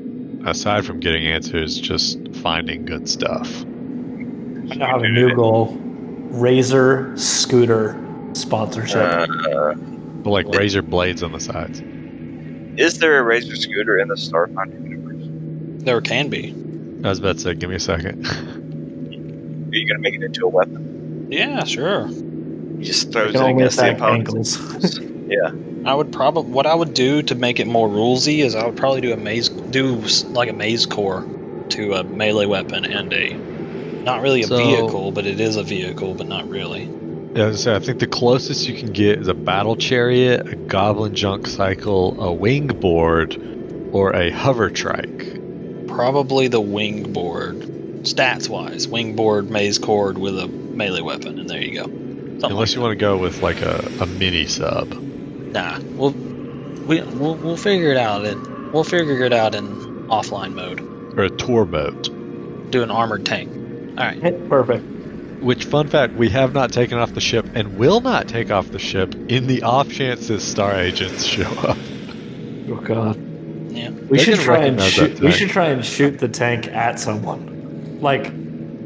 Speaker 6: aside from getting answers, just finding good stuff.
Speaker 7: I now have a new goal. Razor scooter sponsorship.
Speaker 2: Uh,
Speaker 6: But like razor blades on the sides.
Speaker 2: is there a Razor scooter in the Starfinder universe?
Speaker 4: there can be.
Speaker 6: I was about to say, give me a second.
Speaker 2: Are you going to make it into a weapon?
Speaker 4: Yeah, sure.
Speaker 2: You just
Speaker 7: I
Speaker 2: throws
Speaker 7: can
Speaker 2: it
Speaker 7: only
Speaker 2: against the
Speaker 7: attack
Speaker 2: opponent.
Speaker 7: ankles.
Speaker 4: I would probably what I would do to make it more rulesy is I would probably do a maze do s- like a maze core to a melee weapon and a not really a
Speaker 6: So-
Speaker 4: vehicle, but it is a vehicle, but not really.
Speaker 6: Yeah, I was gonna say, I think the closest you can get is a battle chariot, a goblin junk cycle, a wing board, or a hover trike.
Speaker 4: Probably the wing board, stats wise, wing board maze cord with a melee weapon, and there you go. Something
Speaker 6: Unless you want to go with like a, a mini sub.
Speaker 4: Nah, we'll we we'll, we'll figure it out. In, we'll figure it out in offline mode.
Speaker 6: or a tour boat.
Speaker 4: Do an armored tank. All right.
Speaker 7: Perfect.
Speaker 6: Which, fun fact, we have not taken off the ship and will not take off the ship in the off chances star agents show up.
Speaker 7: Oh god.
Speaker 4: Yeah.
Speaker 7: We
Speaker 6: They
Speaker 7: should
Speaker 6: can
Speaker 7: try and
Speaker 6: recognize
Speaker 7: shoot.
Speaker 6: that
Speaker 7: We
Speaker 6: tank.
Speaker 7: should try and shoot the tank at someone. Like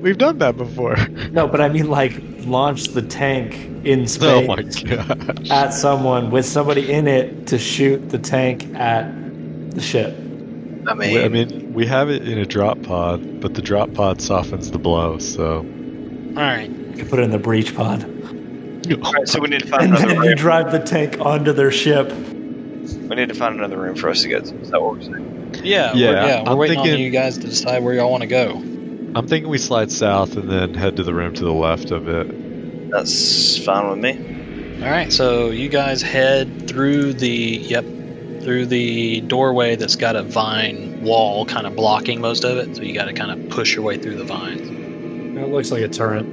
Speaker 6: We've done that before.
Speaker 7: no, but I mean like launch the tank in
Speaker 6: Oh
Speaker 7: space
Speaker 6: my gosh.
Speaker 5: Uh,
Speaker 7: at someone with somebody in it to shoot the tank at the ship.
Speaker 2: I mean,
Speaker 6: I mean, we have it in a drop pod, but the drop pod softens the blow, so.
Speaker 4: All right.
Speaker 7: You can put it in the breach pod
Speaker 2: all right, so we need to find
Speaker 7: and
Speaker 2: another
Speaker 7: then you
Speaker 2: room.
Speaker 7: drive the tank onto their ship.
Speaker 2: we need to find another room for us to get. to. Is that what we're saying?
Speaker 4: Yeah.
Speaker 6: Yeah,
Speaker 4: we're, yeah, we're
Speaker 6: I'm
Speaker 4: waiting on
Speaker 6: thinking-
Speaker 4: you guys to decide where y'all want to go.
Speaker 6: I'm thinking we slide south and then head to the room to the left of it.
Speaker 2: That's fine with me.
Speaker 4: All right, so you guys head through the yep, through the doorway that's got a vine wall kind of blocking most of it. So you got to kind of push your way through the vines.
Speaker 7: That looks like a turret.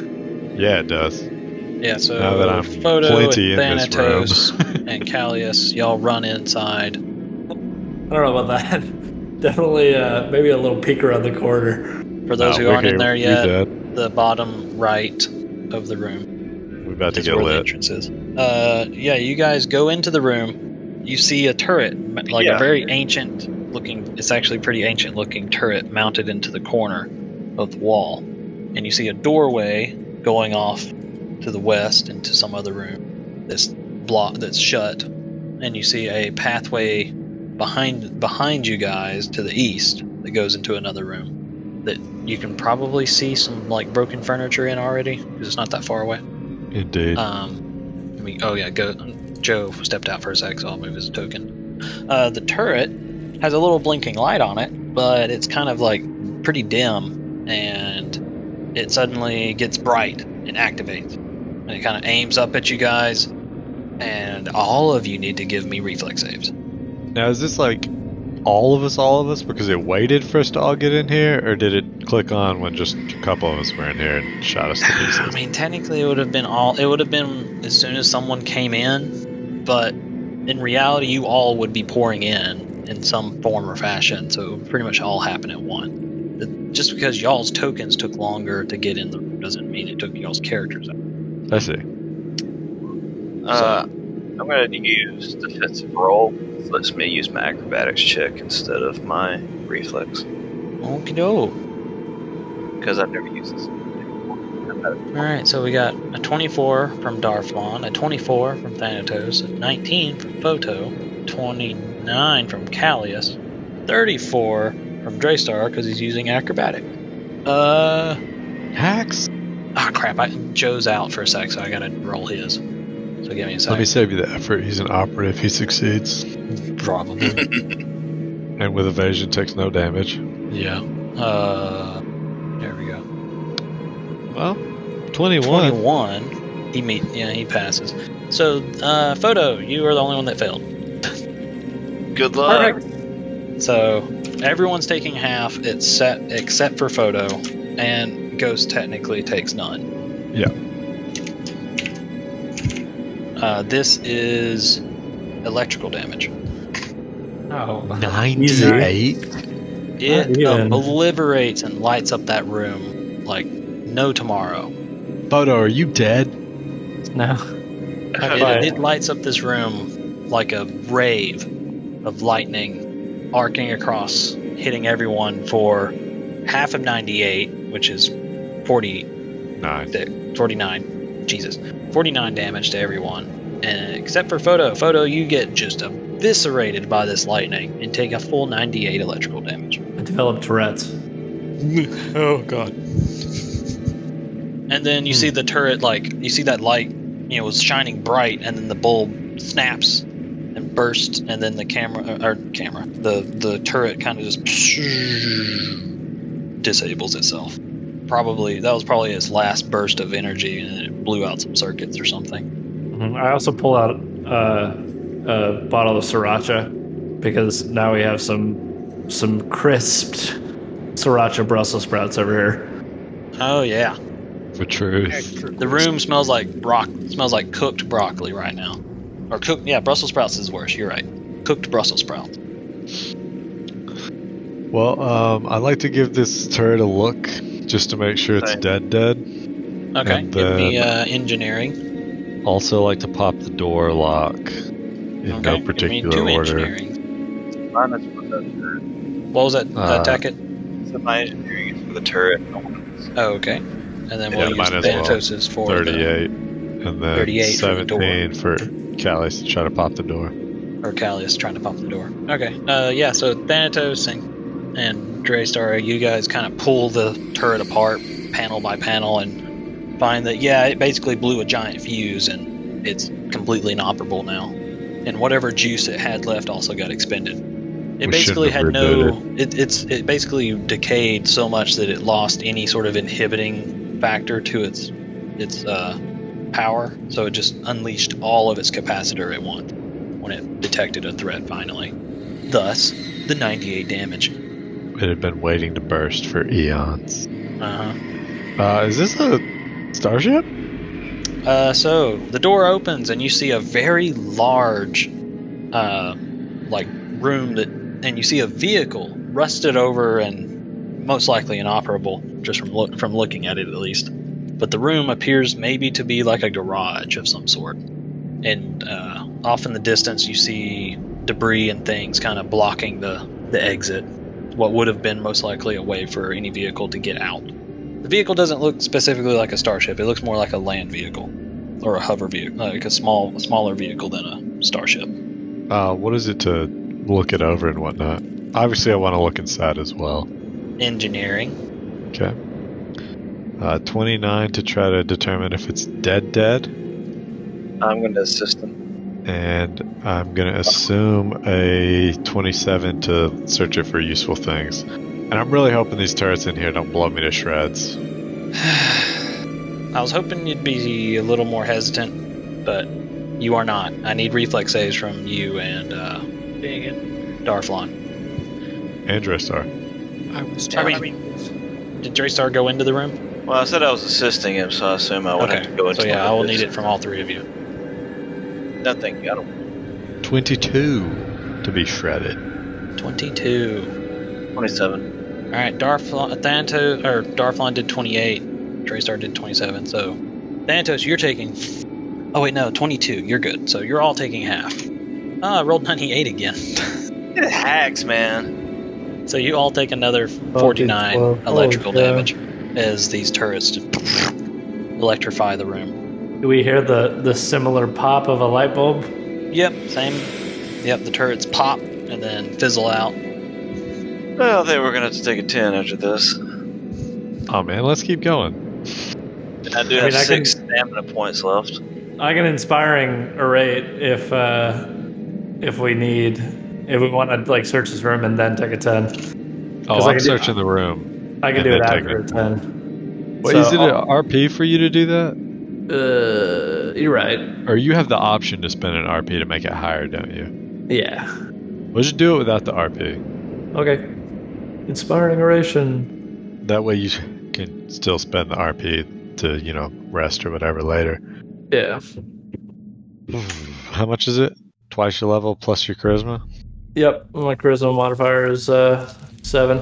Speaker 6: Yeah, it does.
Speaker 4: Yeah, so
Speaker 6: Now that I'm
Speaker 4: Photo
Speaker 6: plenty in
Speaker 4: and
Speaker 6: this room.
Speaker 4: Thanatos and Callius, y'all run inside.
Speaker 7: I don't know about that. Definitely, uh, maybe a little peek around the corner.
Speaker 4: For those
Speaker 6: Oh,
Speaker 4: who
Speaker 6: we're
Speaker 4: aren't in
Speaker 6: here.
Speaker 4: there
Speaker 6: We
Speaker 4: yet,
Speaker 6: dead.
Speaker 4: the bottom right of the room
Speaker 6: We're about to
Speaker 4: is
Speaker 6: get
Speaker 4: where the
Speaker 6: lit.
Speaker 4: entrance is. Uh, yeah, you guys go into the room. You see a turret, m- like a
Speaker 2: Yeah.
Speaker 4: very ancient looking. It's actually pretty ancient looking turret mounted into the corner of the wall, and you see a doorway going off to the west into some other room that's block that's shut, and you see a pathway behind behind you guys to the east that goes into another room that you can probably see some like broken furniture in already because it's not that far away.
Speaker 6: Indeed.
Speaker 4: Um, I mean, oh yeah, go. Joe stepped out for a sec, so I'll move his token. Uh, the turret has a little blinking light on it, but it's kind of like pretty dim, and it suddenly gets bright and activates, and it kind of aims up at you guys, and all of you need to give me reflex saves.
Speaker 6: Now is this like all of us, all of us, because it waited for us to all get in here, or did it click on when just a couple of us were in here and shot us to
Speaker 4: I
Speaker 6: pieces?
Speaker 4: mean, technically, it would have been all. It would have been as soon as someone came in, but in reality, you all would be pouring in in some form or fashion. So it would pretty much all happen at one. The- Just because y'all's tokens took longer to get in the room doesn't mean it took y'all's characters out.
Speaker 6: I see.
Speaker 2: Uh, I'm going to use defensive roll. This lets me use my acrobatics check instead of my reflex.
Speaker 4: Okie doke.
Speaker 2: because I've never used this.
Speaker 4: All right, so we got a 24 from Darflon, a 24 from Thanatos, a 19 from Photo, 29 from Callius, 34 from Draystar because he's using acrobatic. Uh,
Speaker 6: Hacks.
Speaker 4: ah, crap! I, Joe's out for a sec, so I gotta roll his. So give me a
Speaker 6: Let me
Speaker 4: sec.
Speaker 6: save you the effort. He's an operative. He succeeds,
Speaker 4: Probably.
Speaker 6: and with evasion takes no damage.
Speaker 4: yeah. Uh, there we go.
Speaker 6: Well, twenty-one.
Speaker 4: 21 he meet yeah he passes so uh photo you are the only one that failed
Speaker 2: Good luck.
Speaker 4: so everyone's taking half it's set except for photo and ghost technically takes none
Speaker 6: Yeah.
Speaker 4: uh, this is electrical damage
Speaker 7: Oh,
Speaker 6: Ninety-eight.
Speaker 4: it
Speaker 7: Not even.
Speaker 4: obliterates and lights up that room like no tomorrow
Speaker 6: Photo, are you dead?
Speaker 7: no.
Speaker 4: It,
Speaker 7: Right.
Speaker 4: it lights up this room like a rave of lightning arcing across, hitting everyone for half of 98, which is 40,
Speaker 6: Nine.
Speaker 4: 49. Jesus. 49 damage to everyone. And except for Photo. Photo, you get just eviscerated by this lightning and take a full 98 electrical damage.
Speaker 7: I developed Tourette's.
Speaker 4: oh, God. Hmm. And then you see the turret, like, you see that light you know, was shining bright, and then the bulb snaps and bursts, and then the camera or, or camera, the the turret kind of just disables itself. Probably that was probably its last burst of energy, and then it blew out some circuits or something.
Speaker 7: Mhm. I also pull out uh, a bottle of sriracha because now we have some some crisped sriracha Brussels sprouts over here.
Speaker 4: Oh yeah,
Speaker 6: For truth.
Speaker 4: the room smells like brock smells like cooked broccoli right now, or cooked yeah Brussels sprouts is worse. You're right, cooked Brussels sprouts.
Speaker 6: Well, um, I'd like to give this turret a look just to make sure it's
Speaker 2: Same.
Speaker 6: dead, dead.
Speaker 4: Okay,
Speaker 6: And,
Speaker 4: give me
Speaker 6: uh,
Speaker 4: uh, engineering.
Speaker 6: Also, like to pop the door lock in
Speaker 4: okay,
Speaker 6: no
Speaker 4: give me
Speaker 6: particular
Speaker 4: two
Speaker 6: order.
Speaker 4: engineering.
Speaker 2: Mine is for the
Speaker 4: What was that?
Speaker 6: Uh,
Speaker 4: attack it.
Speaker 2: so my engineering is for the turret.
Speaker 4: Oh, okay. And then
Speaker 6: Yeah,
Speaker 4: we'll use
Speaker 6: might as well.
Speaker 4: Thanatos' for the-
Speaker 6: Thirty-eight, and then
Speaker 4: 38 for the door.
Speaker 6: seventeen for Callis to try to pop the door.
Speaker 4: or Callius trying to pop the door. Okay. Uh, yeah. So Thanatos and and Draystar, you guys kind of pull the turret apart, panel by panel, and find that yeah, it basically blew a giant fuse, and it's completely inoperable now. And whatever juice it had left also got expended. It
Speaker 6: We
Speaker 4: basically
Speaker 6: shouldn't
Speaker 4: had
Speaker 6: have
Speaker 4: no. It, it's it basically decayed so much that it lost any sort of inhibiting factor to its its uh, power. So it just unleashed all of its capacitor at once when it detected a threat finally. Thus, the 98 damage.
Speaker 6: It had been waiting to burst for eons.
Speaker 4: Uh-huh.
Speaker 6: Uh, is this a starship?
Speaker 4: Uh, so, the door opens and you see a very large, uh, like, room that. And you see a vehicle rusted over and most likely inoperable, just from, look, from looking at it at least. But the room appears maybe to be like a garage of some sort. And uh, off in the distance, you see debris and things kind of blocking the, the exit. What would have been most likely a way for any vehicle to get out. The vehicle doesn't look specifically like a starship. It looks more like a land vehicle or a hover vehicle, like a small, smaller vehicle than a starship.
Speaker 6: Uh, what is it to look it over and whatnot? Obviously, I want to look inside as well.
Speaker 4: Engineering.
Speaker 6: Okay. Uh, 29 to try to determine if it's dead, dead,
Speaker 2: I'm going to assist them.
Speaker 6: and I'm going to assume a 27 to search it for useful things. And I'm really hoping these turrets in here don't blow me to shreds.
Speaker 4: I was hoping you'd be a little more hesitant, but you are not. I need reflex saves from you and uh,
Speaker 3: Dang it.
Speaker 4: Darflon.
Speaker 6: Androstar.
Speaker 3: I was
Speaker 4: I mean-
Speaker 3: terrified.
Speaker 4: Did Draystar go into the room?
Speaker 2: Well, I said I was assisting him, so I assume I would have to go into
Speaker 4: So yeah, I will need
Speaker 2: this.
Speaker 4: it from all three of you.
Speaker 2: No, thank you. I don't
Speaker 6: 22 to be shredded.
Speaker 4: Twenty-two.
Speaker 2: 27.
Speaker 4: All right, Darflon, Thanatos, or Darflon did 28. Draystar did 27. So, Thanatos, you're taking. Oh wait, no, 22. You're good. So you're all taking half. Ah, I rolled 98 again.
Speaker 2: It hacks, man.
Speaker 4: so you all take another 49
Speaker 5: 12.
Speaker 4: electrical
Speaker 5: Oh, yeah.
Speaker 4: damage. as these turrets just electrify the room.
Speaker 7: Do we hear the the similar pop of a light bulb?
Speaker 4: Yep, same. Yep, the turrets pop and then fizzle out.
Speaker 2: Well, they were gonna have to take a ten after this.
Speaker 6: Oh man, let's keep going.
Speaker 2: I do
Speaker 7: I
Speaker 2: have
Speaker 7: mean, I
Speaker 2: six stamina points left.
Speaker 7: I can inspiring orate if uh, if we need if we want to like search this room and then take a ten.
Speaker 6: Oh,
Speaker 7: I
Speaker 6: I'm
Speaker 7: can do-
Speaker 6: searching the room.
Speaker 7: I can
Speaker 6: And
Speaker 7: do
Speaker 6: then
Speaker 7: it
Speaker 6: take
Speaker 7: after
Speaker 6: it.
Speaker 7: a ten.
Speaker 6: Wait,
Speaker 7: So
Speaker 6: is it an
Speaker 7: I'll-
Speaker 6: RP for you to do that,
Speaker 5: Uh, you're right.
Speaker 6: or you have the option to spend an RP to make it higher, don't you?
Speaker 5: Yeah.
Speaker 6: We'll just do it without the RP.
Speaker 7: Okay. Inspiring oration.
Speaker 6: That way you can still spend the RP to you know rest or whatever later.
Speaker 5: Yeah.
Speaker 6: Hmm. How much is it? Twice your level plus your charisma.
Speaker 7: Yep. My charisma modifier is uh seven.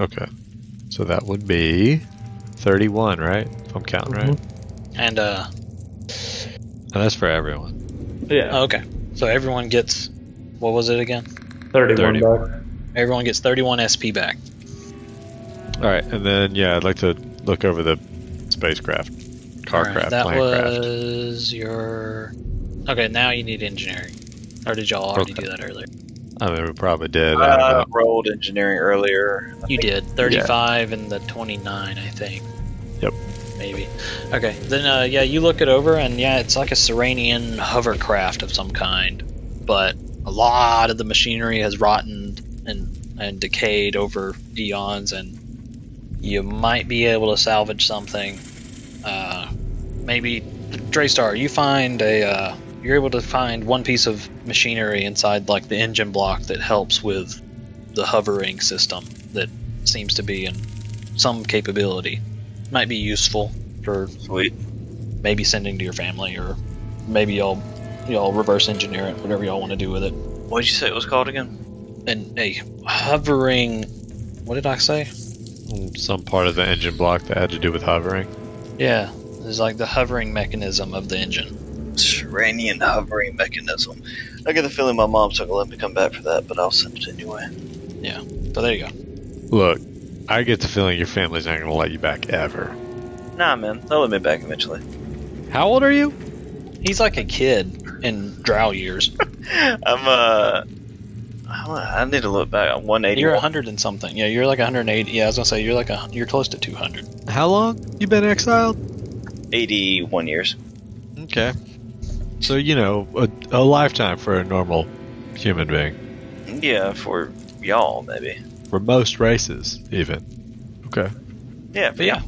Speaker 6: Okay. So that would be 31, right? If I'm counting right.
Speaker 4: And uh
Speaker 6: And that's for everyone.
Speaker 7: Yeah.
Speaker 4: okay. So everyone gets what was it again?
Speaker 6: 30.
Speaker 7: Thirty-one. buck.
Speaker 4: Everyone gets 31 SP back.
Speaker 6: All right. And then, yeah, I'd like to look over the spacecraft, car
Speaker 4: Alright,
Speaker 6: craft,
Speaker 4: that
Speaker 6: plane craft.
Speaker 4: was your Okay, now you need engineering. Or did y'all already
Speaker 6: Okay.
Speaker 4: do that earlier?
Speaker 6: I mean, we probably did. I don't
Speaker 2: I
Speaker 6: know.
Speaker 2: rolled engineering earlier.
Speaker 4: You did. 35 and the 29, I think.
Speaker 6: Yep.
Speaker 4: Maybe. Okay. Then, uh, yeah, you look it over, and yeah, it's like a Serenian hovercraft of some kind. But a lot of the machinery has rotten and, and decayed over eons, and you might be able to salvage something. Uh, maybe, Draystar, you find a. Uh, you're able to find one piece of machinery inside, like the engine block, that helps with the hovering system that seems to be in some capability. Might be useful for
Speaker 2: Sweet.
Speaker 4: maybe sending to your family or maybe y'all y'all reverse engineer it, whatever y'all want to do with it.
Speaker 2: What'd you say it was called again?
Speaker 4: And a hovering what did I say?
Speaker 6: Some part of the engine block that had to do with hovering.
Speaker 4: Yeah. It's like the hovering mechanism of the engine.
Speaker 2: Serenian hovering mechanism. I get the feeling my mom's not gonna let me come back for that, but I'll send it anyway.
Speaker 4: So there you go.
Speaker 6: Look, I get the feeling your family's not going to let you back ever.
Speaker 2: Nah, man, they'll let me back eventually.
Speaker 6: How old are you?
Speaker 4: He's like a kid in drow years.
Speaker 2: I'm uh, I'm, uh, I need to look back. I'm
Speaker 4: You're
Speaker 2: 181.
Speaker 4: hundred and something. Yeah, you're like hundred and eighty. Yeah, I was gonna say you're like a, you're close to two hundred.
Speaker 6: How long you been exiled?
Speaker 2: 81 years.
Speaker 6: Okay. So, you know, a, a lifetime for a normal human being.
Speaker 2: Yeah, for y'all maybe.
Speaker 6: for most races, even. Okay.
Speaker 2: Yeah,
Speaker 4: But yeah,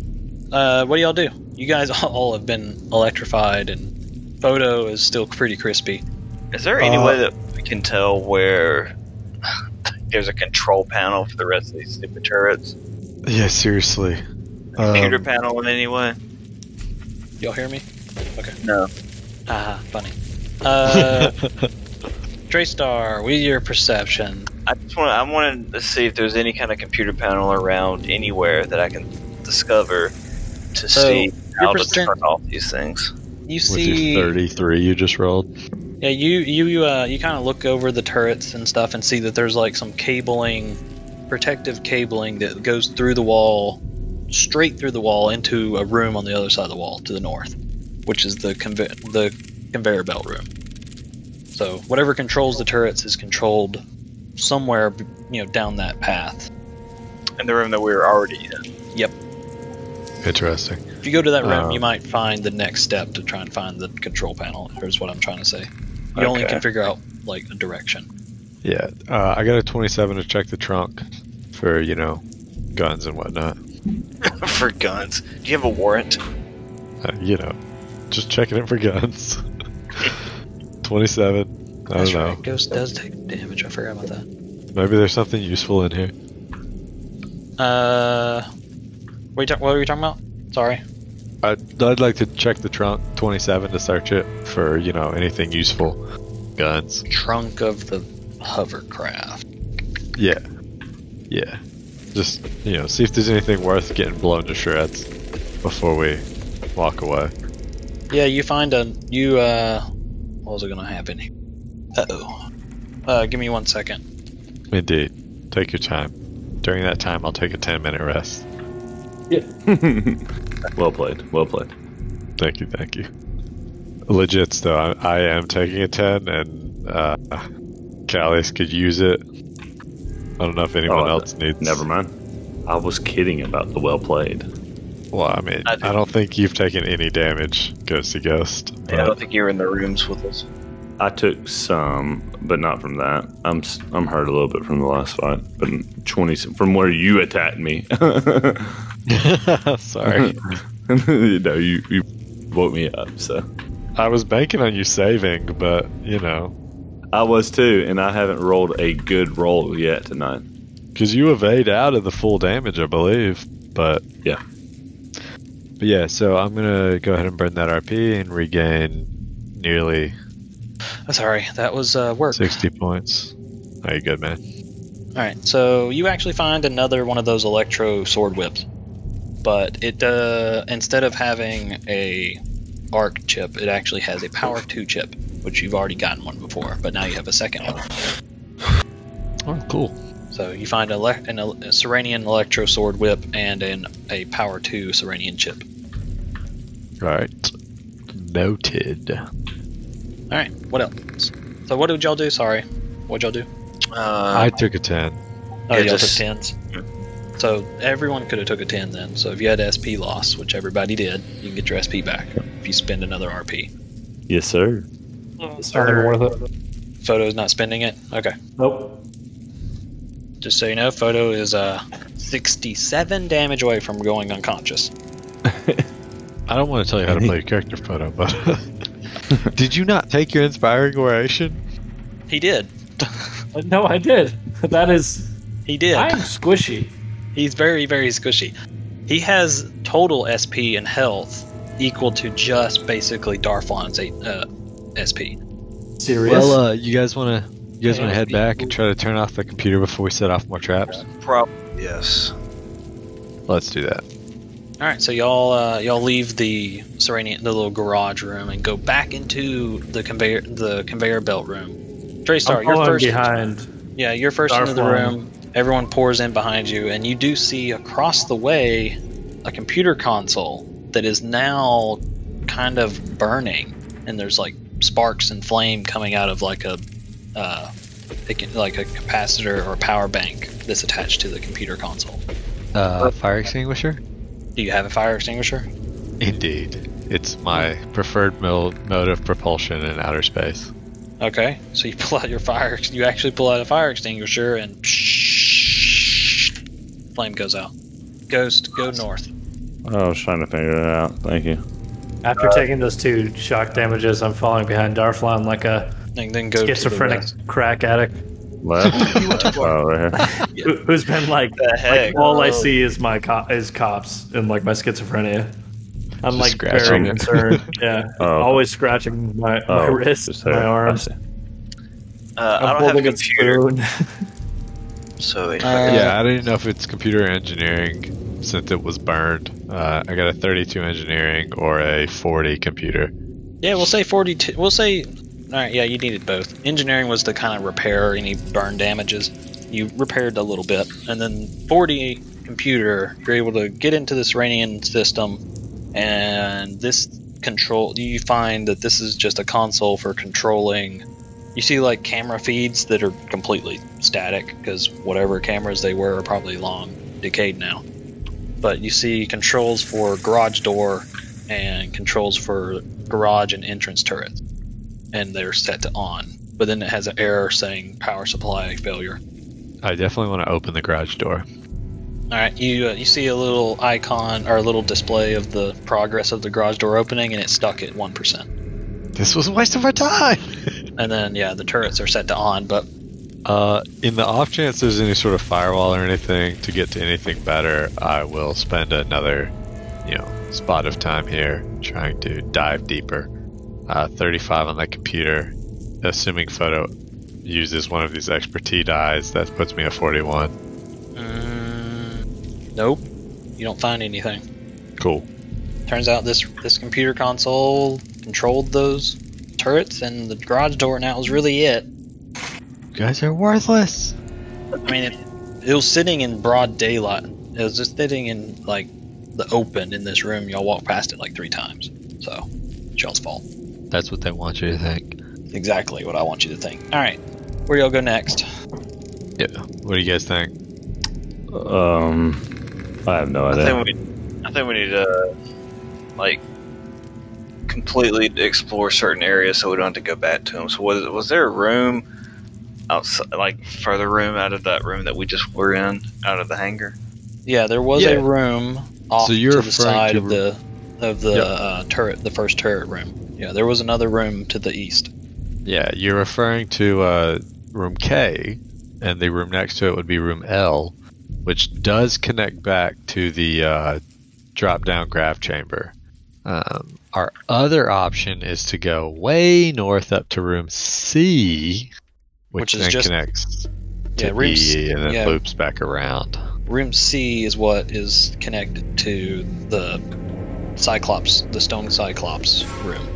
Speaker 4: uh, what do y'all do? You guys all have been electrified, and photo is still pretty crispy.
Speaker 2: Is there any
Speaker 7: Uh,
Speaker 2: way that we can tell where there's a control panel for the rest of these stupid turrets?
Speaker 6: Yeah, seriously.
Speaker 2: Computer
Speaker 6: Um,
Speaker 2: panel in any way?
Speaker 4: Y'all hear me? Okay.
Speaker 2: No.
Speaker 4: Ah, funny. Uh, Draystar, with your perception,
Speaker 2: I just want I wanted to see if there's any kind of computer panel around anywhere that I can discover to
Speaker 4: So,
Speaker 2: see how to
Speaker 4: percent-
Speaker 2: turn off these things.
Speaker 4: you
Speaker 6: with
Speaker 4: see.
Speaker 6: your 33 you just rolled.
Speaker 4: Yeah, you you uh, you kind of look over the turrets and stuff and see that there's like some cabling, protective cabling that goes through the wall, straight through the wall into a room on the other side of the wall to the north, which is the conve- the conveyor belt room. So whatever controls the turrets is controlled somewhere you know down that path.
Speaker 2: In the room that we were already in.
Speaker 6: Interesting.
Speaker 4: If you go to that room,
Speaker 6: Uh.
Speaker 4: you might find the next step to try and find the control panel. Here's what I'm trying to say. You only
Speaker 2: Okay.
Speaker 4: can figure out like a direction.
Speaker 6: Yeah, uh, I got a 27 to check the trunk for, you know, guns and whatnot.
Speaker 2: for guns. Do you have a warrant?
Speaker 6: Uh, you know, just checking it for guns. 27. I don't
Speaker 4: That's
Speaker 6: know.
Speaker 4: right. Ghost does take damage. I forgot about that.
Speaker 6: Maybe there's something useful in here.
Speaker 4: Uh, what, you ta- what were you talking about? Sorry.
Speaker 6: I'd, I'd like to check the trunk 27 to search it for, you know, anything useful. Guns.
Speaker 4: Trunk of the hovercraft.
Speaker 6: Yeah. Yeah. Just, you know, see if there's anything worth getting blown to shreds before we walk away.
Speaker 4: Yeah, you find a you. Uh, what was it gonna happen? Uh oh. Uh, give me one second.
Speaker 6: Indeed. Take your time. During that time, I'll take a 10 minute rest.
Speaker 1: well played. Well played.
Speaker 6: Thank you, thank you. Legit though, I, I am taking a ten, and uh, Callis could use it. I don't know if anyone
Speaker 1: Oh,
Speaker 6: else needs.
Speaker 1: Never mind. I was kidding about the well played.
Speaker 6: Well, I mean,
Speaker 2: I
Speaker 6: I,
Speaker 2: think-
Speaker 6: don't think you've taken any damage, Ghost to Ghost.
Speaker 2: Yeah, I
Speaker 6: but-
Speaker 2: don't think you were in the rooms with us.
Speaker 1: I took some, but not from that. I'm s- I'm hurt a little bit from the last fight, but twenty s- from where you attacked me.
Speaker 6: Sorry.
Speaker 1: no, you, you woke me up, so
Speaker 6: I was banking on you saving, but, you know.
Speaker 1: I was too, and I haven't rolled a good roll yet tonight.
Speaker 6: Because you evade out of the full damage, I believe. But.
Speaker 1: Yeah.
Speaker 6: But yeah, so I'm going to go ahead and burn that RP and regain nearly
Speaker 4: I'm Oh, sorry, that was uh, work.
Speaker 6: 60 points. Are you good, man?
Speaker 4: All right, so you actually find another one of those electro sword whips, but it uh, instead of having a arc chip, it actually has a power two chip, which you've already gotten one before, but now you have a second one.
Speaker 6: Oh, cool.
Speaker 4: So you find ele- an ele- a Serenian electro sword whip and an a power two Serenian chip.
Speaker 6: All right. Noted.
Speaker 4: All right, what else? So what did y'all do? Sorry, what y'all do?
Speaker 2: Uh,
Speaker 6: I took a 10.
Speaker 4: Oh,
Speaker 2: Yeah,
Speaker 4: y'all
Speaker 2: just-
Speaker 4: took tens. So everyone could have took a ten then. So if you had SP loss, which everybody did, you can get your SP back if you spend another RP.
Speaker 1: Yes, sir.
Speaker 7: It's not even worth it.
Speaker 4: Photo's not spending it. Okay.
Speaker 7: Nope.
Speaker 4: Just so you know, Photo is uh 67 damage away from going unconscious.
Speaker 6: I don't want to tell you how to play your character photo, but. Did you not take your inspiring oration?
Speaker 4: He did.
Speaker 7: Uh, No, I did. That is.
Speaker 4: He did.
Speaker 7: I am squishy.
Speaker 4: He's very very squishy. He has total SP and health equal to just basically Darflon's eight, uh, SP.
Speaker 7: Serious.
Speaker 6: Well, uh, you guys want to you guys want to
Speaker 4: Yeah.
Speaker 6: head back and try to turn off the computer before we set off more traps?
Speaker 2: probably yes.
Speaker 6: Let's do that.
Speaker 4: All right, so y'all uh, y'all leave the Serenian, the little garage room, and go back into the conveyor the conveyor belt room. Traystar,
Speaker 7: I'm
Speaker 4: you're
Speaker 7: following
Speaker 4: first.
Speaker 7: behind.
Speaker 4: Yeah, you're first into the
Speaker 7: Darflon.
Speaker 4: room. Everyone pours in behind you, and you do see across the way a computer console that is now kind of burning, and there's like sparks and flame coming out of like a uh, it can- like a capacitor or a power bank that's attached to the computer console.
Speaker 6: Uh, fire extinguisher.
Speaker 4: Do you have a fire extinguisher?
Speaker 6: Indeed, it's my preferred mo- mode of propulsion in outer space.
Speaker 4: Okay, so you pull out your fire. You actually pull out a fire extinguisher, and flame goes out. Ghost, go north.
Speaker 1: I was trying to figure it out. Thank you.
Speaker 7: After taking those two shock damages, I'm following behind Darflon like a
Speaker 4: And then go to the
Speaker 7: schizophrenic
Speaker 4: west.
Speaker 7: crack addict
Speaker 1: Left. oh, right here.
Speaker 7: who, who's been like,
Speaker 2: The heck?
Speaker 7: like all I see is my co- is cops and like my schizophrenia. I'm like
Speaker 6: scratching
Speaker 7: very
Speaker 6: it.
Speaker 7: concerned. yeah,
Speaker 1: Oh.
Speaker 7: always scratching my, my
Speaker 1: Oh,
Speaker 7: wrist,
Speaker 1: just there.
Speaker 7: my arms.
Speaker 1: I see.
Speaker 2: Uh, I
Speaker 7: I'm
Speaker 2: don't have a
Speaker 7: holding a
Speaker 2: computer,
Speaker 7: spoon.
Speaker 2: so if
Speaker 4: Uh,
Speaker 6: yeah, I didn't know if it's computer engineering since it was burned. Uh, I got a 32 engineering or a 40 computer.
Speaker 4: Yeah, we'll say 42. We'll say. Alright, yeah, you needed both. Engineering was to kind of repair any burn damages. You repaired a little bit. And then 40 computer, you're able to get into this Iranian system, and this control. You find that this is just a console for controlling. You see, like, camera feeds that are completely static, because whatever cameras they were are probably long decayed now. But you see controls for garage door and controls for garage and entrance turrets, and they're set to on. But then it has an error saying power supply failure.
Speaker 6: I definitely want to open the garage door.
Speaker 4: All right, you uh, you see a little icon or a little display of the progress of the garage door opening, and it's stuck at one percent.
Speaker 6: This was a waste of our time.
Speaker 4: And then yeah, the turrets are set to on, but
Speaker 6: Uh, in the off chance there's any sort of firewall or anything to get to anything better, I will spend another, you know, spot of time here trying to dive deeper. Uh, 35 on that computer, assuming photo uses one of these expertise eyes, that puts me at 41.
Speaker 4: mm, nope, you don't find anything.
Speaker 6: Cool.
Speaker 4: Turns out this this computer console controlled those turrets and the garage door, and that was really it.
Speaker 6: You guys are worthless.
Speaker 4: I mean, it, it was sitting in broad daylight. It was just sitting in like the open in this room. Y'all walked past it like three times. So, it's y'all's fault.
Speaker 6: That's what they want you to think.
Speaker 4: Exactly what I want you to think. All right, where y'all go next?
Speaker 6: What do you guys think?
Speaker 1: Um, I have no
Speaker 2: I
Speaker 1: idea.
Speaker 2: think we, I think we need to like completely explore certain areas so we don't have to go back to them. So was was there a room outside, like further room out of that room that we just were in, out of the hangar?
Speaker 4: Yeah, there was
Speaker 6: Yeah.
Speaker 4: a room off
Speaker 6: So you're
Speaker 4: to the
Speaker 6: referring
Speaker 4: side
Speaker 6: to
Speaker 4: of the of the
Speaker 6: Yep.
Speaker 4: uh, turret, the first turret room. Yeah, there was another room to the east.
Speaker 6: Yeah, you're referring to uh, room K, and the room next to it would be room L, which does connect back to the uh, drop down graph chamber. Um, our other option is to go way north up to room C, which,
Speaker 4: Which is
Speaker 6: then
Speaker 4: just-
Speaker 6: connects to
Speaker 4: Yeah, room
Speaker 6: E
Speaker 4: C,
Speaker 6: and then
Speaker 4: yeah.
Speaker 6: loops back around.
Speaker 4: Room C is what is connected to the Cyclops, the stone Cyclops room.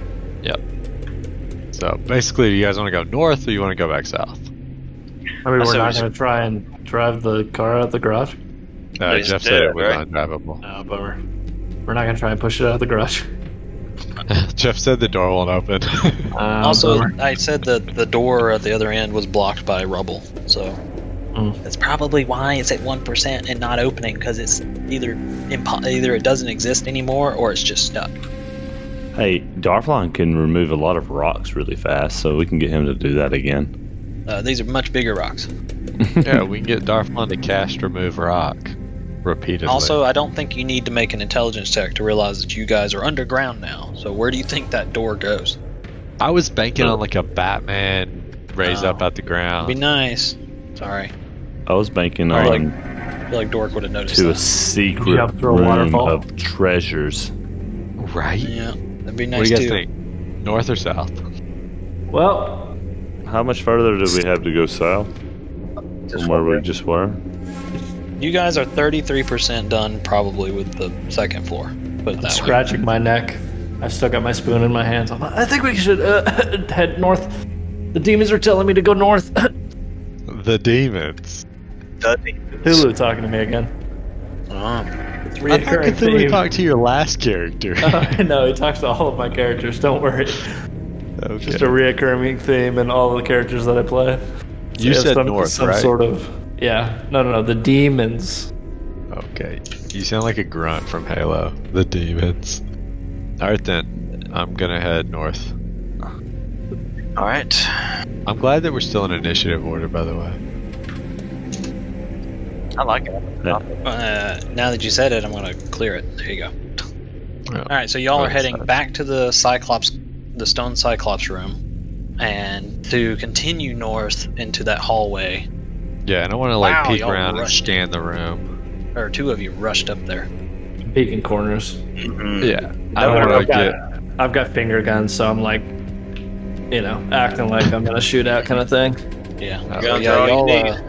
Speaker 6: So basically, do you guys want to go north or you want to go back south?
Speaker 5: I mean,
Speaker 2: I
Speaker 5: we're
Speaker 2: said
Speaker 5: not
Speaker 2: we
Speaker 5: going to try and drive the car out the garage.
Speaker 6: Uh,
Speaker 2: They just
Speaker 6: Jeff
Speaker 2: did
Speaker 6: said
Speaker 2: it,
Speaker 6: it was
Speaker 2: right?
Speaker 6: undrivable.
Speaker 5: No, bummer. We're not going to try and push it out of the garage.
Speaker 6: Jeff said the door won't open.
Speaker 5: Um,
Speaker 4: also,
Speaker 5: bummer.
Speaker 4: I said that the door at the other end was blocked by rubble, so
Speaker 5: Mm.
Speaker 4: that's probably why it's at one percent and not opening because it's either impo- either it doesn't exist anymore or it's just stuck.
Speaker 1: Hey, Darflon can remove a lot of rocks really fast, so we can get him to do that again.
Speaker 4: Uh, these are much bigger rocks.
Speaker 6: yeah, we can get Darflon to cast remove rock repeatedly.
Speaker 4: Also, I don't think you need to make an intelligence check to realize that you guys are underground now. So where do you think that door goes?
Speaker 6: I was banking on like a Batman raise
Speaker 4: Oh.
Speaker 6: up out the ground.
Speaker 4: Be nice. Sorry,
Speaker 1: I was banking
Speaker 4: Or like-
Speaker 1: on
Speaker 4: I feel like Dork would have noticed.
Speaker 1: to a
Speaker 4: that.
Speaker 1: secret
Speaker 5: Yeah, through a
Speaker 1: room
Speaker 5: waterfall.
Speaker 1: of treasures.
Speaker 6: right?
Speaker 4: Yeah, that'd be
Speaker 6: what
Speaker 4: nice
Speaker 6: do you guys
Speaker 4: too.
Speaker 6: think? North or south?
Speaker 5: well,
Speaker 1: How much further do we have to go south
Speaker 2: Just
Speaker 1: from where we
Speaker 2: wondering.
Speaker 1: just were?
Speaker 4: You guys are 33% done probably with the second floor. Put it that
Speaker 5: I'm
Speaker 4: way.
Speaker 5: scratching my neck. I've still got my spoon in my hands. I'm like, I think we should uh, head north. The demons are telling me to go north.
Speaker 6: The demons.
Speaker 5: Hulu talking to me again.
Speaker 4: Oh,
Speaker 5: It's
Speaker 6: I thought
Speaker 5: reoccurring
Speaker 6: Cthulhu
Speaker 5: theme.
Speaker 6: talked to your last character.
Speaker 5: I know he talks to all of my characters. Don't worry.
Speaker 6: Okay.
Speaker 5: Just a reoccurring theme in all the characters that I play.
Speaker 6: you
Speaker 5: Yeah,
Speaker 6: said
Speaker 5: some,
Speaker 6: north,
Speaker 5: some
Speaker 6: right?
Speaker 5: sort of. Yeah. No, no, no. The demons.
Speaker 6: Okay. You sound like a grunt from Halo. The demons. All right then. I'm gonna head north.
Speaker 2: All right.
Speaker 6: I'm glad that we're still in initiative order, by the way.
Speaker 2: I like it.
Speaker 4: uh, now that you said it, I'm going to clear it. There you go.
Speaker 6: Yeah.
Speaker 4: All right, so y'all are
Speaker 6: Right,
Speaker 4: heading
Speaker 6: so-
Speaker 4: back to the Cyclops, the stone Cyclops room, and to continue north into that hallway.
Speaker 6: Yeah, and I want to like
Speaker 4: Wow,
Speaker 6: peek
Speaker 4: y'all
Speaker 6: around and
Speaker 4: rushed.
Speaker 6: scan the room.
Speaker 4: Or two of you rushed up there.
Speaker 5: Peeking corners.
Speaker 2: Mhm.
Speaker 6: Yeah, I don't
Speaker 5: I've
Speaker 6: want to
Speaker 5: got-
Speaker 6: get
Speaker 5: I've got finger guns, so I'm like, you know, acting like I'm gonna shoot out kind of thing.
Speaker 4: Yeah.
Speaker 6: Oh.
Speaker 4: Yeah,
Speaker 2: Guns are all you
Speaker 4: y'all,
Speaker 2: need.
Speaker 4: uh,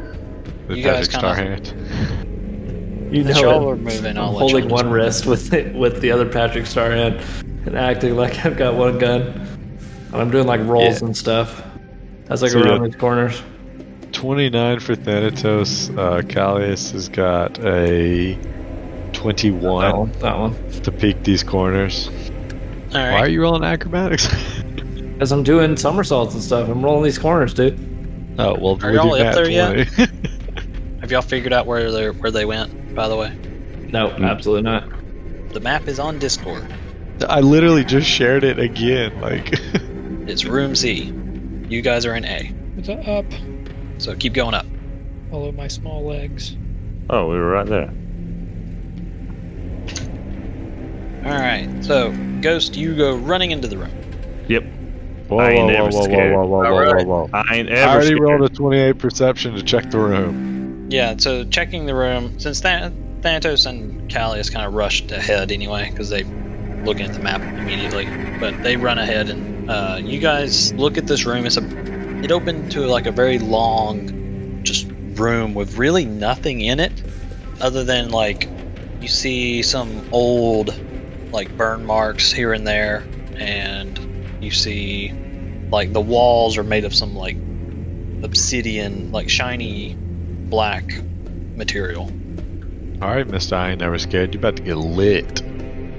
Speaker 6: the
Speaker 4: you guys
Speaker 6: Project Star Hand.
Speaker 5: You
Speaker 4: Since y'all are moving,
Speaker 5: I'm
Speaker 4: I'll let
Speaker 5: holding
Speaker 4: y'all
Speaker 5: one wrist with the, with the other Patrick Star hand and acting like I've got one gun. And I'm doing like rolls and stuff as I go
Speaker 6: So, yeah.
Speaker 5: around these corners.
Speaker 6: 29 for Thanatos. Uh, Callias has got a 21
Speaker 5: That one. That one.
Speaker 6: to peek these corners.
Speaker 4: All
Speaker 6: Why are
Speaker 4: right.
Speaker 6: you rolling acrobatics?
Speaker 5: As I'm doing somersaults and stuff, I'm rolling these corners, dude.
Speaker 6: oh, well,
Speaker 4: Are
Speaker 6: we
Speaker 4: y'all
Speaker 6: do
Speaker 4: up
Speaker 6: nat
Speaker 4: there yet?
Speaker 6: 20.
Speaker 4: Have y'all figured out where they where they went? By the way,
Speaker 5: No,
Speaker 6: Mm.
Speaker 5: absolutely not.
Speaker 4: the map is on Discord.
Speaker 6: I literally just shared it again. Like,
Speaker 4: It's room Z. You guys are in A,
Speaker 3: It's up.
Speaker 4: so keep going up.
Speaker 3: Follow my small legs.
Speaker 1: Oh, we were right there.
Speaker 4: All right. So, Ghost, you go running into the room.
Speaker 1: Yep.
Speaker 6: whoa,
Speaker 1: I ain't
Speaker 6: whoa,
Speaker 1: ever
Speaker 6: whoa, whoa,
Speaker 1: scared.
Speaker 6: whoa, whoa, whoa,
Speaker 2: Alright.
Speaker 6: whoa, whoa.
Speaker 1: I ain't
Speaker 6: I
Speaker 1: ever.
Speaker 6: already
Speaker 1: scared.
Speaker 6: rolled a 28 perception to check the room.
Speaker 4: Yeah. So checking the room since that Thanatos and Callias kind of rushed ahead anyway because they looking at the map immediately, but they run ahead and uh, you guys look at this room. It's a it opened to like a very long just room with really nothing in it other than like you see some old like burn marks here and there and you see like the walls are made of some like obsidian like shiny black material
Speaker 6: All right, Mister, I ain't never scared. You about to get lit.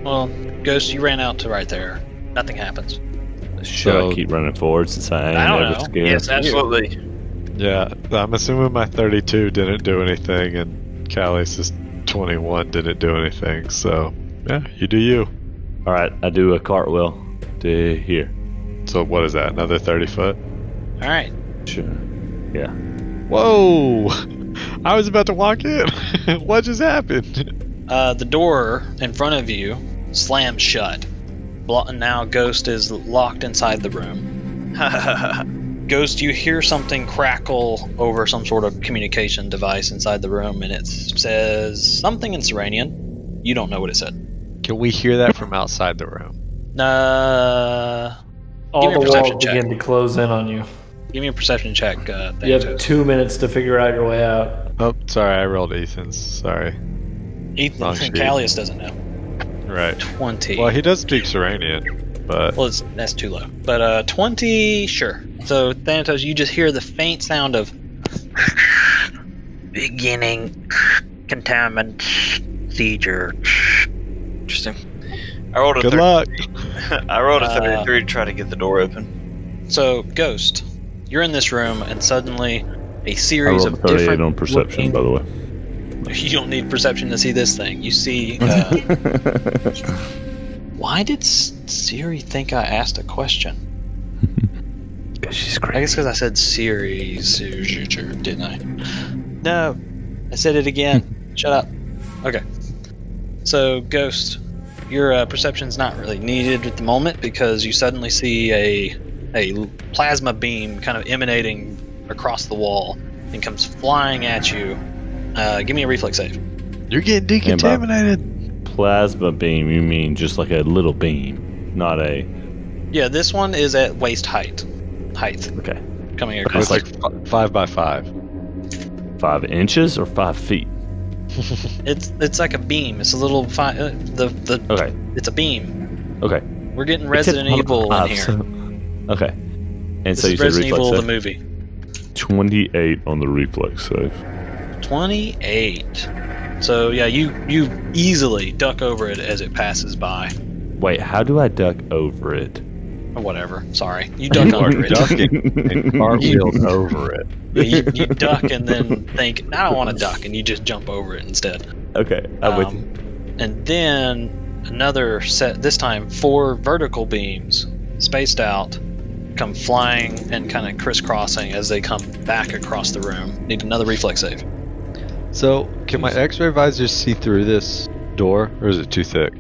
Speaker 4: Well, Ghost, you ran out to right there. Nothing happens.
Speaker 1: Should
Speaker 6: So-
Speaker 1: I keep running forward since I ain't
Speaker 4: I don't
Speaker 1: ever
Speaker 4: know.
Speaker 1: scared?
Speaker 2: Yes, absolutely.
Speaker 6: Yeah, I'm assuming my 32 didn't do anything, and Callie's 21 didn't do anything. So yeah, you do you.
Speaker 1: All right, I do a cartwheel to here.
Speaker 6: So what is that? Another 30 foot?
Speaker 4: All right.
Speaker 1: Sure.
Speaker 6: Whoa! I was about to walk in. what just happened?
Speaker 4: Uh, the door in front of you slams shut. Blo- Now Ghost is locked inside the room. Ghost, you hear something crackle over some sort of communication device inside the room, and it says something in Serenian. You don't know what it said.
Speaker 6: Can we hear that from outside the room?
Speaker 4: Uh,
Speaker 7: All
Speaker 4: Give me a
Speaker 7: the walls
Speaker 4: perception check.
Speaker 7: begin to close in on you.
Speaker 4: give me a perception check. Uh,
Speaker 5: You
Speaker 4: Thanatos.
Speaker 5: have two minutes to figure out your way out.
Speaker 6: Oh, sorry, I rolled Ethan's. Sorry.
Speaker 4: Ethan
Speaker 6: Oh,
Speaker 4: from
Speaker 6: shoot.
Speaker 4: Callius doesn't know.
Speaker 6: Right.
Speaker 4: 20.
Speaker 6: Well, he does speak Serenian, but
Speaker 4: Well, it's, that's too low. But uh, 20, sure. So, Thanatos, you just hear the faint sound of beginning containment seizure.
Speaker 2: Interesting. I rolled a
Speaker 6: good
Speaker 2: thir-
Speaker 6: luck.
Speaker 2: I rolled a
Speaker 4: Uh,
Speaker 2: 33 to try to get the door open.
Speaker 4: So, Ghost, you're in this room, and suddenly a series
Speaker 1: I rolled
Speaker 4: of
Speaker 1: a 38
Speaker 4: different.
Speaker 1: on perception, by the way.
Speaker 4: You don't need perception to see this thing. You see. Uh, why did S- Siri think I asked a question?
Speaker 1: She's
Speaker 4: I guess because I said Siri, Siri, didn't I? No, I said it again. Shut up. Okay. So, Ghost, your uh, perception's not really needed at the moment because you suddenly see a a plasma beam kind of emanating across the wall and comes flying at you. Uh, give me a reflex save.
Speaker 6: You're getting decontaminated.
Speaker 1: Plasma beam, you mean just like a little beam, not a.
Speaker 4: Yeah, this one is at waist height. Height
Speaker 1: Okay.
Speaker 4: coming
Speaker 6: It was
Speaker 4: across.
Speaker 6: like f- five by five.
Speaker 1: Five inches or five feet?
Speaker 4: It's it's like a beam. It's a little fi- uh, the the
Speaker 1: Okay.
Speaker 4: it's a beam.
Speaker 1: Okay.
Speaker 4: We're getting Resident
Speaker 1: Oh. It's
Speaker 4: Evil in
Speaker 1: five,
Speaker 4: here.
Speaker 1: so- Okay. And
Speaker 4: This
Speaker 1: so you
Speaker 4: is
Speaker 1: said
Speaker 4: Resident
Speaker 1: reflex
Speaker 4: Evil the
Speaker 1: save?
Speaker 4: movie.
Speaker 1: 28 on the reflex save.
Speaker 4: 28. So yeah, you you easily duck over it as it passes by.
Speaker 1: Wait, how do I duck over it?
Speaker 4: Or whatever. Sorry. You duck
Speaker 6: are
Speaker 4: under it.
Speaker 6: ducking and cartwheeled over it.
Speaker 4: Yeah, you, you duck and then think, I don't want to duck, and you just jump over it instead.
Speaker 1: Okay, I'm with you.
Speaker 4: Um, And then another set, this time four vertical beams spaced out come flying and kind of crisscrossing as they come back across the room. Need another reflex save.
Speaker 6: So, can my X-ray visor see through this door, or is it too thick?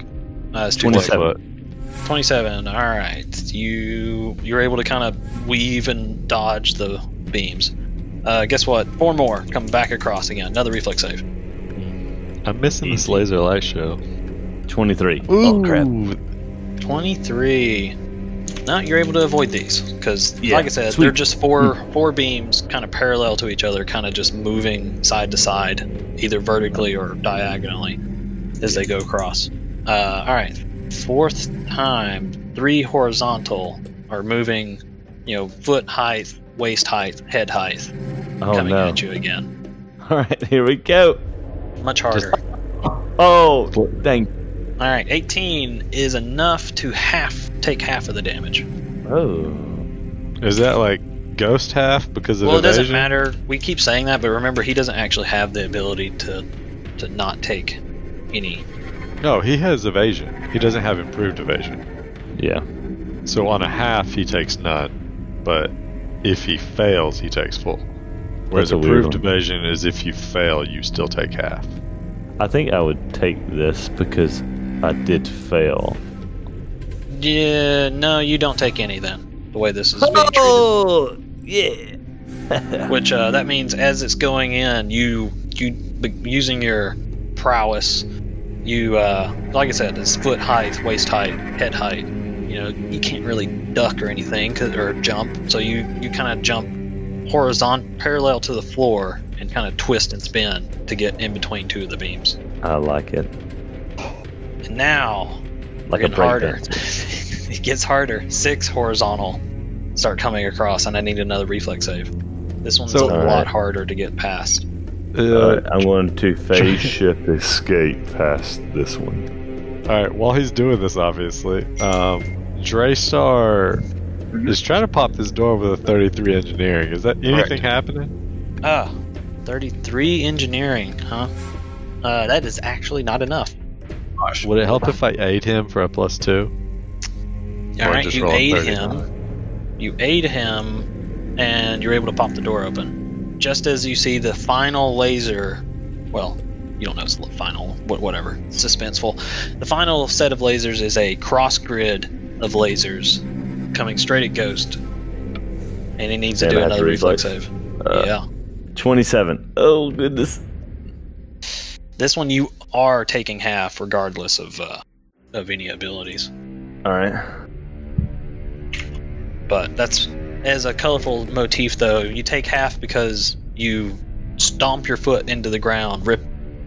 Speaker 4: Uh, it's too late.
Speaker 1: 27.
Speaker 4: 27 all right you you're able to kind of weave and dodge the beams uh, guess what four more come back across again another reflex save
Speaker 6: I'm missing this laser light show.
Speaker 1: 23. Oh, crap.
Speaker 4: 23 no you're able to avoid these because
Speaker 1: Yeah,
Speaker 4: like i said
Speaker 1: sweet. Hmm.
Speaker 4: they're just four four beams kind of parallel to each other kind of just moving side to side either vertically or diagonally as they go across uh, all right fourth time three horizontal are moving you know foot height waist height head height
Speaker 1: Oh,
Speaker 4: coming
Speaker 1: no.
Speaker 4: at you again
Speaker 1: All right, here we go.
Speaker 4: much harder
Speaker 1: Oh, dang.
Speaker 4: all right 18 is enough to half take half of the damage
Speaker 1: Oh.
Speaker 6: Is that like ghost half because of
Speaker 4: well, it
Speaker 6: evasion?
Speaker 4: doesn't matter. We keep saying that, but remember, he doesn't actually have the ability to to not take any.
Speaker 6: No, he has evasion. He doesn't have improved evasion.
Speaker 1: Yeah.
Speaker 6: So on a half, he takes none, but if he fails, he takes full. Whereas
Speaker 1: That's a weird
Speaker 6: improved
Speaker 1: one.
Speaker 6: evasion is if you fail, you still take half.
Speaker 1: I think I would take this because I did fail.
Speaker 4: Yeah, no, you don't take any then. The way this is being treated,
Speaker 1: yeah.
Speaker 4: which uh, that means as it's going in, you you b- using your prowess, you uh, like I said, it's foot height, waist height, head height. You know, you can't really duck or anything 'cause- or jump, so you you kind of jump horizontal parallel to the floor and kind of twist and spin to get in between two of the beams.
Speaker 1: I like it.
Speaker 4: And now,
Speaker 1: Like a
Speaker 4: getting
Speaker 1: break
Speaker 4: harder.
Speaker 1: dance.
Speaker 4: it gets harder. Six horizontal start coming across, and I need another reflex save. This one's
Speaker 6: So-
Speaker 4: a
Speaker 1: Alright.
Speaker 4: lot harder to get past.
Speaker 6: Uh,
Speaker 1: Alright, I'm going to phase shift escape past this one.
Speaker 6: All right. While he's doing this, obviously, um, Draystar is trying to pop this door with a 33 engineering. Is that anything
Speaker 4: Correct.
Speaker 6: happening?
Speaker 4: Ah, 33 engineering, huh? Uh, that is actually not enough.
Speaker 2: Gosh.
Speaker 6: Would it help if I aid him for a plus two?
Speaker 4: All
Speaker 6: Or
Speaker 4: right,
Speaker 6: just
Speaker 4: you
Speaker 6: roll a
Speaker 4: aid
Speaker 6: 39?
Speaker 4: him. You aid him, and you're able to pop the door open. Just as you see the final laser, well, you don't know it's the final, but whatever, it's suspenseful. The final set of lasers is a cross grid of lasers coming straight at Ghost, and he needs to
Speaker 1: And
Speaker 4: do
Speaker 1: I have to
Speaker 4: another reflex
Speaker 1: reflex.
Speaker 4: save.
Speaker 1: Uh,
Speaker 4: yeah,
Speaker 1: 27. Oh, goodness.
Speaker 4: this one you are taking half, regardless of uh, of any abilities.
Speaker 1: Alright.
Speaker 4: but that's as a colorful motif though you take half because you stomp your foot into the ground rip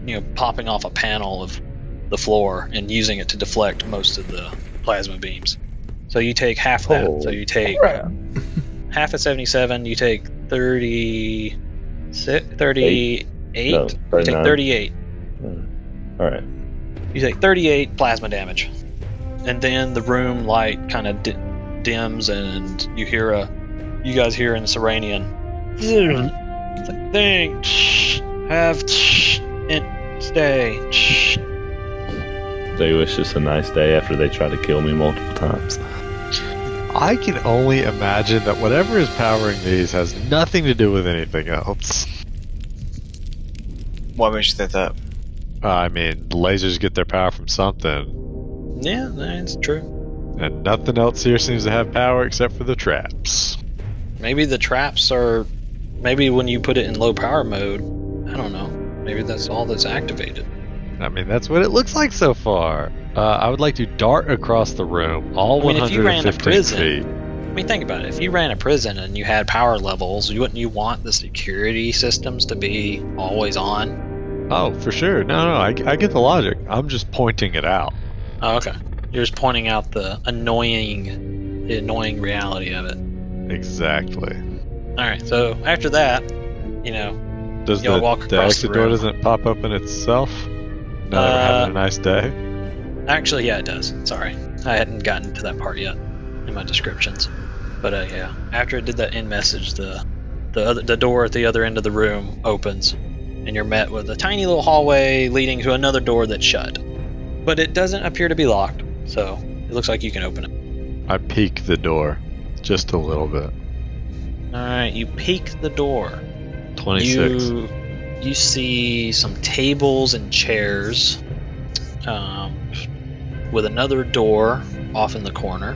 Speaker 4: you know popping off a panel of the floor and using it to deflect most of the plasma beams so you take half that
Speaker 1: Oh.
Speaker 4: so you take half at 77 you take 30 si- 38
Speaker 1: No,
Speaker 4: you take
Speaker 1: 39.
Speaker 4: 38
Speaker 1: Alright.
Speaker 4: you take 38 plasma damage. And then the room light kind of di- dims, and you hear a. You guys hear in Serenian. It's like, Think, have, and stay.
Speaker 1: They wish us a nice day after they try to kill me multiple times.
Speaker 6: I can only imagine that whatever is powering these has nothing to do with anything else.
Speaker 2: Why makes you think that?
Speaker 6: I mean, lasers get their power from something,
Speaker 4: Yeah, that's true.
Speaker 6: and nothing else here seems to have power except for the traps.
Speaker 4: Maybe the traps are. Maybe when you put it in low power mode, I don't know. Maybe that's all that's activated.
Speaker 6: I mean, that's what it looks like so far. Uh, I would like to dart across the room, all
Speaker 4: I mean, if you ran a
Speaker 6: 115
Speaker 4: prison-
Speaker 6: feet.
Speaker 4: I mean, think about it. If you ran a prison and you had power levels, you wouldn't you want the security systems to be always on?
Speaker 6: Oh, for sure. No, no, I, I get the logic. I'm just pointing it out.
Speaker 4: Oh, okay. You're just pointing out the annoying, the annoying reality of it.
Speaker 6: Exactly.
Speaker 4: All right. So after that, you know,
Speaker 6: Does
Speaker 4: Y'all
Speaker 6: the,
Speaker 4: walk
Speaker 6: the
Speaker 4: across the
Speaker 6: exit door
Speaker 4: room. Uh,
Speaker 6: doesn't pop open itself? No, we're having a nice day.
Speaker 4: actually, yeah, it does. Sorry, I hadn't gotten to that part yet in my descriptions. But uh, yeah, after it did that end message, the the other, the door at the other end of the room opens, and you're met with a tiny little hallway leading to another door that's shut. But it doesn't appear to be locked, so it looks like you can open it.
Speaker 6: I peek the door just a little bit.
Speaker 4: All right, you peek the door.
Speaker 6: 26.
Speaker 4: You you see some tables and chairs, um, with another door off in the corner,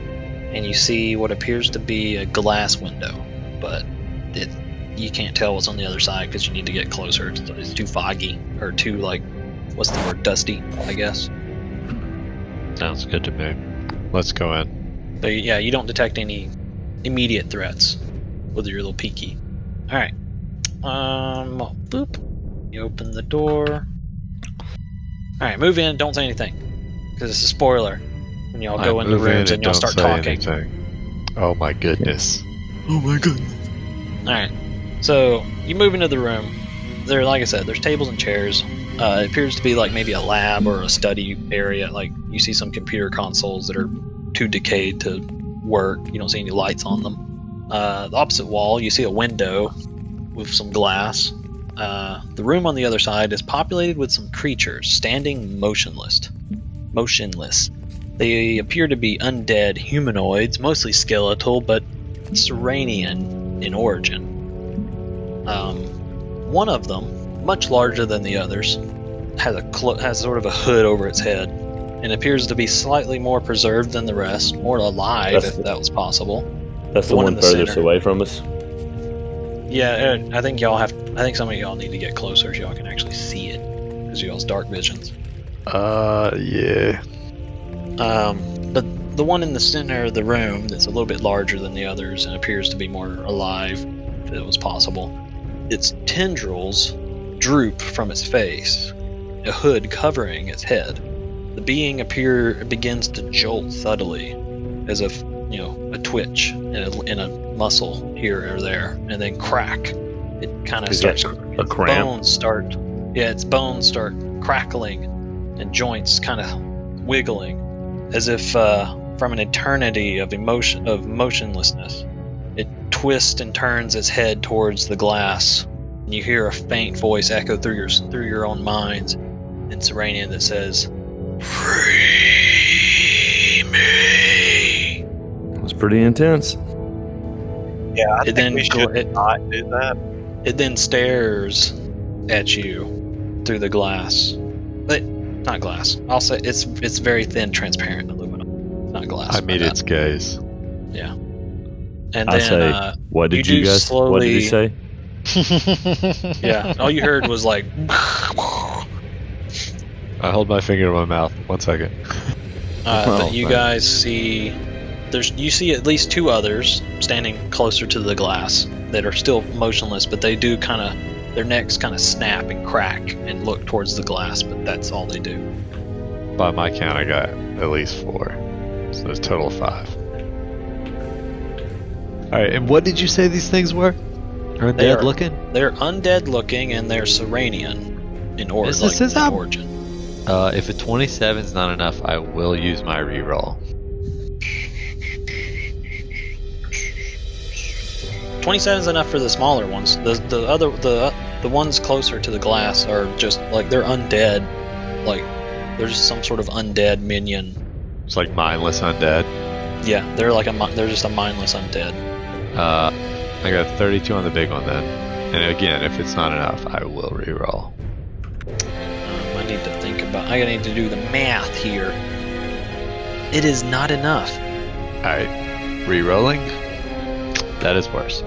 Speaker 4: and you see what appears to be a glass window, but it you can't tell what's on the other side because you need to get closer. It's, it's too foggy or too like what's the word dusty, I guess.
Speaker 6: Sounds good to me. Let's go in.
Speaker 4: But yeah, you don't detect any immediate threats with your little peeky. All right. Um, boop. You open the door. All right, move in. Don't say anything because it's a spoiler. And y'all go
Speaker 6: I
Speaker 4: in the
Speaker 6: move
Speaker 4: rooms and y'all
Speaker 6: don't
Speaker 4: start
Speaker 6: say
Speaker 4: talking.
Speaker 6: anything. Oh my goodness.
Speaker 4: All right. So you move into the room. There, like I said, there's tables and chairs. Uh, it appears to be like maybe a lab or a study area. Like you see some computer consoles that are too decayed to work. You don't see any lights on them. Uh, the opposite wall, you see a window with some glass. Uh, the room on the other side is populated with some creatures standing motionless. Motionless. They appear to be undead humanoids, mostly skeletal, but Serenian in origin. Um, one of them, much larger than the others, has a clo- has sort of a hood over its head, and appears to be slightly more preserved than the rest, more alive
Speaker 1: That's-
Speaker 4: if that was possible.
Speaker 1: That's the
Speaker 4: One
Speaker 1: one,
Speaker 4: in the
Speaker 1: furthest
Speaker 4: center.
Speaker 1: away from us.
Speaker 4: Yeah, Aaron, I think y'all have. I think some of y'all need to get closer so y'all can actually see it, because y'all's dark visions.
Speaker 6: Uh, yeah.
Speaker 4: Um, but the one in the center of the room that's a little bit larger than the others and appears to be more alive, if it was possible. Its tendrils droop from its face, a hood covering its head. The being appear begins to jolt subtly, as if you know a twitch in a, in a muscle here or there, and then crack, it kind of
Speaker 1: Is there
Speaker 4: starts
Speaker 1: a cramp?
Speaker 4: bones start yeah its bones start crackling and joints kind of wiggling as if uh, from an eternity of emotion of motionlessness it twists and turns its head towards the glass and you hear a faint voice echo through your through your own minds in Serenian that says free me
Speaker 8: It was pretty intense.
Speaker 2: Yeah, I
Speaker 4: it
Speaker 2: think
Speaker 4: then
Speaker 2: we should
Speaker 4: gl- it,
Speaker 2: not do that.
Speaker 4: it then stares at you through the glass but not glass i'll say it's it's very thin transparent aluminum not glass
Speaker 6: I
Speaker 4: my
Speaker 6: meet
Speaker 4: bad.
Speaker 6: its gaze.
Speaker 4: and
Speaker 1: I
Speaker 4: then
Speaker 1: say-
Speaker 4: uh,
Speaker 1: What did
Speaker 4: You
Speaker 1: you,
Speaker 4: do
Speaker 1: guys? What did you
Speaker 4: slowly-
Speaker 1: say?
Speaker 4: yeah all you heard was like
Speaker 6: I hold my finger to my mouth. One second.
Speaker 4: Uh,
Speaker 8: Oh,
Speaker 4: th- you
Speaker 8: thanks.
Speaker 4: guys see there's you see at least two others standing closer to the glass that are still motionless, but they do kind of their necks kind of snap and crack and look towards the glass, but that's all they do.
Speaker 6: By my count, I got at least four. So it's total of five. All right, and what did you say these things were? Are
Speaker 4: They
Speaker 6: they
Speaker 4: are-
Speaker 6: looking?
Speaker 4: They're undead looking and they're Serenian in, or-
Speaker 6: Is
Speaker 4: like,
Speaker 6: this his
Speaker 4: in
Speaker 6: up?
Speaker 4: origin.
Speaker 6: Uh, if a 27 is not enough, I will use my reroll.
Speaker 4: Twenty seven's enough for the smaller ones. The the other the the ones closer to the glass are just like they're undead, like they're just some sort of undead minion
Speaker 6: It's like mindless undead.
Speaker 4: Yeah, they're like a mi- they're just a mindless undead.
Speaker 6: Uh, I got 32 on the big one then. And again, if it's not enough, I will reroll.
Speaker 4: Um, I need to think about. I need to do the math here. It is not enough.
Speaker 6: All right, rerolling. That is worse.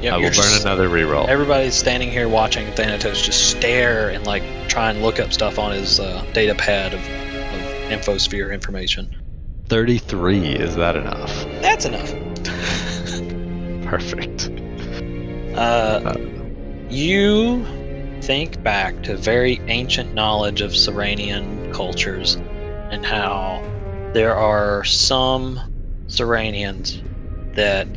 Speaker 4: Yeah,
Speaker 6: I will burn another reroll.
Speaker 4: Everybody's standing here watching Thanatos just stare and like try and look up stuff on his uh, data pad of, of infosphere information.
Speaker 6: 33 is that enough?
Speaker 4: That's enough.
Speaker 6: Perfect.
Speaker 4: Uh, you think back to very ancient knowledge of Serenian cultures and how there are some Serenians that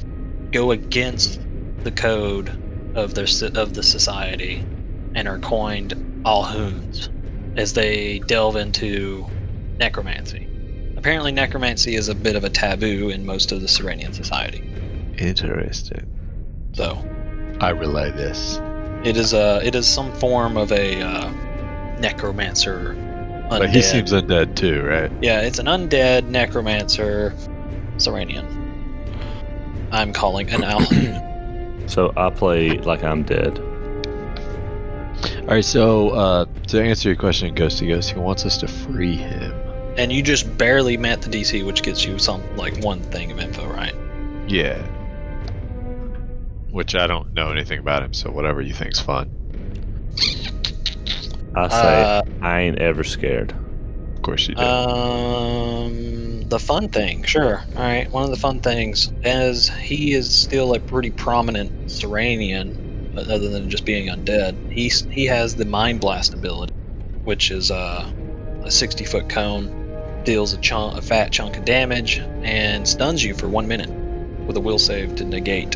Speaker 4: go against the code of their so- of the society and are coined Alhuns as they delve into necromancy. Apparently, necromancy is a bit of a taboo in most of the Serenian society.
Speaker 6: Interesting.
Speaker 4: So,
Speaker 6: I relay this.
Speaker 4: It is a. It is some form of a uh, necromancer. Undead.
Speaker 6: But he seems undead too, right?
Speaker 4: Yeah, it's an undead necromancer, Serenian. I'm calling an Alhun.
Speaker 1: So I play like I'm dead.
Speaker 6: All right, so uh, to answer your question, Ghosty Ghost, he wants us to free him.
Speaker 4: and you just barely met the DC, which gets you some like one thing of info, right?
Speaker 6: Yeah. Which I don't know anything about him, so whatever you think's fun.
Speaker 1: I say
Speaker 4: Uh,
Speaker 1: I ain't ever scared.
Speaker 6: Of course you do.
Speaker 4: um, the fun thing, sure. All right, one of the fun things is he is still a pretty prominent Serenian, other than just being undead. He s- he has the mind blast ability, which is uh, a 60 foot cone, deals a chunk, a fat chunk of damage, and stuns you for one minute with a will save to negate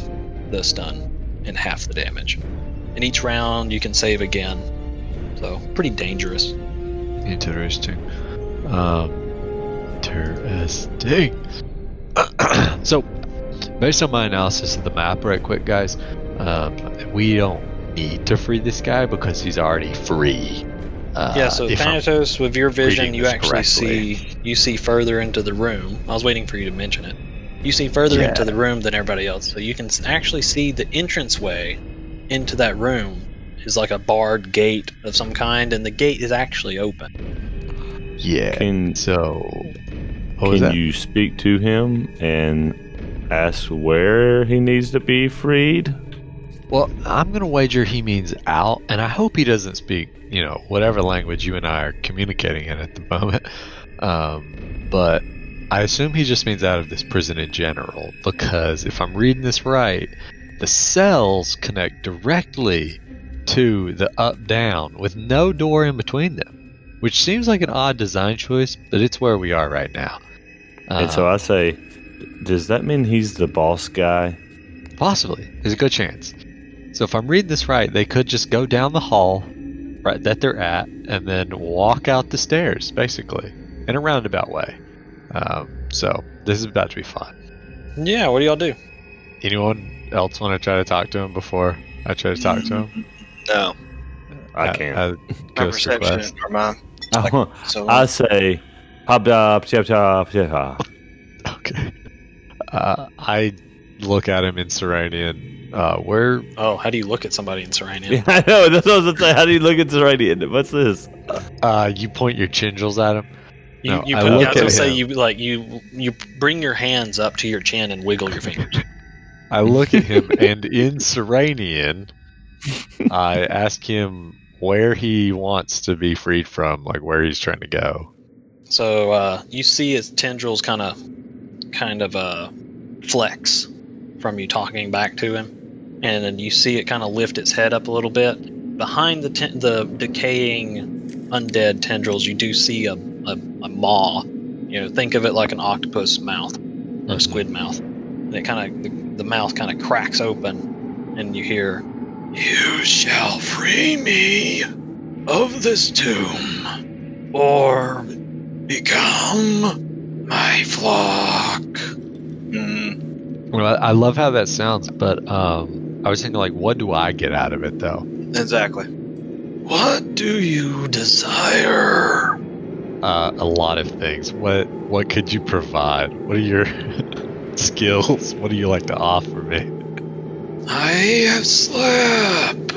Speaker 4: the stun and half the damage. And each round you can save again, so pretty dangerous.
Speaker 6: Interesting. Um, interesting. so, based on my analysis of the map, right quick, guys, um, we don't need to free this guy because he's already free. Uh,
Speaker 4: yeah so
Speaker 6: if I'm-
Speaker 4: thanatos with your vision
Speaker 6: reading
Speaker 4: you
Speaker 6: this
Speaker 4: actually
Speaker 6: correctly.
Speaker 4: see you see further into the room i was waiting for you to mention it you see further
Speaker 6: Yeah.
Speaker 4: into the room than everybody else so you can s- actually see the entranceway into that room is like a barred gate of some kind and the gate is actually open
Speaker 6: yeah.
Speaker 1: Can
Speaker 6: so, what was
Speaker 1: can
Speaker 6: that?
Speaker 1: you speak to him and ask where he needs to be freed?
Speaker 6: Well, I'm going to wager he means out, and I hope he doesn't speak, you know, whatever language you and I are communicating in at the moment. Um, but I assume he just means out of this prison in general, because if I'm reading this right, the cells connect directly to the up down with no door in between them, which seems like an odd design choice, but it's where we are right now. Uh,
Speaker 1: and so
Speaker 6: Uh-huh.
Speaker 1: I say, does that mean he's the boss guy?
Speaker 6: Possibly. There's a good chance. So if I'm reading this right, they could just go down the hall right that they're at and then walk out the stairs, basically, in a roundabout way. Um, so this is about to be fun.
Speaker 4: Yeah, what do y'all do?
Speaker 6: Anyone else want to try to talk to him before I try to talk to him?
Speaker 2: No,
Speaker 6: Uh,
Speaker 8: I can't.
Speaker 6: I,
Speaker 2: my
Speaker 6: ghost request. Uh,
Speaker 2: perception or my
Speaker 8: I, want-
Speaker 2: so
Speaker 8: I say, hop up, chop chop, chop.
Speaker 6: Okay. Uh, I look at him in Serenian. Uh, where
Speaker 4: Oh, how do you look at somebody in Serenian?
Speaker 8: Yeah, I know. That's what I was gonna say. How do you look at the right end? What's this?
Speaker 6: uh, you point your chindrels at him.
Speaker 4: You,
Speaker 6: No,
Speaker 4: you
Speaker 6: I
Speaker 4: put,
Speaker 6: look
Speaker 4: yeah, I was
Speaker 6: at
Speaker 4: gonna say
Speaker 6: him.
Speaker 4: you like you you bring your hands up to your chin and wiggle your fingers.
Speaker 6: I look at him, and in Serenian, I ask him where he wants to be freed from, like where he's trying to go.
Speaker 4: so uh, you see his tendrils kind of kind of uh, flex from you talking back to him, and then you see it kind of lift its head up a little bit. Behind the ten- the decaying undead tendrils, you do see a, a, a maw. You know, think of it like an octopus mouth, or a squid mouth. And it kind of the, the mouth kind of cracks open, and you hear, "You shall free me of this tomb, or become my flock."
Speaker 2: mm,
Speaker 6: Well, I I love how that sounds, but um, I was thinking, like, what do I get out of it, though?
Speaker 2: exactly.
Speaker 4: What do you desire?
Speaker 6: Uh, a lot of things. What What could you provide? What are your skills? What do you like to offer me?
Speaker 4: I have slept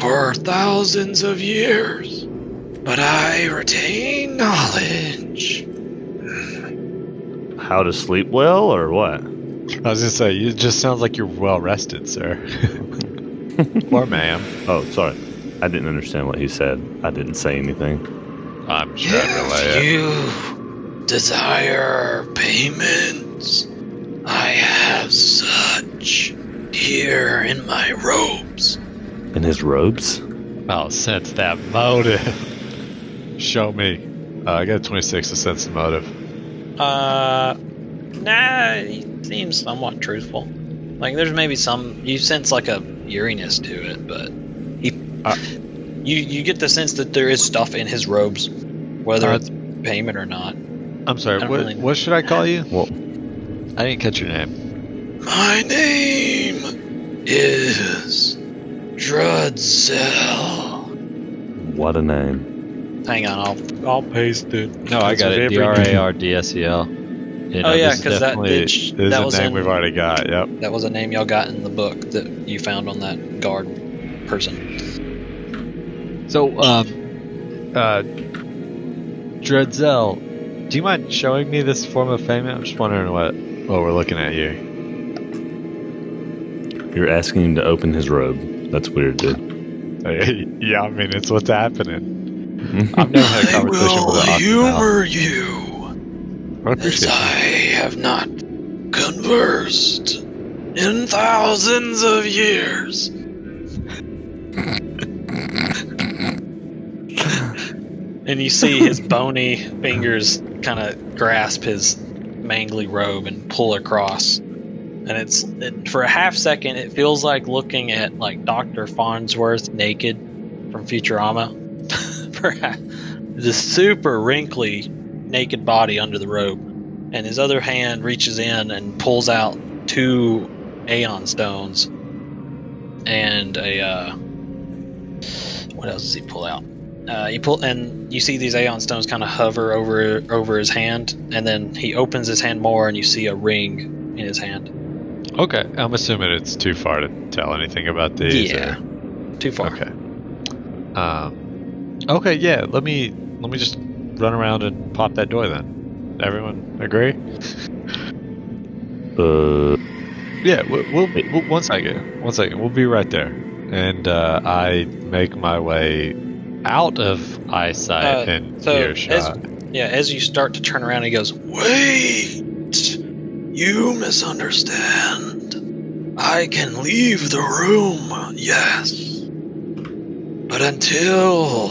Speaker 4: for thousands of years, but I retain knowledge.
Speaker 8: How to sleep well or what?
Speaker 6: I was gonna say, it just sounds like you're well rested, sir, or ma'am.
Speaker 8: Oh, sorry. I didn't understand what he said. I didn't say anything.
Speaker 6: I'm sure I'd relay
Speaker 4: If
Speaker 6: it.
Speaker 4: you desire payments, I have such here in my robes.
Speaker 8: In his robes?
Speaker 6: I'll sense that motive. Show me. Uh, I got a 26 to sense the motive.
Speaker 4: Uh, nah, he seems somewhat truthful. Like, there's maybe some you sense like a eeriness to it, but he,
Speaker 6: Uh,
Speaker 4: you you get the sense that there is stuff in his robes, whether
Speaker 6: Uh,
Speaker 4: it's payment or not.
Speaker 6: I'm
Speaker 4: I
Speaker 6: sorry.
Speaker 4: don't
Speaker 6: What,
Speaker 4: really-
Speaker 6: what should I call you?
Speaker 8: Well-
Speaker 6: I didn't catch your name.
Speaker 4: My name is Drudzel.
Speaker 8: What a name.
Speaker 4: Hang on, I'll I'll paste it.
Speaker 6: No, Oh, I got it. D R A R D S E L.
Speaker 4: know, Oh, yeah, this is 'cause that definitely- bitch-
Speaker 6: this is
Speaker 4: that
Speaker 6: a
Speaker 4: was
Speaker 6: name
Speaker 4: in-
Speaker 6: we've already got. Yep.
Speaker 4: That was a name y'all got in the book that you found on that guard person.
Speaker 6: So, um, uh, Dredzel, do you mind showing me this form of payment? I'm just wondering what what we're looking at here.
Speaker 8: You're asking him to open his robe. That's weird, dude.
Speaker 6: yeah, I mean it's what's happening. I've never had a conversation with an humor.
Speaker 4: you
Speaker 6: I appreciate it.
Speaker 4: have not conversed in thousands of years. and you see his bony fingers kind of grasp his mangly robe and pull across. And it's it, for a half second, it feels like looking at like Doctor Farnsworth naked from Futurama. for a- the super wrinkly naked body under the robe, and his other hand reaches in and pulls out two Aeon stones and a uh, what else does he pull out? Uh, you pull and you see these Aeon stones kind of hover over over his hand, and then he opens his hand more, and you see a ring in his hand.
Speaker 6: Okay, I'm assuming it's too far to tell anything about these.
Speaker 4: yeah,
Speaker 6: or-
Speaker 4: too far.
Speaker 6: okay. Um. Okay. Yeah. Let me let me just run around and pop that door then. Everyone agree?
Speaker 8: Uh,
Speaker 6: Yeah. We'll, we'll, we'll one second. One second. We'll be right there. And uh, I make my way out of eyesight
Speaker 4: Uh,
Speaker 6: and
Speaker 4: so
Speaker 6: earshot.
Speaker 4: Yeah, as you start to turn around, he goes, Wait! You misunderstand. I can leave the room, yes. But until.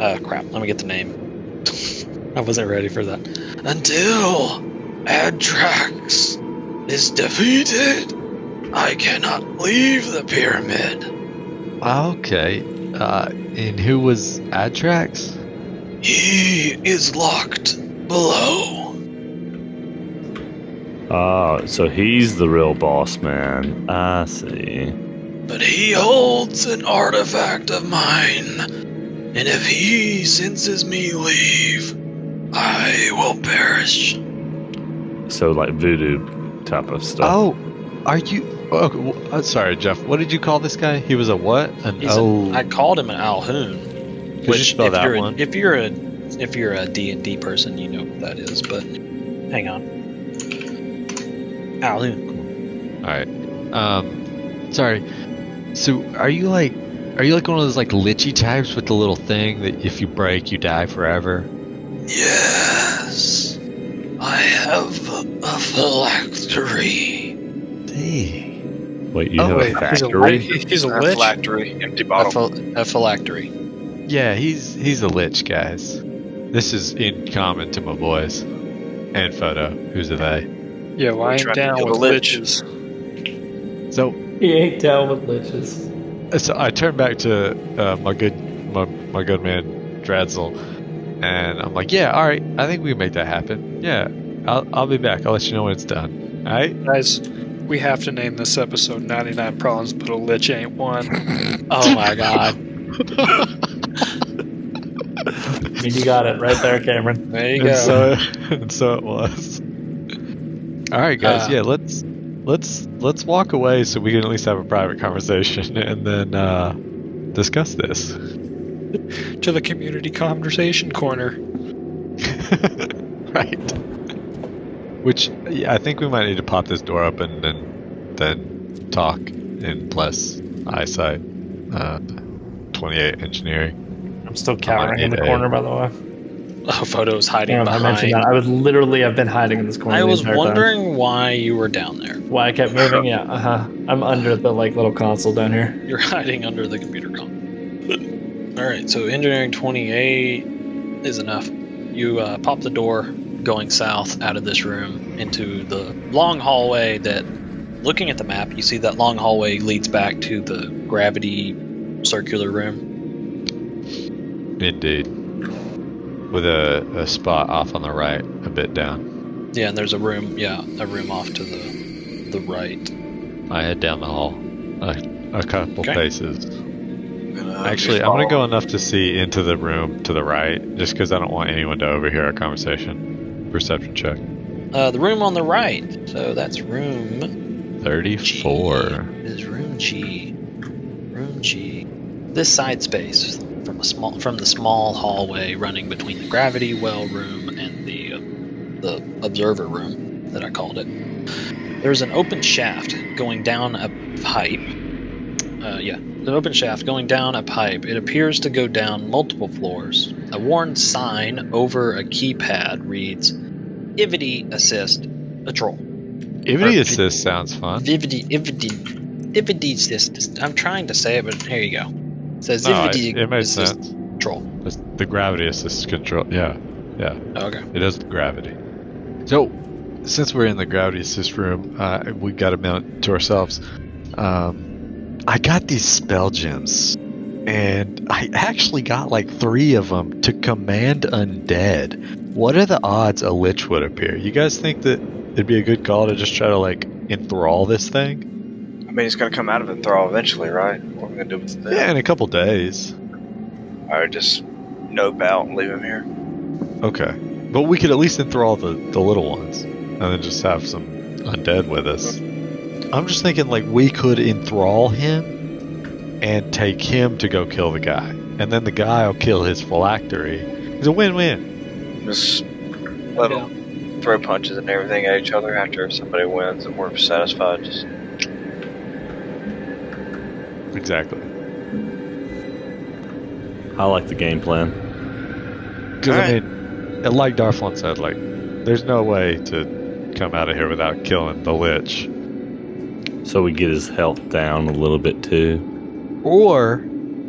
Speaker 4: Uh, crap, let me get the name. I wasn't ready for that. Until Adrax is defeated, I cannot leave the pyramid.
Speaker 6: Okay. Uh, and who was Atrax?
Speaker 4: He is locked below.
Speaker 8: Oh, so he's the real boss man. I see.
Speaker 4: But he holds an artifact of mine, and if he senses me leave, I will perish.
Speaker 8: So like voodoo type of stuff.
Speaker 6: Oh, are you? Okay, w- uh, sorry, Jeff. What did you call this guy? He was a what? An
Speaker 4: He's a-
Speaker 6: oh.
Speaker 4: I called him an Alhoon,
Speaker 6: Could you
Speaker 4: which
Speaker 6: spell
Speaker 4: if
Speaker 6: that
Speaker 4: you're,
Speaker 6: one?
Speaker 4: A, if you're a if you're a D and D person, you know what that is. But hang on, Alhoon.
Speaker 6: All right. Um, sorry. So, are you like, are you like one of those like lichy types with the little thing that if you break you die forever?
Speaker 4: Yes, I have a phylactery.
Speaker 6: Dang.
Speaker 8: Wait, you
Speaker 6: Oh,
Speaker 8: have
Speaker 6: wait,
Speaker 8: a
Speaker 3: He's a,
Speaker 8: factory?
Speaker 3: lich. he's a
Speaker 2: A
Speaker 3: lich.
Speaker 2: phylactery, empty
Speaker 4: A,
Speaker 2: bottle.
Speaker 4: phyl- a phylactery.
Speaker 6: Yeah, he's he's a lich, guys. This is in common to my boys and Photo, who's a they.
Speaker 3: Yeah, well, I ain't
Speaker 2: trying to
Speaker 3: down
Speaker 2: kill
Speaker 3: with
Speaker 2: the lich.
Speaker 3: liches.
Speaker 6: So,
Speaker 5: He ain't down with liches.
Speaker 6: so I turn back to uh, my good my, my good man Dradzel, and I'm like, yeah, all right, I think we can make that happen. Yeah, I'll I'll be back. I'll let you know when it's done. All right.
Speaker 3: Guys, we have to name this episode 99 Problems, but a lich ain't one.
Speaker 4: Oh my god!
Speaker 5: I mean, you got it right there, Cameron.
Speaker 4: There you
Speaker 6: and
Speaker 4: go.
Speaker 6: so and so it was. All right, guys.
Speaker 4: Uh,
Speaker 6: yeah, let's let's let's walk away so we can at least have a private conversation and then uh, discuss this.
Speaker 3: to the community conversation corner.
Speaker 6: right. Which yeah, I think we might need to pop this door open and then talk in less eyesight. Uh, 28 engineering.
Speaker 5: I'm still cowering in the
Speaker 6: Hey, hey.
Speaker 5: corner, by the way.
Speaker 4: Oh, photos hiding
Speaker 5: Damn, I
Speaker 4: behind.
Speaker 5: mentioned that. I would literally have been hiding in this corner.
Speaker 4: I
Speaker 5: the
Speaker 4: was
Speaker 5: entire time.
Speaker 4: wondering why you were down there.
Speaker 5: why I kept moving. Yeah, uh huh. I'm under the like little console down here.
Speaker 4: You're hiding under the computer con. All right, so engineering 28 is enough. You uh, pop the door going south out of this room into the long hallway that, looking at the map, you see that long hallway leads back to the gravity circular room.
Speaker 6: Indeed. With a, a spot off on the right, a bit down.
Speaker 4: Yeah, and there's a room, yeah, a room off to the the right.
Speaker 6: I head down the hall a, a couple
Speaker 4: Okay. Uh,
Speaker 6: paces.
Speaker 2: Gonna
Speaker 6: Actually,
Speaker 2: be
Speaker 6: I'm
Speaker 2: following-
Speaker 6: gonna go enough to see into the room to the right, just because I don't want anyone to overhear our conversation. Perception check.
Speaker 4: Uh, the room on the right. So that's room
Speaker 6: Thirty-four.
Speaker 4: is room G. Room G. This side space from a small from the small hallway running between the gravity well room and the uh, the observer room that I called it. There's an open shaft going down a pipe. Uh, yeah, an open shaft going down a pipe. It appears to go down multiple floors. A worn sign over a keypad reads, "Ivity assist a troll."
Speaker 6: Ivity assist sounds fun.
Speaker 4: Vividy, Ividi, Ividi system. I'm trying to say it, but here you go. It says
Speaker 6: No, it,
Speaker 4: Ividi
Speaker 6: it makes
Speaker 4: assist
Speaker 6: sense.
Speaker 4: control.
Speaker 6: It's the gravity assist control. Yeah,
Speaker 4: Okay.
Speaker 6: it is the gravity. So, since we're in the gravity assist room, uh, we got a minute to ourselves. Um, I got these spell gems, and I actually got like three of them to command undead. What are the odds a lich would appear? You guys think that it'd be a good call to just try to like enthrall this thing?
Speaker 2: I mean, it's gonna come out of enthrall eventually, right? What are we gonna do with that?
Speaker 6: Yeah, in a couple days.
Speaker 2: I would just nope out and leave him here.
Speaker 6: Okay, but we could at least enthrall the the little ones, and then just have some undead with us. I'm just thinking like we could enthrall him and take him to go kill the guy, and then the guy will kill his phylactery. It's a win-win.
Speaker 2: Just let 'em throw punches and everything at each other after if somebody wins and we're satisfied. Just
Speaker 6: Exactly.
Speaker 8: I like the game plan.
Speaker 6: Because I
Speaker 2: Alright.
Speaker 6: mean, and like Darflon said, like there's no way to come out of here without killing the lich,
Speaker 8: So we get his health down a little bit too.
Speaker 6: or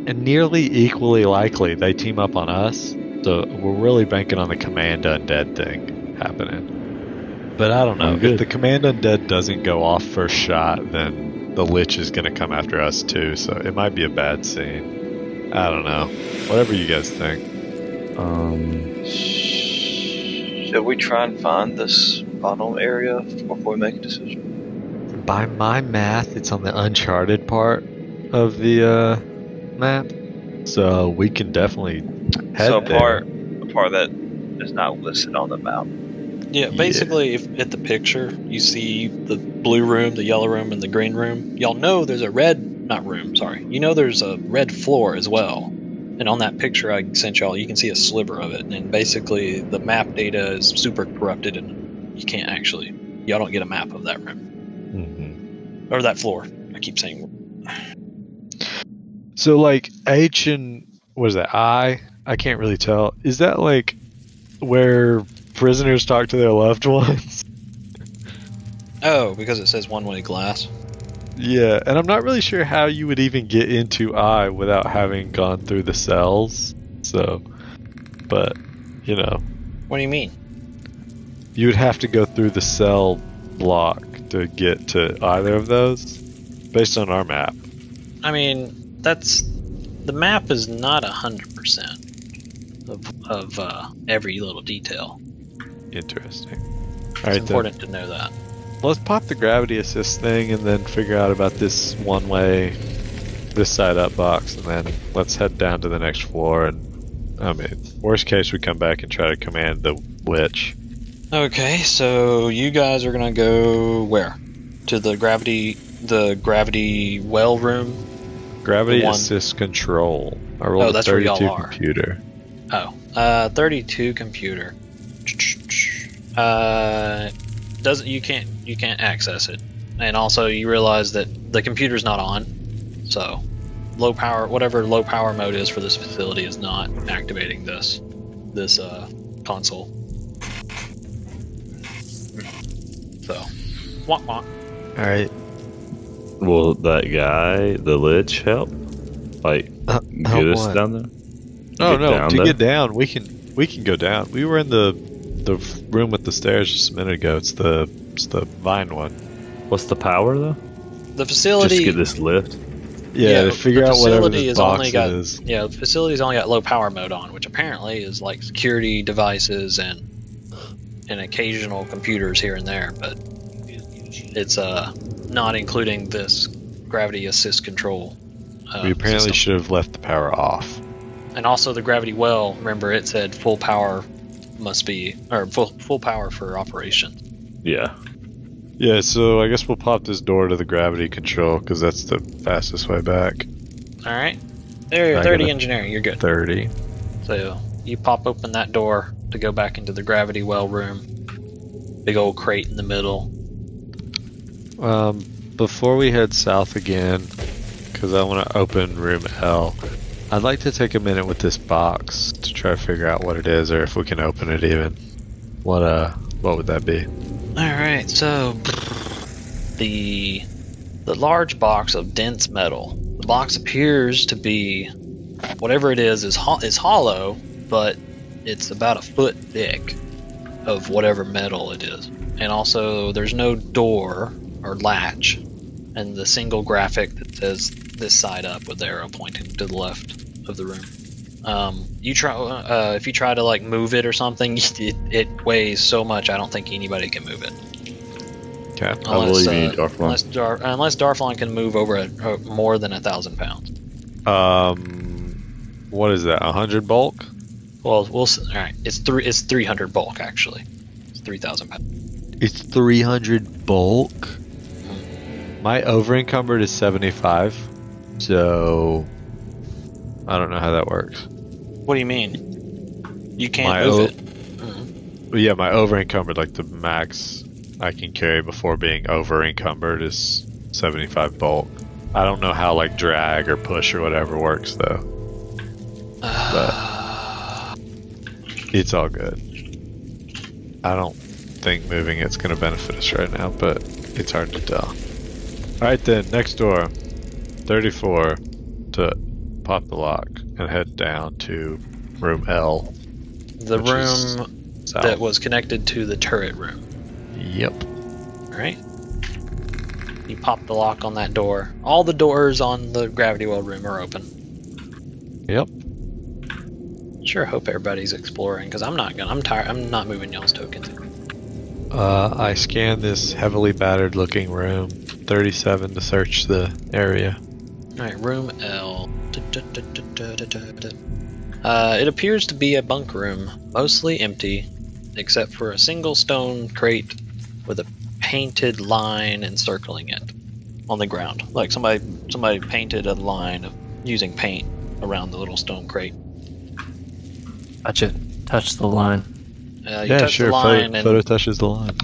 Speaker 6: and nearly equally likely they team up on us. So we're really banking on the command undead thing happening. But I don't know.
Speaker 8: I'm good.
Speaker 6: If the command undead doesn't go off first shot, then the lich is gonna come after us too, so it might be a bad scene. I don't know. Whatever you guys think.
Speaker 1: Um,
Speaker 2: Should we try and find this bottom area before we make a decision?
Speaker 6: By my math, it's on the uncharted part of the uh, map, so we can definitely head
Speaker 2: so a
Speaker 6: there.
Speaker 2: part, a part that is not listed on the map.
Speaker 4: Yeah,
Speaker 6: Yeah.
Speaker 4: basically, if at the picture you see the blue room, the yellow room, and the green room, y'all know there's a red, not room, sorry. You know there's a red floor as well. And on that picture I sent y'all, you can see a sliver of it. And basically, the map data is super corrupted and you can't actually, y'all don't get a map of that room
Speaker 6: Mhm.
Speaker 4: or that floor. I keep saying,
Speaker 6: So like H and what is that? I I can't really tell. Is that like where prisoners talk to their loved ones?
Speaker 4: oh, because it says one way glass.
Speaker 6: Yeah, and I'm not really sure how you would even get into I without having gone through the cells. So, but you know,
Speaker 4: What do you mean?
Speaker 6: you would have to go through the cell block to get to either of those, based on our map.
Speaker 4: I mean, that's the map is not a hundred percent of of uh, every little detail.
Speaker 6: Interesting. All
Speaker 4: It's
Speaker 6: right, then.
Speaker 4: important to know that.
Speaker 6: Let's pop the gravity assist thing and then figure out about this one way, this side up box, and then let's head down to the next floor. And I mean, worst case, we come back and try to command the witch.
Speaker 4: Okay, so you guys are gonna go where? To the gravity, the gravity well room.
Speaker 6: Gravity
Speaker 4: The one-
Speaker 6: assist control. I rolled
Speaker 4: Oh,
Speaker 6: a
Speaker 4: that's where
Speaker 6: 32
Speaker 4: y'all are.
Speaker 6: computer.
Speaker 4: Oh, uh, thirty-two computer. Uh, doesn't you can't you can't access it, and also you realize that the computer's not on, so low power whatever low power mode is for this facility is not activating this this uh console. Hmm. So, wonk wonk.
Speaker 6: All right.
Speaker 8: Will that guy, the lich, help? Like, get
Speaker 6: Uh, help
Speaker 8: us
Speaker 6: what?
Speaker 8: down there?
Speaker 6: Oh
Speaker 8: Get
Speaker 6: no!
Speaker 8: down
Speaker 6: To
Speaker 8: there?
Speaker 6: get down, we can we can go down. We were in the the room with the stairs just a minute ago. It's the it's the vine one.
Speaker 8: What's the power though?
Speaker 4: The facility.
Speaker 8: Just to get this lift.
Speaker 6: Yeah, to
Speaker 4: the
Speaker 6: figure out whatever
Speaker 4: facility
Speaker 6: this
Speaker 4: has
Speaker 6: box
Speaker 4: only got,
Speaker 6: is.
Speaker 4: Yeah, the facility's only got low power mode on, which apparently is like security devices and and occasional computers here and there, but it's uh not including this gravity assist control. Uh,
Speaker 6: We apparently
Speaker 4: system.
Speaker 6: should have left the power off.
Speaker 4: and also the gravity well. Remember, it said full power must be or full full power for operation.
Speaker 8: Yeah.
Speaker 6: Yeah, so I guess we'll pop this door to the gravity control because that's the fastest way back.
Speaker 4: All right, there,
Speaker 6: I
Speaker 4: you're thirty
Speaker 6: gotta-
Speaker 4: engineering. You're good.
Speaker 6: 30.
Speaker 4: So you pop open that door to go back into the gravity well room. Big old crate in the middle.
Speaker 6: Um, before we head south again, because I want to open room L, I'd like to take a minute with this box to try to figure out what it is or if we can open it even. What uh, what would that be?
Speaker 4: All right, so the the large box of dense metal. The box appears to be whatever it is is ho- is hollow, but it's about a foot thick of whatever metal it is. And also, there's no door or latch, and the single graphic that says this side up with the arrow pointing to the left of the room. Um, you try uh, if you try to like move it or something, it, it weighs so much. I don't think anybody can move it
Speaker 6: Okay.
Speaker 8: I
Speaker 4: unless
Speaker 8: believe you
Speaker 4: uh,
Speaker 8: need Darth Maul.
Speaker 4: unless, Dar- unless Darflon can move over at, uh, more than a thousand pounds.
Speaker 6: Um, what is that? 100 bulk?
Speaker 4: Well, we'll s- all right. It's three. It's three hundred bulk actually. It's three thousand pounds.
Speaker 6: It's 300 bulk. My over encumbered is 75. So I don't know how that works.
Speaker 4: What do you mean? You can't
Speaker 6: My
Speaker 4: move
Speaker 6: o-
Speaker 4: it. Mhm.
Speaker 6: But yeah, my over encumbered, like the max I can carry before being over encumbered is 75 bulk. I don't know how like drag or push or whatever works though. It's all good. I don't think moving it's going to benefit us right now, but it's hard to tell. All right then, next door, 34 to pop the lock and head down to room L.
Speaker 4: the
Speaker 6: which is
Speaker 4: room
Speaker 6: south.
Speaker 4: that was connected to the turret room.
Speaker 6: Yep.
Speaker 4: All right. You pop the lock on that door. All the doors on the gravity well room are open.
Speaker 6: Yep.
Speaker 4: Sure hope everybody's exploring because I'm not gonna. I'm tired. I'm not moving y'all's tokens.
Speaker 6: Uh, I scan this heavily battered looking room 37 to search the area.
Speaker 4: All right, room L. Du-du-du-du-du-du-du-du. Uh, it appears to be a bunk room, mostly empty, except for a single stone crate with a painted line encircling it on the ground. Like somebody somebody painted a line of using paint around the little stone crate.
Speaker 7: Touch it. Touch the line.
Speaker 4: Uh, you
Speaker 6: yeah,
Speaker 4: touch
Speaker 6: sure.
Speaker 4: the line
Speaker 6: photo,
Speaker 4: and
Speaker 6: photo touches the line.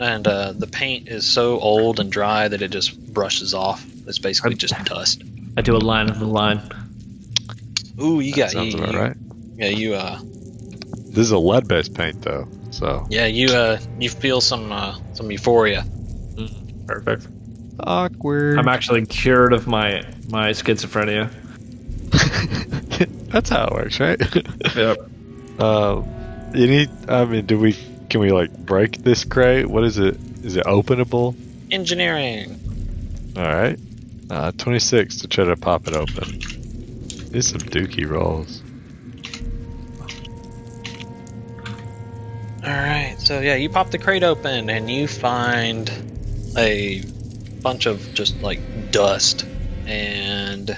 Speaker 4: and uh, the paint is so old and dry that it just brushes off. It's basically
Speaker 7: I'm-
Speaker 4: just dust.
Speaker 7: I do a line of the line.
Speaker 4: Ooh, you got
Speaker 6: Sounds
Speaker 4: you,
Speaker 6: about
Speaker 4: you-
Speaker 6: right.
Speaker 4: Yeah, you uh,
Speaker 6: This is a lead based paint, though. So.
Speaker 4: yeah, you uh, you feel some uh, some euphoria.
Speaker 7: Perfect.
Speaker 6: Awkward.
Speaker 7: I'm actually cured of my my schizophrenia.
Speaker 6: That's how it works, right?
Speaker 7: Yep.
Speaker 6: Uh, any. I mean, do we. Can we, like, break this crate? What is it? Is it openable?
Speaker 4: Engineering.
Speaker 6: Alright. Uh, 26 to try to pop it open. These some dookie rolls.
Speaker 4: All right. So yeah, you pop the crate open and you find a bunch of just like dust and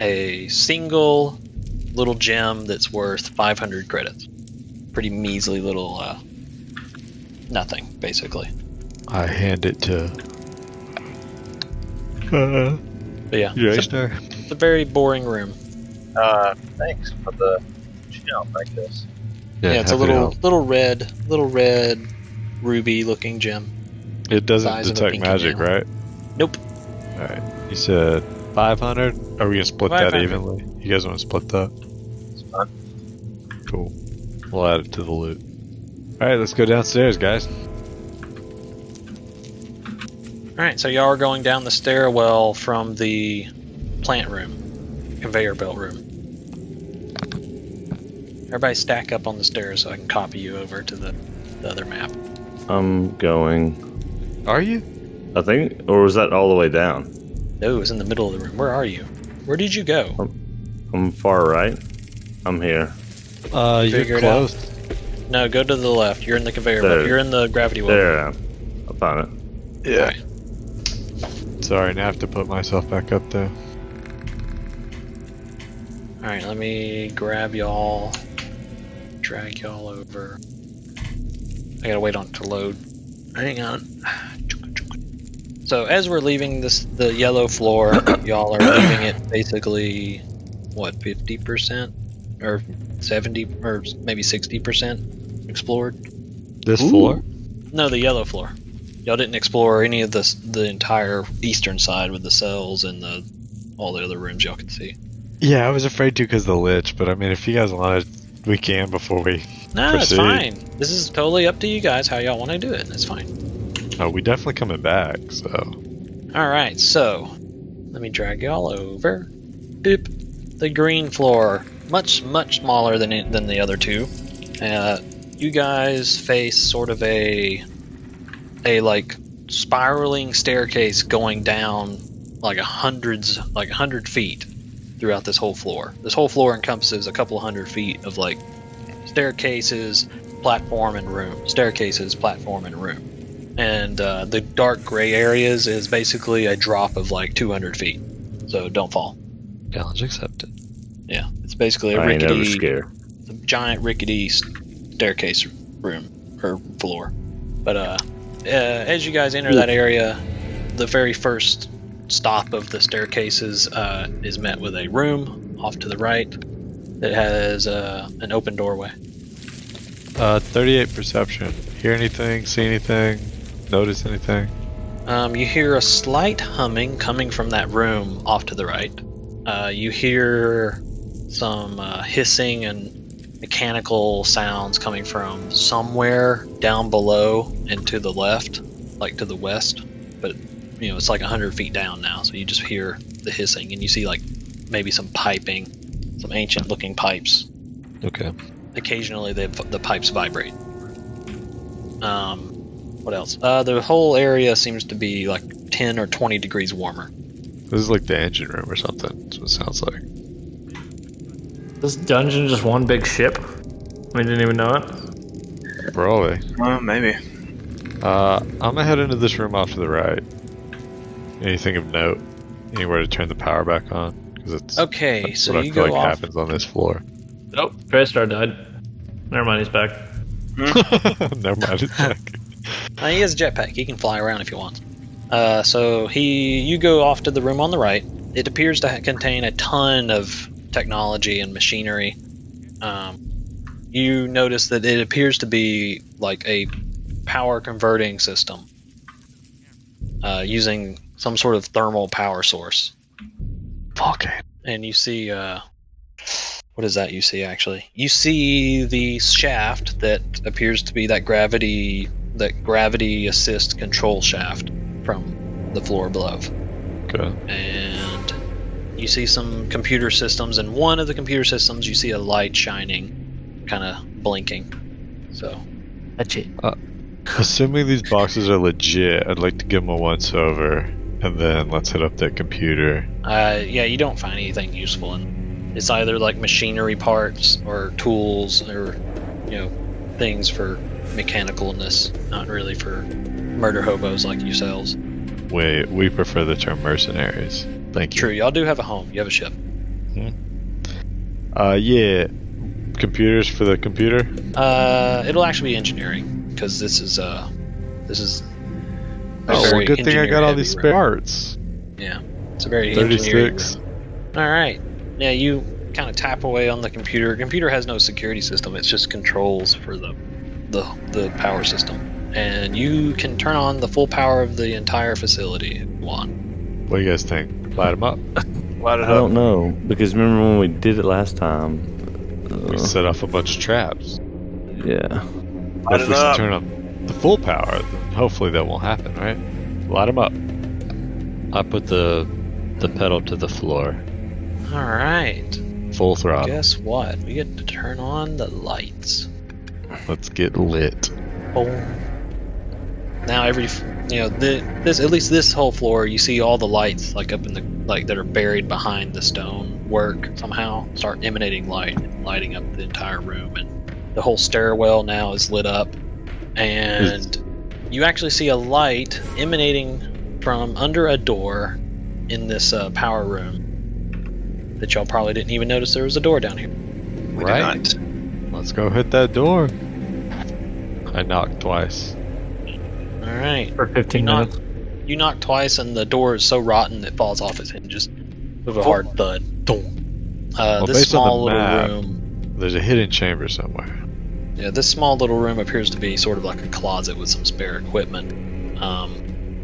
Speaker 4: a single little gem that's worth 500 credits. Pretty measly little uh, nothing basically.
Speaker 6: I hand it to. Uh,
Speaker 4: But yeah, it's, a,
Speaker 6: star.
Speaker 4: it's a very boring room.
Speaker 2: Uh, thanks for the jump, I guess.
Speaker 4: Yeah, it's a little little red, little red ruby looking gem.
Speaker 6: It doesn't
Speaker 4: size of a
Speaker 6: detect
Speaker 4: pinky
Speaker 6: magic,
Speaker 4: nail.
Speaker 6: right?
Speaker 4: Nope.
Speaker 6: Alright. You said 500? Are we gonna split that
Speaker 4: 500.
Speaker 6: evenly? You guys wanna split that?
Speaker 2: It's fine.
Speaker 6: Cool. We'll add it to the loot. Alright, let's go downstairs, guys.
Speaker 4: All right, so y'all are going down the stairwell from the plant room, conveyor belt room. Everybody stack up on the stairs so I can copy you over to the, the other map.
Speaker 8: I'm going.
Speaker 6: Are you?
Speaker 8: I think, or was that all the way down?
Speaker 4: No, it's in the middle of the room. Where are you? Where did you go?
Speaker 8: I'm far right. I'm here.
Speaker 6: Uh,
Speaker 4: Figure
Speaker 6: you're
Speaker 4: it out.
Speaker 6: close.
Speaker 4: No, go to the left. You're in the conveyor belt.
Speaker 8: There.
Speaker 4: You're in the gravity well.
Speaker 8: There I am. I found it.
Speaker 6: Yeah. Sorry, now I have to put myself back up there.
Speaker 4: All right, let me grab y'all, drag y'all over. I gotta wait on it to load. Hang on. So as we're leaving this, the yellow floor, y'all are leaving it basically, what, fifty percent, or seventy, or maybe sixty percent explored.
Speaker 6: This floor?
Speaker 4: No, the yellow floor. Y'all didn't explore any of the s- the entire eastern side with the cells and the all the other rooms y'all could see.
Speaker 6: Yeah, I was afraid to because the lich, but I mean, if you guys want it, we can before we.
Speaker 4: No, it's
Speaker 6: Proceed.
Speaker 4: fine. This is totally up to you guys how y'all want to do it. That's fine.
Speaker 6: Oh, we definitely coming back, so.
Speaker 4: All right, so let me drag y'all over. Boop. The green floor, much much smaller than it- than the other two. Uh, you guys face sort of a a like spiraling staircase going down like a hundreds like a hundred feet throughout this whole floor. This whole floor encompasses a couple hundred feet of like staircases, platform, and room. Staircases, platform, and room. and uh, the dark gray areas is basically a drop of like 200 feet. So don't fall.
Speaker 6: Challenge accepted.
Speaker 4: Yeah, it's basically a
Speaker 8: I ain't ever
Speaker 4: rickety,
Speaker 8: scared.
Speaker 4: a giant rickety staircase room or floor. But uh, uh, as you guys enter that area, the very first stop of the staircases uh, is met with a room off to the right that has uh, an open doorway.
Speaker 6: Uh, 38 perception. Hear anything? See anything? Notice anything?
Speaker 4: Um, you hear a slight humming coming from that room off to the right. Uh, you hear some uh, hissing and mechanical sounds coming from somewhere down below and to the left, like to the west. But you know it's like hundred feet down now, so you just hear the hissing and you see like maybe some piping, some ancient-looking pipes
Speaker 6: Okay.
Speaker 4: occasionally the the pipes vibrate. Um, what else? Uh, the whole area seems to be like ten or twenty degrees warmer.
Speaker 6: This is like the engine room or something. That's what it sounds like.
Speaker 7: This dungeon just one big ship. We didn't even know it.
Speaker 6: Probably.
Speaker 2: Well, maybe.
Speaker 6: Uh, I'm gonna head into this room off to the right. Anything of note? Anywhere to turn the power back on? Because it's
Speaker 4: Okay,
Speaker 6: that's
Speaker 4: so
Speaker 6: what
Speaker 4: you
Speaker 6: I feel
Speaker 4: go
Speaker 6: like
Speaker 4: off.
Speaker 6: happens on this floor.
Speaker 7: Nope, Draystar died. Never mind, he's back.
Speaker 4: Mm-hmm.
Speaker 6: Never mind. It's back.
Speaker 4: Uh, he has a jetpack. He can fly around if he wants. Uh, so he, you go off to the room on the right. It appears to ha- contain a ton of technology and machinery. Um, you notice that it appears to be like a power converting system uh, using some sort of thermal power source.
Speaker 6: Volcano.
Speaker 4: And you see, uh, what is that you see actually? You see the shaft that appears to be that gravity that gravity assist control shaft from the floor above.
Speaker 6: Okay.
Speaker 4: And you see some computer systems, and one of the computer systems you see a light shining, kind of blinking. So
Speaker 7: That's it.
Speaker 6: Assuming these boxes are legit, I'd like to give them a once over, and then let's hit up that computer.
Speaker 4: Uh, yeah, you don't find anything useful in. It's either like machinery parts or tools or, you know, things for mechanicalness, not really for murder hobos like yourselves.
Speaker 6: Wait, we prefer the term mercenaries. Thank you.
Speaker 4: True, y'all do have a home. You have a ship.
Speaker 6: Uh, yeah. Computers for the computer.
Speaker 4: Uh, it'll actually be engineering because this is uh, this is. a
Speaker 6: Oh, well,
Speaker 4: very
Speaker 6: good thing I got all these
Speaker 4: engineer-heavy room.
Speaker 6: spare parts.
Speaker 4: Yeah, it's a very engineering
Speaker 6: Thirty-six.
Speaker 4: All right. Yeah, you kind of tap away on the computer. Computer has no security system. It's just controls for the the the power system. And you can turn on the full power of the entire facility if you want.
Speaker 6: What do you guys think? Light them up.
Speaker 2: Light it
Speaker 8: I
Speaker 2: up.
Speaker 8: don't know because remember when we did it last time?
Speaker 6: We
Speaker 8: Uh,
Speaker 6: set off a bunch of traps.
Speaker 8: yeah.
Speaker 2: Light it
Speaker 6: if we
Speaker 2: up.
Speaker 6: turn on the full power, then hopefully that won't happen, right? Light them up. I put the the pedal to the floor,
Speaker 4: All right.
Speaker 6: full throttle.
Speaker 4: Guess what? We get to turn on the lights.
Speaker 6: Let's get lit.
Speaker 4: Boom. Now every f- you know the, this at least this whole floor you see all the lights like up in the like that are buried behind the stone work somehow start emanating light lighting up the entire room and the whole stairwell now is lit up and you actually see a light emanating from under a door in this uh, power room that y'all probably didn't even notice there was a door down here.
Speaker 2: We did
Speaker 6: right?
Speaker 2: not.
Speaker 6: Let's go hit that door. I knocked twice.
Speaker 4: All right.
Speaker 7: For 15
Speaker 4: Not-
Speaker 7: minutes.
Speaker 4: You knock twice, and the door is so rotten it falls off its hinges with a hard thud. Dong. Uh,
Speaker 6: Well,
Speaker 4: this
Speaker 6: based on the
Speaker 4: small little
Speaker 6: map-
Speaker 4: room,
Speaker 6: There's a hidden chamber somewhere.
Speaker 4: yeah, this small little room appears to be sort of like a closet with some spare equipment. Um,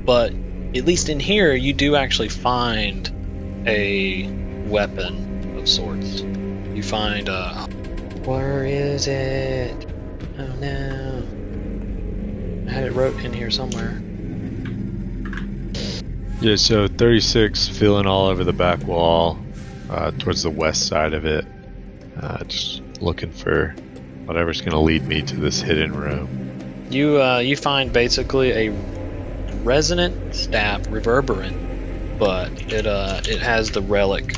Speaker 4: but at least in here, you do actually find a weapon of sorts. You find uh, where is it? Oh no, I had it wrote in here somewhere.
Speaker 6: Yeah, so 36 filling all over the back wall, uh, towards the west side of it. Uh, just looking for whatever's going to lead me to this hidden room.
Speaker 4: You uh, you find basically a resonant staff, reverberant, but it uh it has the relic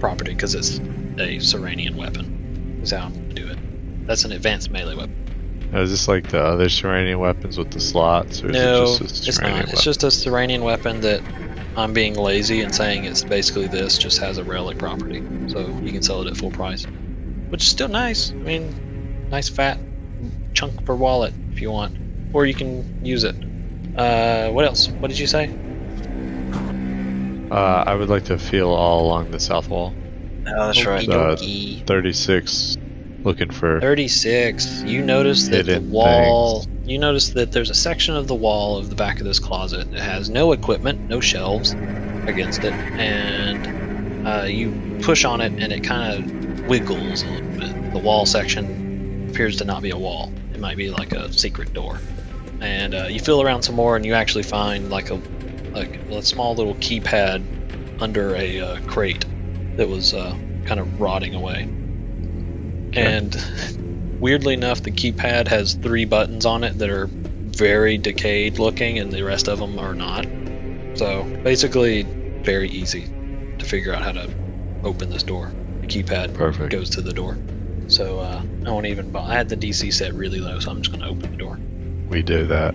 Speaker 4: property because it's a Serenian weapon. Is how I'm gonna do it. That's an advanced melee weapon.
Speaker 6: Now, is this like the other Serenian weapons with the slots, or
Speaker 4: No,
Speaker 6: is it just a
Speaker 4: it's
Speaker 6: Serenian
Speaker 4: not.
Speaker 6: weapon?
Speaker 4: It's just a Serenian weapon that I'm being lazy and saying it's basically this. Just has a relic property, so you can sell it at full price, which is still nice. I mean, nice fat chunk per wallet if you want, or you can use it. Uh, what else? What did you say?
Speaker 6: Uh, I would like to feel all along the south wall.
Speaker 2: Oh, that's right.
Speaker 6: Okie Uh,
Speaker 4: Okey-dokey.
Speaker 6: 36, looking for.
Speaker 4: 36. You notice that the
Speaker 6: Hidden
Speaker 4: wall. You notice that there's a section of the wall of the back of this closet that has no equipment, no shelves against it, and uh, you push on it and it kind of wiggles a little bit. The wall section appears to not be a wall, it might be like a secret door. And uh, you feel around some more and you actually find like a, like a small little keypad under a uh, crate that was uh, kind of rotting away. And weirdly enough, the keypad has three buttons on it that are very decayed looking, and the rest of them are not. So basically, very easy to figure out how to open this door. The keypad
Speaker 8: Perfect.
Speaker 4: goes to the door. So uh, I won't even. bo- I had the DC set really low, so I'm just going to open the door.
Speaker 6: We do that.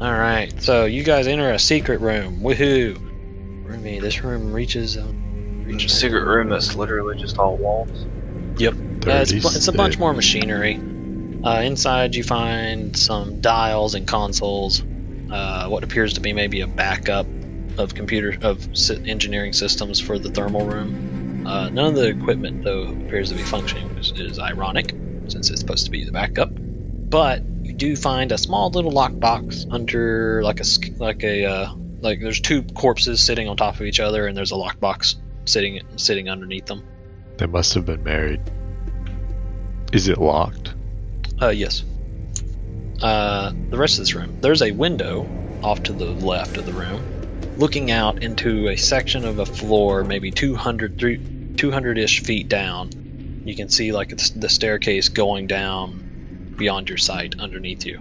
Speaker 4: All right, so you guys enter a secret room. Woohoo! Roomy, this room reaches. Um,
Speaker 2: There's a
Speaker 4: reaches
Speaker 2: secret room that's literally just all walls.
Speaker 4: Yeah, it's, it's a bunch
Speaker 6: 36.
Speaker 4: more machinery. Uh, inside, you find some dials and consoles. Uh, what appears to be maybe a backup of computer of s- engineering systems for the thermal room. Uh, none of the equipment, though, appears to be functioning, which is ironic since it's supposed to be the backup. But you do find a small little lockbox under like a sk- like a uh, like there's two corpses sitting on top of each other, and there's a lockbox sitting sitting underneath them.
Speaker 6: They must have been married. Is it locked?
Speaker 4: Uh, yes. Uh, the rest of this room. There's a window off to the left of the room, looking out into a section of a floor, maybe 200 200 ish feet down. You can see like it's the staircase going down beyond your sight underneath you.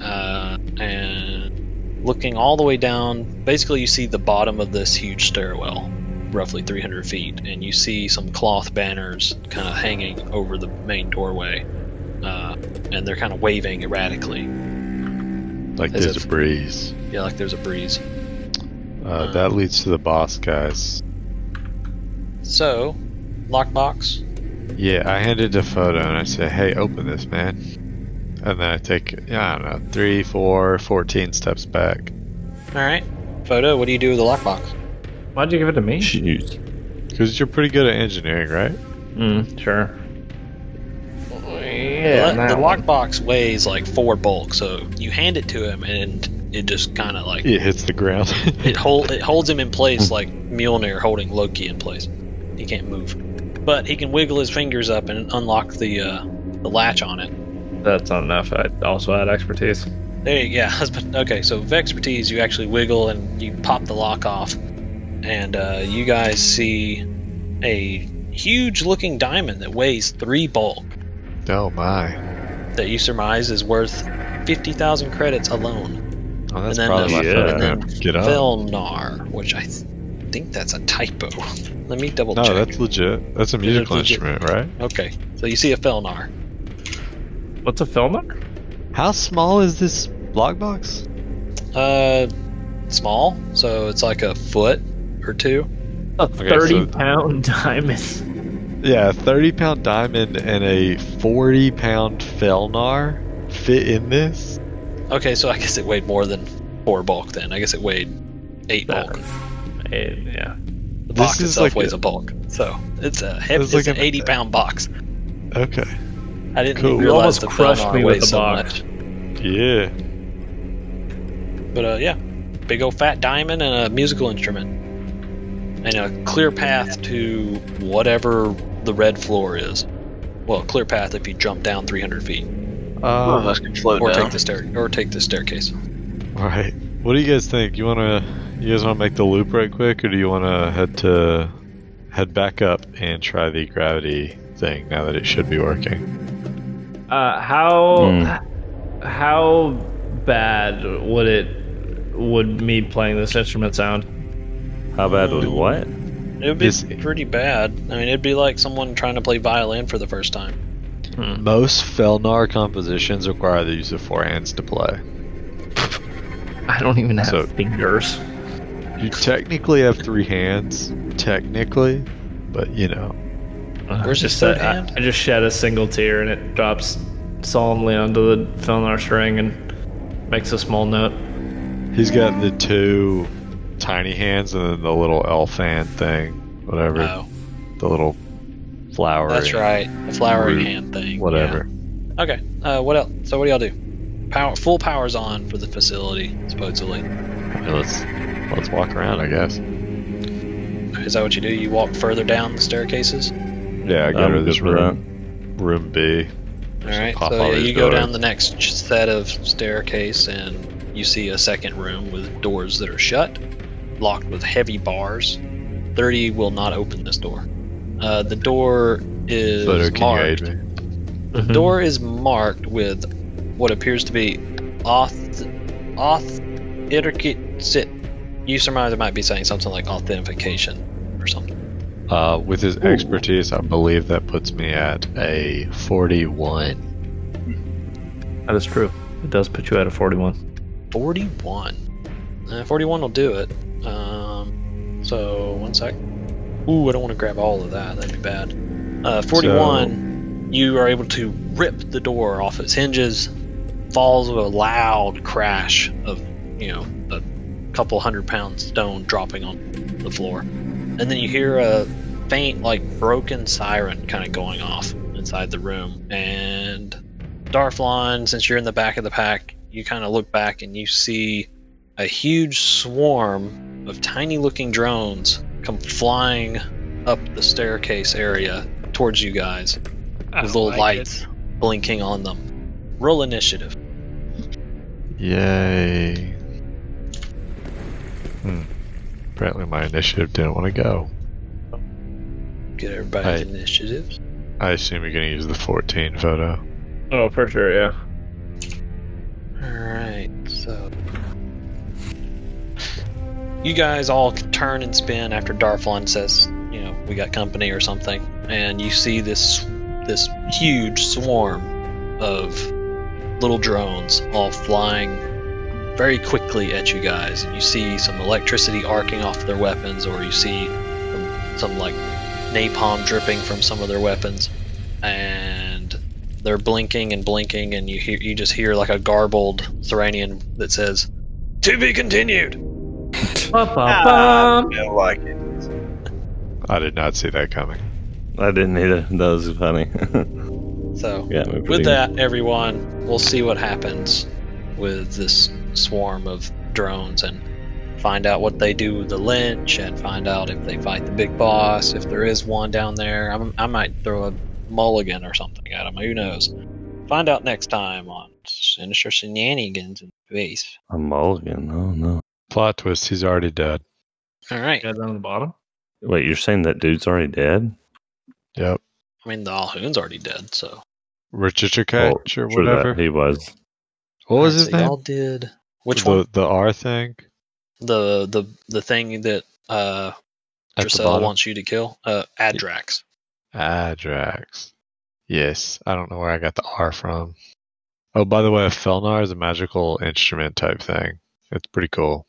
Speaker 4: Uh, and looking all the way down, basically you see the bottom of this huge stairwell, roughly 300 feet, and you see some cloth banners kind of hanging over the main doorway uh, and they're kind of waving erratically.
Speaker 6: Like
Speaker 4: Is
Speaker 6: there's
Speaker 4: it-
Speaker 6: a breeze.
Speaker 4: Yeah, like there's a breeze.
Speaker 6: Uh, that leads to the boss, guys.
Speaker 4: So, lockbox.
Speaker 6: Yeah, I handed the photo and I said, "Hey, open this, man." And then I take, yeah, I don't know, three, four, 14 steps back.
Speaker 4: All right, photo. What do you do with the lockbox?
Speaker 7: Why'd you give it to me?
Speaker 8: Shoot.
Speaker 6: Because you're pretty good at engineering, right?
Speaker 5: Hmm,
Speaker 7: Mm, sure.
Speaker 4: The-
Speaker 7: Yeah,
Speaker 4: the lockbox weighs like four bulk, so you hand it to him, and it just kind of like
Speaker 6: It hits the ground.
Speaker 4: it hold it holds him in place like Mjolnir holding Loki in place. He can't move, but he can wiggle his fingers up and unlock the uh, the latch on it.
Speaker 7: that's not enough. I also had expertise.
Speaker 4: There you yeah, husband. Okay, so with expertise, you actually wiggle and you pop the lock off, and uh, you guys see a huge-looking diamond that weighs three bulk
Speaker 6: oh my!
Speaker 4: that you surmise is worth fifty thousand credits alone.
Speaker 6: Oh, that's
Speaker 4: And then
Speaker 6: probably
Speaker 4: the-
Speaker 6: my
Speaker 8: yeah.
Speaker 6: photo.
Speaker 4: and then
Speaker 6: Get up.
Speaker 4: Velnar, which I th- think that's a typo. Let me double
Speaker 6: No,
Speaker 4: check.
Speaker 6: that's legit. That's a musical
Speaker 4: legit.
Speaker 6: instrument, right?
Speaker 4: Okay, so you see a Felnar.
Speaker 7: What's a filmer?
Speaker 6: How small is this log box?
Speaker 4: Uh, small, so it's like a foot or two.
Speaker 7: A
Speaker 6: so-
Speaker 7: thirty-pound diamond.
Speaker 6: Yeah, a 30 pound diamond and a 40 pound Felnar fit in this?
Speaker 4: Okay, so I guess it weighed more than four bulk then. I guess it weighed eight
Speaker 7: That-
Speaker 4: bulk.
Speaker 7: Eh, yeah.
Speaker 4: The
Speaker 6: This
Speaker 4: box
Speaker 6: is
Speaker 4: itself
Speaker 6: like
Speaker 4: weighs
Speaker 6: a-
Speaker 4: a, bulk, so it's a heavy,
Speaker 6: It's
Speaker 4: it's,
Speaker 6: like
Speaker 4: an
Speaker 6: an-
Speaker 4: eighty pound box.
Speaker 6: Okay.
Speaker 4: I didn't
Speaker 6: Cool. You
Speaker 4: realize
Speaker 7: almost
Speaker 4: the
Speaker 7: crushed
Speaker 4: Felnar
Speaker 7: me with
Speaker 4: weighs
Speaker 7: the
Speaker 4: so
Speaker 7: box.
Speaker 4: much.
Speaker 6: Yeah.
Speaker 4: But uh, yeah, big old fat diamond and a musical instrument, and a clear path to whatever the red floor is. Well, clear path if you jump down three hundred feet,
Speaker 2: None of
Speaker 6: Um,
Speaker 2: us can float
Speaker 4: or
Speaker 2: down.
Speaker 4: take the stair, or take the staircase.
Speaker 6: Alright. What do you guys think? You wanna you guys wanna make the loop right quick or do you wanna head to head back up and try the gravity thing now that it should be working?
Speaker 7: Uh, how
Speaker 6: Hmm.
Speaker 7: how bad would it would me playing this instrument sound?
Speaker 8: How bad was what?
Speaker 4: It would be
Speaker 6: Is-
Speaker 4: pretty bad. I mean, it'd be like someone trying to play violin for the first time.
Speaker 6: Most Felnar compositions require the use of four hands to play.
Speaker 7: I don't even have
Speaker 6: So-
Speaker 7: fingers.
Speaker 6: You technically have three hands, technically, but you know.
Speaker 4: Where's
Speaker 7: just
Speaker 4: the third
Speaker 7: I-
Speaker 4: hand?
Speaker 7: I, just shed a single tear and it drops solemnly onto the Felnar string and makes a small note.
Speaker 6: He's got the two tiny hands and then the little elf hand thing, whatever.
Speaker 4: Oh,
Speaker 6: The little flower.
Speaker 4: that's right, the flowering
Speaker 6: Root.
Speaker 4: hand thing. yeah.
Speaker 6: Whatever.
Speaker 4: Okay. Uh, what else? So what do y'all do? Power, full power's on for the facility, supposedly.
Speaker 6: Yeah, Let's let's walk around, I guess.
Speaker 4: Is that what you do? You walk further down the staircases.
Speaker 6: Yeah, I go
Speaker 8: I'm
Speaker 6: to this
Speaker 8: good with
Speaker 6: room. Room B.
Speaker 4: All right.
Speaker 6: pop
Speaker 4: So
Speaker 6: all
Speaker 4: yeah,
Speaker 6: these
Speaker 4: you go
Speaker 6: doors.
Speaker 4: down the next ch- set of staircase, and you see a second room with doors that are shut, locked with heavy bars. Thirty will not open this door. Uh, the door is
Speaker 6: Photo, can you
Speaker 4: marked.
Speaker 6: aid me?
Speaker 7: Mhm.
Speaker 4: door is marked with what appears to be auth auth sit. You surmise it might be saying something like authentication or something.
Speaker 6: Uh, with his expertise, I believe that puts me at a 41.
Speaker 7: That is true. It does put you at a 41.
Speaker 4: 41. Uh, 41 will do it. Um, so, one sec. Ooh, I don't want to grab all of that. That'd be bad. Uh, 41, you are able to rip the door off its hinges, falls with a loud crash of, you know, a couple hundred pound stone dropping on the floor. And then you hear a faint, like, broken siren kind of going off inside the room. And Darflon, since you're in the back of the pack, you kind of look back and you see a huge swarm of tiny looking drones come flying up the staircase area towards you guys
Speaker 3: I
Speaker 4: with
Speaker 3: don't
Speaker 4: little
Speaker 3: like it.
Speaker 4: lights blinking on them. Roll initiative.
Speaker 6: Yay. Hmm. Apparently, my initiative didn't want to go.
Speaker 4: Get everybody's
Speaker 6: Right.
Speaker 4: initiatives.
Speaker 6: I assume you're going to use the 14 photo.
Speaker 7: Oh, for sure, yeah.
Speaker 4: Alright, so. You guys all turn and spin after Darflon says, you know, we got company or something, and you see this this huge swarm of little drones all flying very quickly at you guys. You see some electricity arcing off their weapons, or you see some, some like napalm dripping from some of their weapons, and they're blinking and blinking and you hear you just hear like a garbled Theranian that says to be continued
Speaker 2: Ah, I don't like it.
Speaker 6: I did not see that coming.
Speaker 8: I didn't either. That was funny.
Speaker 4: so
Speaker 8: yeah, we pretty-
Speaker 4: with that everyone we'll see what happens with this swarm of drones and find out what they do with the lynch and find out if they fight the big boss if there is one down there I'm, i might throw a mulligan or something at them who knows find out next time on sinister shenanigans in space
Speaker 8: A mulligan. Oh no.
Speaker 6: Plot twist, he's already dead.
Speaker 4: all right
Speaker 7: Yeah, down on the bottom.
Speaker 8: Wait, you're saying that dude's already dead?
Speaker 6: Yep.
Speaker 4: i mean the alhoon's already dead so
Speaker 6: Richard Chakach
Speaker 8: Well,
Speaker 6: or
Speaker 8: sure that
Speaker 6: whatever.
Speaker 8: he was.
Speaker 6: What
Speaker 4: Alright,
Speaker 6: was his
Speaker 4: so
Speaker 6: name?
Speaker 4: Y'all did which
Speaker 6: the,
Speaker 4: one?
Speaker 6: The R thing?
Speaker 4: The the the thing that uh
Speaker 6: At the
Speaker 4: Drusilla
Speaker 6: bottom?
Speaker 4: wants you to kill? Uh Adrax.
Speaker 6: Adrax. Yes, I don't know where I got the R from. Oh, by the way, a Felnar is a magical instrument type thing. It's pretty cool.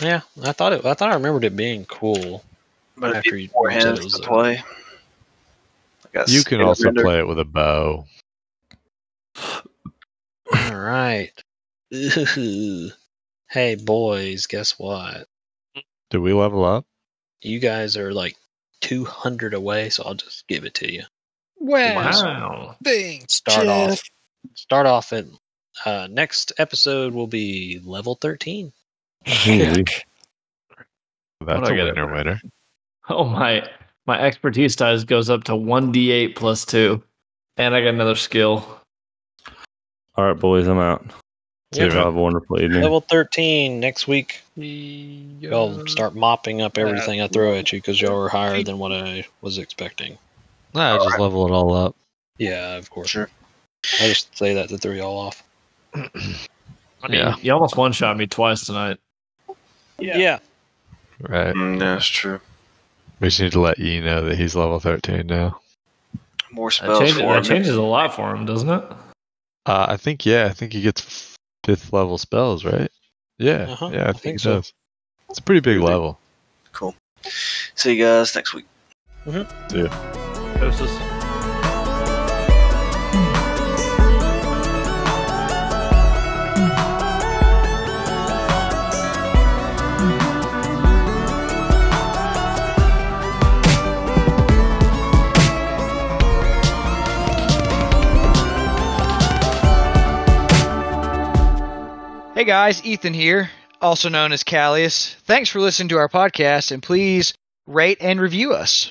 Speaker 4: Yeah, I thought it. I thought I remembered it being cool.
Speaker 2: But it'd
Speaker 4: After
Speaker 2: be
Speaker 4: you
Speaker 2: four
Speaker 4: use
Speaker 2: hands
Speaker 4: those,
Speaker 2: to
Speaker 4: uh,
Speaker 2: play. I got
Speaker 6: You can
Speaker 2: skill
Speaker 6: also
Speaker 2: render.
Speaker 6: play it with a bow.
Speaker 4: All right. hey boys, guess what?
Speaker 6: Do we level up?
Speaker 4: You guys are like 200 away, so I'll just give it to you.
Speaker 7: Wow.
Speaker 9: Thanks,
Speaker 4: Start
Speaker 9: Jeff.
Speaker 4: off. Start off at uh, next episode will be level 13.
Speaker 9: Heck.
Speaker 6: That's a
Speaker 7: do I get
Speaker 6: winner,
Speaker 7: it?
Speaker 6: winner.
Speaker 7: Oh my! My expertise dice goes up to one d8 plus two, and I got another skill.
Speaker 8: All right, boys, I'm out.
Speaker 6: Yeah.
Speaker 8: Y'all Have a wonderful evening.
Speaker 4: Level 13 next week.
Speaker 3: Yeah.
Speaker 4: Y'all start mopping up everything I throw at you because y'all were higher than what I was expecting.
Speaker 6: Nah, just level it all up.
Speaker 4: Yeah, of course.
Speaker 2: Sure.
Speaker 4: I just say that to throw y'all off.
Speaker 7: I mean,
Speaker 6: Yeah.
Speaker 7: you almost one shot me twice tonight.
Speaker 4: Yeah.
Speaker 6: Right.
Speaker 2: Mm, yeah, that's true.
Speaker 6: We just need to let you know that he's level 13 now.
Speaker 2: More
Speaker 7: That,
Speaker 2: spells
Speaker 7: changes,
Speaker 2: for
Speaker 7: that
Speaker 2: him.
Speaker 7: changes a lot for him, doesn't it?
Speaker 6: Uh, I think, yeah, I think he gets fifth level spells, right? Yeah.
Speaker 4: Uh-huh,
Speaker 6: Yeah, I, think,
Speaker 4: think
Speaker 6: he
Speaker 4: so.
Speaker 6: does. It's a pretty big level.
Speaker 2: Cool. See you guys next week.
Speaker 7: Doses.
Speaker 9: Hey guys, Ethan here, also known as Callius. Thanks for listening to our podcast, and please rate and review us.